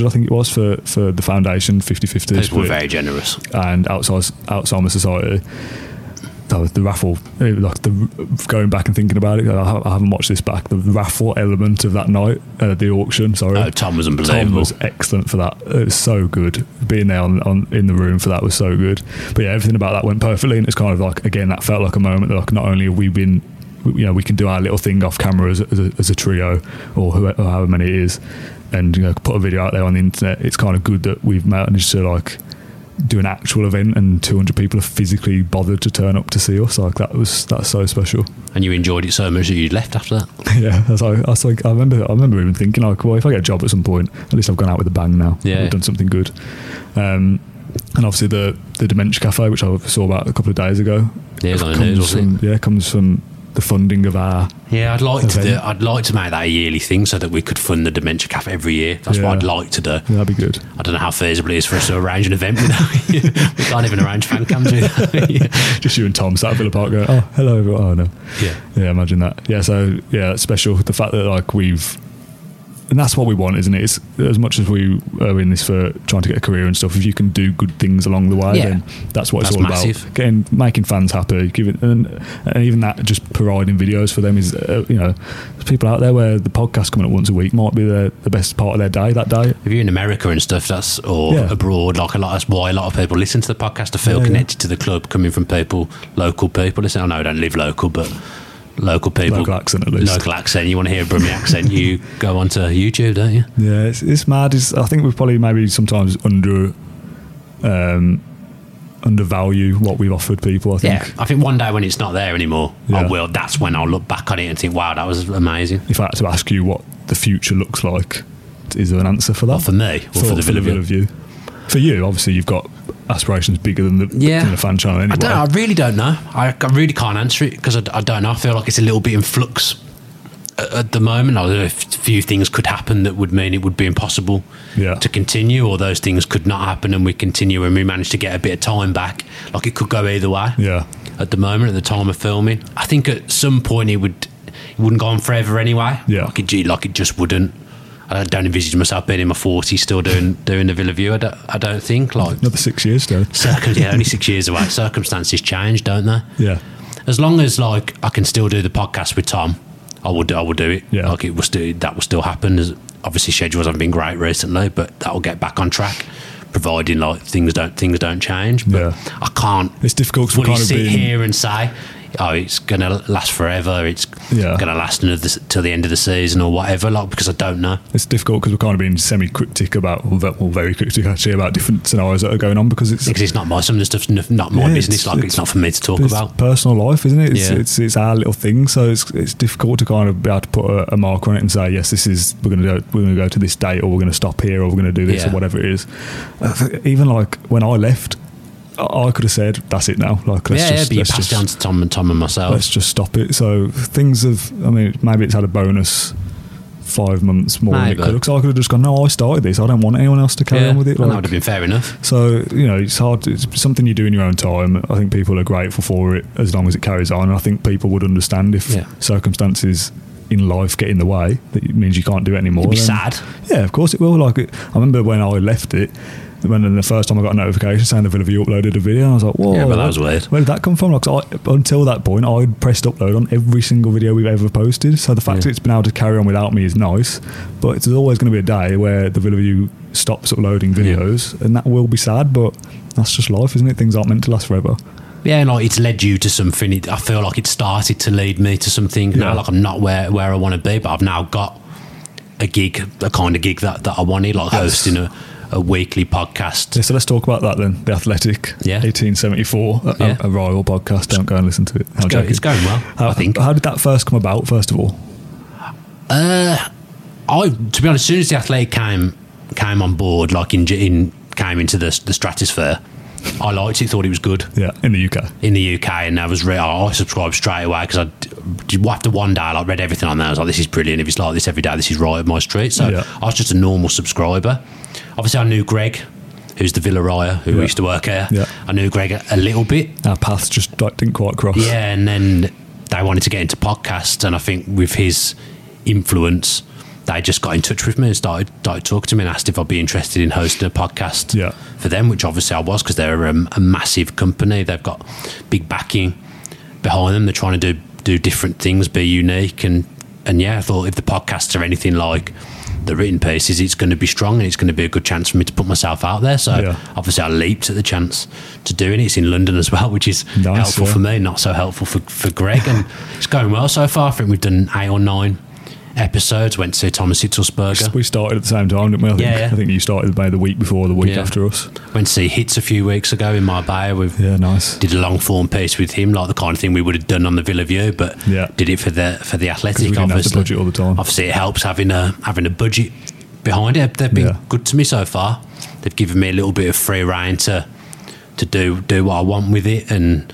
B: i think it was for for the foundation 50 50
C: People were very generous.
B: and outside Alzheimer's Society. That was the raffle, eh, like the going back and thinking about it. I, ha- I haven't watched this back. The raffle element of that night, uh, the auction. Sorry,
C: Oh, Tom was
B: Tom
C: unbelievable.
B: was excellent for that. It was so good. Being there on, on in the room for that was so good. But yeah, everything about that went perfectly, and it's kind of like again that felt like a moment that like not only have we been, you know, we can do our little thing off camera as, as, a, as a trio or, who, or however many it is, and you know put a video out there on the internet. It's kind of good that we've managed to like do an actual event and 200 people are physically bothered to turn up to see us like that was that's so special
C: and you enjoyed it so much that you left after that.
B: yeah that's like, that's like I remember I remember even thinking like well if I get a job at some point at least I've gone out with a bang now
C: Yeah.
B: I've done something good um, and obviously the the Dementia Cafe which I saw about a couple of days ago
C: Yeah, it was on the
B: comes
C: news, wasn't
B: from, yeah comes from the funding of our
C: Yeah, I'd like to.
B: Event.
C: Do, I'd like to make that a yearly thing so that we could fund the dementia cafe every year. That's what
B: Yeah.
C: I'd like to do.
B: yeah, that'd be good
C: I don't know how feasible it is for us to arrange an event without you. We can't even arrange fan cams without you.
B: just you and Tom sat at Villa Park going oh hello everyone oh no
C: Yeah.
B: Yeah, imagine that. Yeah, so yeah, it's special. The fact that like we've, and that's what we want, isn't it? It's as much as we are in this for trying to get a career and stuff. If you can do good things along the way,
C: Yeah.
B: then that's what it's
C: That's
B: all
C: massive.
B: about. Getting making fans happy, giving and, and even that just providing videos for them is uh, you know there's people out there where the podcast coming up once a week might be the, the best part of their day that day.
C: If you're in America and stuff, that's or
B: Yeah.
C: abroad, like a lot. That's why a lot of people listen to the podcast to feel
B: Yeah, yeah.
C: connected to the club, coming from people, local people. Listen, I know I don't live local, but local people,
B: Local accent, at least.
C: local accent. You want to hear a Brummie accent, you go onto YouTube, don't you?
B: Yeah, it's, it's mad. It's, I think we probably maybe sometimes under. Um, undervalue what we've offered people. I think.
C: Yeah, I think one day when it's not there anymore, I
B: Yeah.
C: will. That's when I'll look back on it and think, "Wow, that was amazing."
B: if I had to ask you what the future looks like, is there an answer for that?
C: Or for me, or for, the Villa View.
B: View? For you, obviously, you've got aspirations bigger than the,
C: Yeah.
B: than the fan channel anyway.
C: I don't. know, I really don't know. I, I really can't answer it because I, d- I don't know. I feel like it's a little bit in flux at, at the moment. I don't know if a few things could happen that would mean it would be impossible
B: Yeah.
C: to continue, or those things could not happen and we continue and we manage to get a bit of time back. Like it could go either way.
B: Yeah.
C: At the moment, at the time of filming, I think at some point it would it wouldn't go on forever anyway.
B: Yeah.
C: Like it, ju- like it just wouldn't. I don't envisage myself being in my 40s still doing doing the Villa View. I don't, I don't think like
B: Another six years, though.
C: circum- yeah, only six years away. Circumstances change, don't they?
B: Yeah.
C: As long as like I can still do the podcast with Tom, I will. Do, I will do it.
B: Yeah.
C: Like it will still that will still happen. As obviously schedules haven't been great recently, but that will get back on track, providing like things don't things don't change. But
B: Yeah.
C: I can't.
B: It's difficult to
C: fully
B: kind of
C: sit
B: be-
C: here and say. Oh, it's gonna last forever. It's
B: Yeah.
C: gonna last another, till the end of the season or whatever. Like because I don't know.
B: It's difficult because we're kind of being semi-cryptic about, or ve- well, very cryptic actually, about different scenarios that are going on because it's,
C: Because it's not my some of the stuff's n- not my
B: Yeah,
C: business.
B: it's-
C: Like it's,
B: it's-
C: not for me to talk
B: it's
C: about.
B: personal life, isn't it? It's,
C: Yeah.
B: it's it's our little thing, so it's it's difficult to kind of be able to put a, a mark on it and say yes, this is we're gonna go, we're gonna go to this date, or we're gonna stop here, or we're gonna do this,
C: Yeah.
B: or whatever it is. I think Even like when I left, I, I could have said that's it now. Like let's
C: yeah, yeah,
B: just
C: but you
B: let's
C: pass
B: just
C: it on to Tom and Tom and myself.
B: let's just stop it. So things have. I mean, maybe it's had a bonus five months more than it
C: Maybe.
B: could. Because I could have just gone, no, I started this. I don't want anyone else to carry
C: Yeah,
B: on with it.
C: and that
B: Like,
C: would have been fair enough.
B: so you know, it's hard. To, it's something you do in your own time. I think people are grateful for it as long as it carries on. And I think people would understand if
C: Yeah.
B: circumstances in life get in the way that it means you can't do it anymore.
C: It'd be
B: then-
C: sad.
B: Yeah, of course it will. Like it, I remember when I left it. When the first time I got a notification saying the Villa View uploaded a video, I was like, "Whoa!"
C: Yeah, but that
B: what-
C: was weird.
B: Where did that come from? Like, 'cause I, until that point, I'd pressed upload on every single video we've ever posted. So the fact
C: Yeah.
B: that it's been able to carry on without me is nice. But it's- there's always going to be a day where the Villa View stops uploading videos, and that will be sad. But that's just life, isn't it? Things aren't meant to last forever.
C: Yeah, like it's led you to something. It, I feel like it started to lead me to something. Now,
B: Yeah.
C: like I'm not where, where I want to be, but I've now got a gig, a kind of gig that, that I wanted, like hosting a, a weekly podcast.
B: Yeah, so let's talk about that then. The Athletic,
C: Yeah.
B: 1874, a,
C: Yeah.
B: a rival podcast. Don't go and listen to it. No, I'm
C: go-
B: joking.
C: it's going well,
B: How,
C: I think.
B: How did that first come about? First of all,
C: I, to be honest, as soon as the athletic came came on board, like in, in came into the the stratosphere, I liked it. Thought it was good.
B: yeah, in the UK.
C: in the UK, and I was re- I subscribed straight away because I d- after one day I like read everything on there. I was like, "This is brilliant. If it's like this every day, this is right up my street." So
B: Yeah.
C: I was just a normal subscriber. Obviously, I knew Greg, who's the Villa Raya, who
B: Yeah.
C: used to work here.
B: Yeah.
C: I knew Greg a, a little bit,
B: Our paths just like, didn't quite cross.
C: yeah, and then they wanted to get into podcasts, and I think with his influence, they just got in touch with me and started, started talking to me and asked if I'd be interested in hosting a podcast
B: Yeah.
C: for them, which obviously I was because they're um, a massive company. They've got big backing behind them. They're trying to do do different things, be unique, and and yeah, I thought if the podcasts are anything like the written pieces, it's going to be strong and it's going to be a good chance for me to put myself out there. So
B: Yeah.
C: obviously, I leaped at the chance to doing it. It's in London as well, which is
B: Nice,
C: helpful
B: yeah.
C: for me, not so helpful for, for Greg. And it's going well so far. I think we've done eight or nine episodes. Went to Thomas Hitzelsberger.
B: We started at the same time, didn't we? I think,
C: Yeah, yeah.
B: I think you started maybe the week before, or the week
C: Yeah.
B: after us.
C: Went to see Hits a few weeks ago in Marbella. We
B: Yeah, nice.
C: did a long form piece with him, like the kind of thing we would have done on the Villa View, but
B: Yeah.
C: did it for the for the athletic.
B: 'Cause we didn't have the
C: obviously,
B: budget all the time.
C: Obviously, it helps having a having a budget behind it. They've been
B: Yeah.
C: good to me so far. They've given me a little bit of free rein to to do do what I want with it, and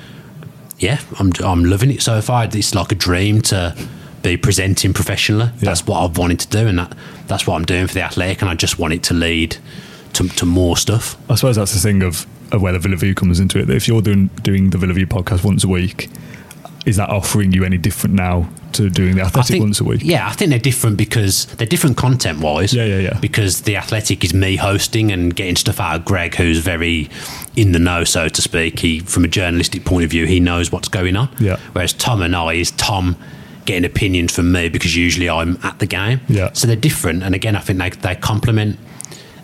C: yeah, I'm I'm loving it so far. It's like a dream to be presenting professionally. That's what I've wanted to do, and that that's what I'm doing for the athletic. And I just want it to lead to to more stuff.
B: I suppose that's the thing of, of where the Villa View comes into it. That if you're doing doing the Villa View podcast once a week, is that offering you any different now to doing the athletic once a week?
C: Yeah, I think they're different because they're different content wise.
B: Yeah, yeah, yeah.
C: Because the athletic is me hosting and getting stuff out of Greg, who's very in the know, so to speak. He, from a journalistic point of view, he knows what's going on.
B: Yeah.
C: Whereas Tom and I is Tom getting opinions from me because usually I'm at the game.
B: Yeah.
C: So they're different, and again, I think they they complement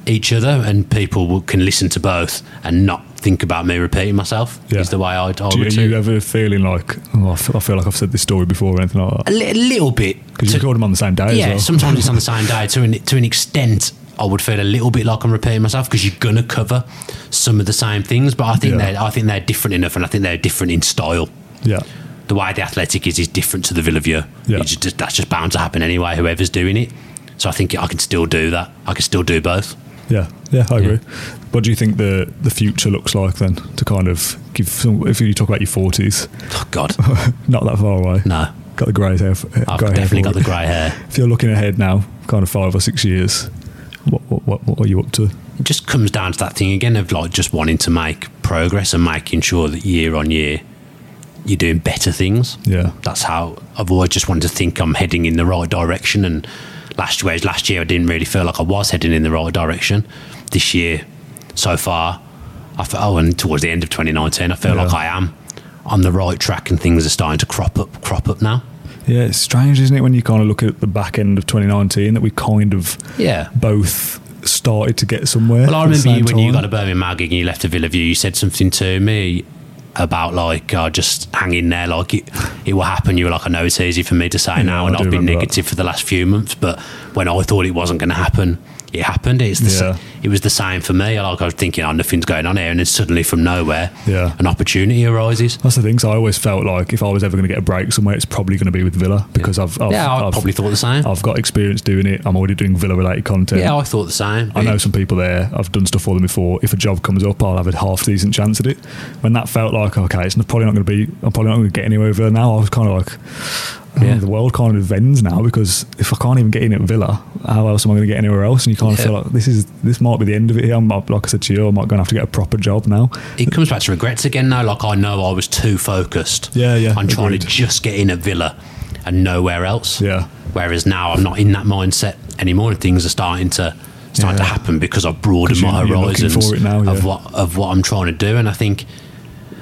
C: each other, and people will, can listen to both and not think about me repeating myself.
B: Yeah.
C: Is the way I, I
B: Do you,
C: would
B: are
C: say.
B: you ever feeling like oh, I feel, I feel like I've said this story before or anything like
C: a
B: that?
C: li- little bit.
B: Because you
C: to-
B: record them on the same day
C: yeah,
B: as well.
C: sometimes it's on the same day. To an to an extent, I would feel a little bit like I'm repeating myself because you're gonna cover some of the same things. But I think
B: Yeah.
C: they're I think they're different enough, and I think they're different in style.
B: yeah,
C: The way the athletic is is different to the Villa View.
B: Yeah.
C: It's just- that's just bound to happen anyway. Whoever's doing it, so I think I can still do that. I can still do both.
B: yeah, yeah. I agree. What do you think the the future looks like then? To kind of give some, if you talk about your forties,
C: Oh God,
B: not that far away.
C: No.
B: got the grey hair.
C: I've
B: grey hair
C: definitely
B: for
C: got
B: it.
C: the grey hair.
B: If you're looking ahead now, kind of five or six years, what what, what, what are you up to?
C: it just comes down to that thing again of like just wanting to make progress and making sure that year on year you're doing better things.
B: Yeah.
C: That's how I've always just wanted to think I'm heading in the right direction and last whereas last year I didn't really feel like I was heading in the right direction. This year so far I felt oh and towards the end of 2019 I feel
B: Yeah.
C: like I am on the right track and things are starting to crop up crop up now.
B: Yeah, it's strange, isn't it, when you kind of look at the back end of 2019 that we kind of
C: Yeah.
B: both started to get somewhere.
C: Well, I
B: at the
C: remember you
B: same
C: when you
B: time.
C: got a Birmingham gig and you left a Villa View. You said something to me about like uh, just hang in there, like it, it will happen. You were like, I know it's easy for me to say now,
B: I
C: and
B: do
C: I've been
B: remember that.
C: negative for the last few months. But when I thought it wasn't going to happen, it happened. It's the
B: Yeah.
C: sa- it was the same for me. Like I was thinking, oh, nothing's going on here, and then suddenly from nowhere,
B: Yeah.
C: an opportunity arises.
B: That's the thing. So I always felt like if I was ever going to get a break somewhere, it's probably going to be with Villa because I've, I've
C: Yeah, I
B: I've-
C: probably thought the same.
B: I've got experience doing it. I'm already doing Villa related content.
C: Yeah, I thought the same.
B: I know some people there. I've done stuff for them before. If a job comes up, I'll have a half decent chance at it. When that felt like okay, it's probably not going to be. I'm probably not going to get anywhere with Villa now. I was kind of like,
C: Yeah.
B: the world kind of ends now because if I can't even get in at Villa, how else am I going to get anywhere else? And you kind of
C: Yeah.
B: feel like this is this might be the end of it here. I'm, like I said to you, I'm not going to have to get a proper job now.
C: It comes back to regrets again, though. Like I know I was too focused.
B: Yeah, yeah,
C: On trying to
B: agreed.
C: just get in a villa and nowhere else.
B: Yeah.
C: Whereas now I'm not in that mindset anymore, and things are starting to starting to
B: Yeah.
C: happen because I've broadened
B: 'Cause you-
C: my
B: you're looking
C: horizons
B: for it now,
C: of
B: yeah.
C: what of what I'm trying to do. And I think,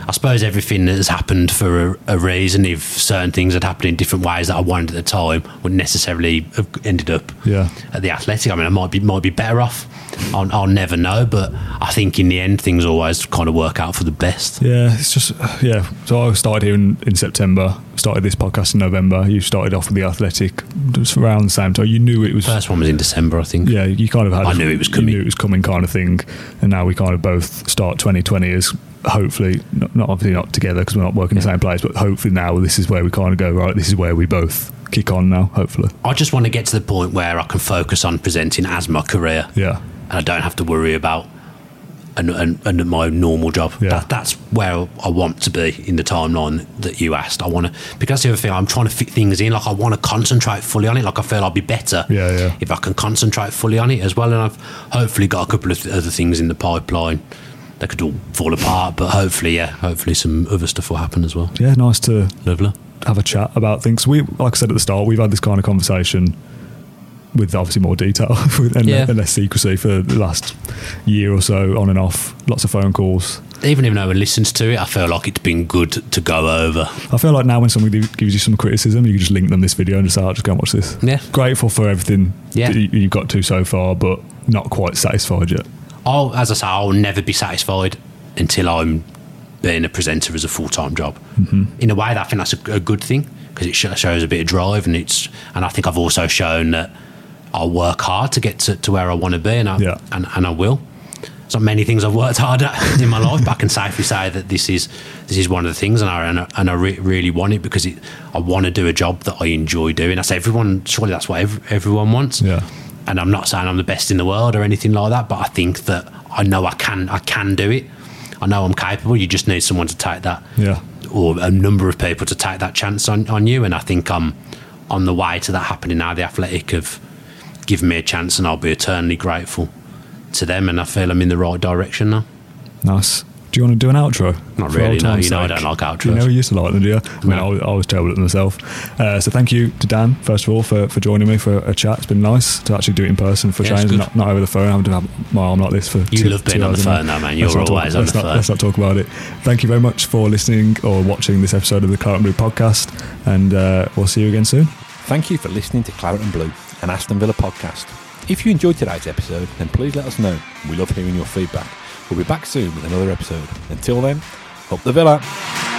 C: I suppose everything that has happened for a, a reason. If certain things had happened in different ways that I wanted at the time, wouldn't necessarily have ended up
B: Yeah.
C: at the Athletic. I mean, I might be might be better off. I'll, I'll never know, but I think in the end, things always kind of work out for the best.
B: Yeah, it's just yeah. So I started here in, in September. Started this podcast in November. You started off with the Athletic just around the same time. You knew it was.
C: First one was in December, I think.
B: yeah, you kind of had.
C: I knew it was
B: you
C: coming.
B: knew it was coming, kind of thing. And now we kind of both start 2020 as hopefully not, not obviously not together because we're not working in the same place, but hopefully now this is where we kind of go right. This is where we both kick on now. Hopefully,
C: I just want to get to the point where I can focus on presenting as my career,
B: yeah,
C: and I don't have to worry about and and, and my normal job.
B: Yeah.
C: That, that's where I want to be in the timeline that you asked. I want to because that's the other thing I'm trying to fit things in. Like I want to concentrate fully on it. Like I feel I'll be better
B: Yeah, yeah.
C: if I can concentrate fully on it as well. And I've hopefully got a couple of other things in the pipeline. That could all fall apart, but hopefully, yeah, hopefully some other stuff will happen as well.
B: yeah. Nice to
C: Lovely.
B: have a chat about things. We, like I said at the start, we've had this kind of conversation with obviously more detail with- and,
C: Yeah.
B: and less secrecy for the last year or so, on and off. Lots of phone calls.
C: Even if no one listens to it, I feel like it's been good to go over.
B: I feel like now when somebody gives you some criticism, you can just link them this video and just say, "Oh, just go and watch this.
C: Yeah.
B: Grateful for everything
C: Yeah.
B: that you- you've got to so far, but not quite satisfied yet.
C: I'll, as I say, I'll never be satisfied until I'm being a presenter as a full time job.
B: Mm-hmm.
C: In a way, I think that's a, a good thing because it sho- shows a bit of drive, and it's and I think I've also shown that I'll work hard to get to, to where I want to be, and I
B: Yeah.
C: and, and I will. There's not many things I've worked hard at in my life, but I can safely say that this is this is one of the things, and I and I, and I re- really want it because it, I want to do a job that I enjoy doing. That's everyone. Surely that's what ev- everyone wants
B: Yeah.
C: and I'm not saying I'm the best in the world or anything like that, but I think that I know I can I can do it. I know I'm capable. You just need someone to take that,
B: Yeah.
C: or a number of people to take that chance on, on you. And I think I'm on the way to that happening now. The Athletic have given me a chance, and I'll be eternally grateful to them. And I feel I'm in the right direction now.
B: Nice. Do you want to do an outro?
C: Not
B: For
C: really,
B: old
C: no.
B: time's
C: You know I
B: sake.
C: don't like outros.
B: You know you used to like them, do you? I mean,
C: No.
B: I, was- I was terrible at them myself. Uh, so thank you to Dan, first of all, for, for joining me for a chat. It's been nice to actually do it in person for
C: Yeah, it's
B: change,
C: good.
B: not, not over the phone. I haven't had my arm like this for
C: You
B: two,
C: love being
B: two
C: on the
B: hours
C: phone,
B: now.
C: though, man. You're
B: Let's not
C: always
B: talk,
C: on
B: let's
C: the
B: not,
C: phone.
B: Let's not talk about it. Thank you very much for listening or watching this episode of the Claret and Blue podcast, and uh, we'll see you again soon.
A: Thank you for listening to Claret and Blue, an Aston Villa podcast. If you enjoyed today's episode, then please let us know. We love hearing your feedback. We'll be back soon with another episode. Until then, up the Villa.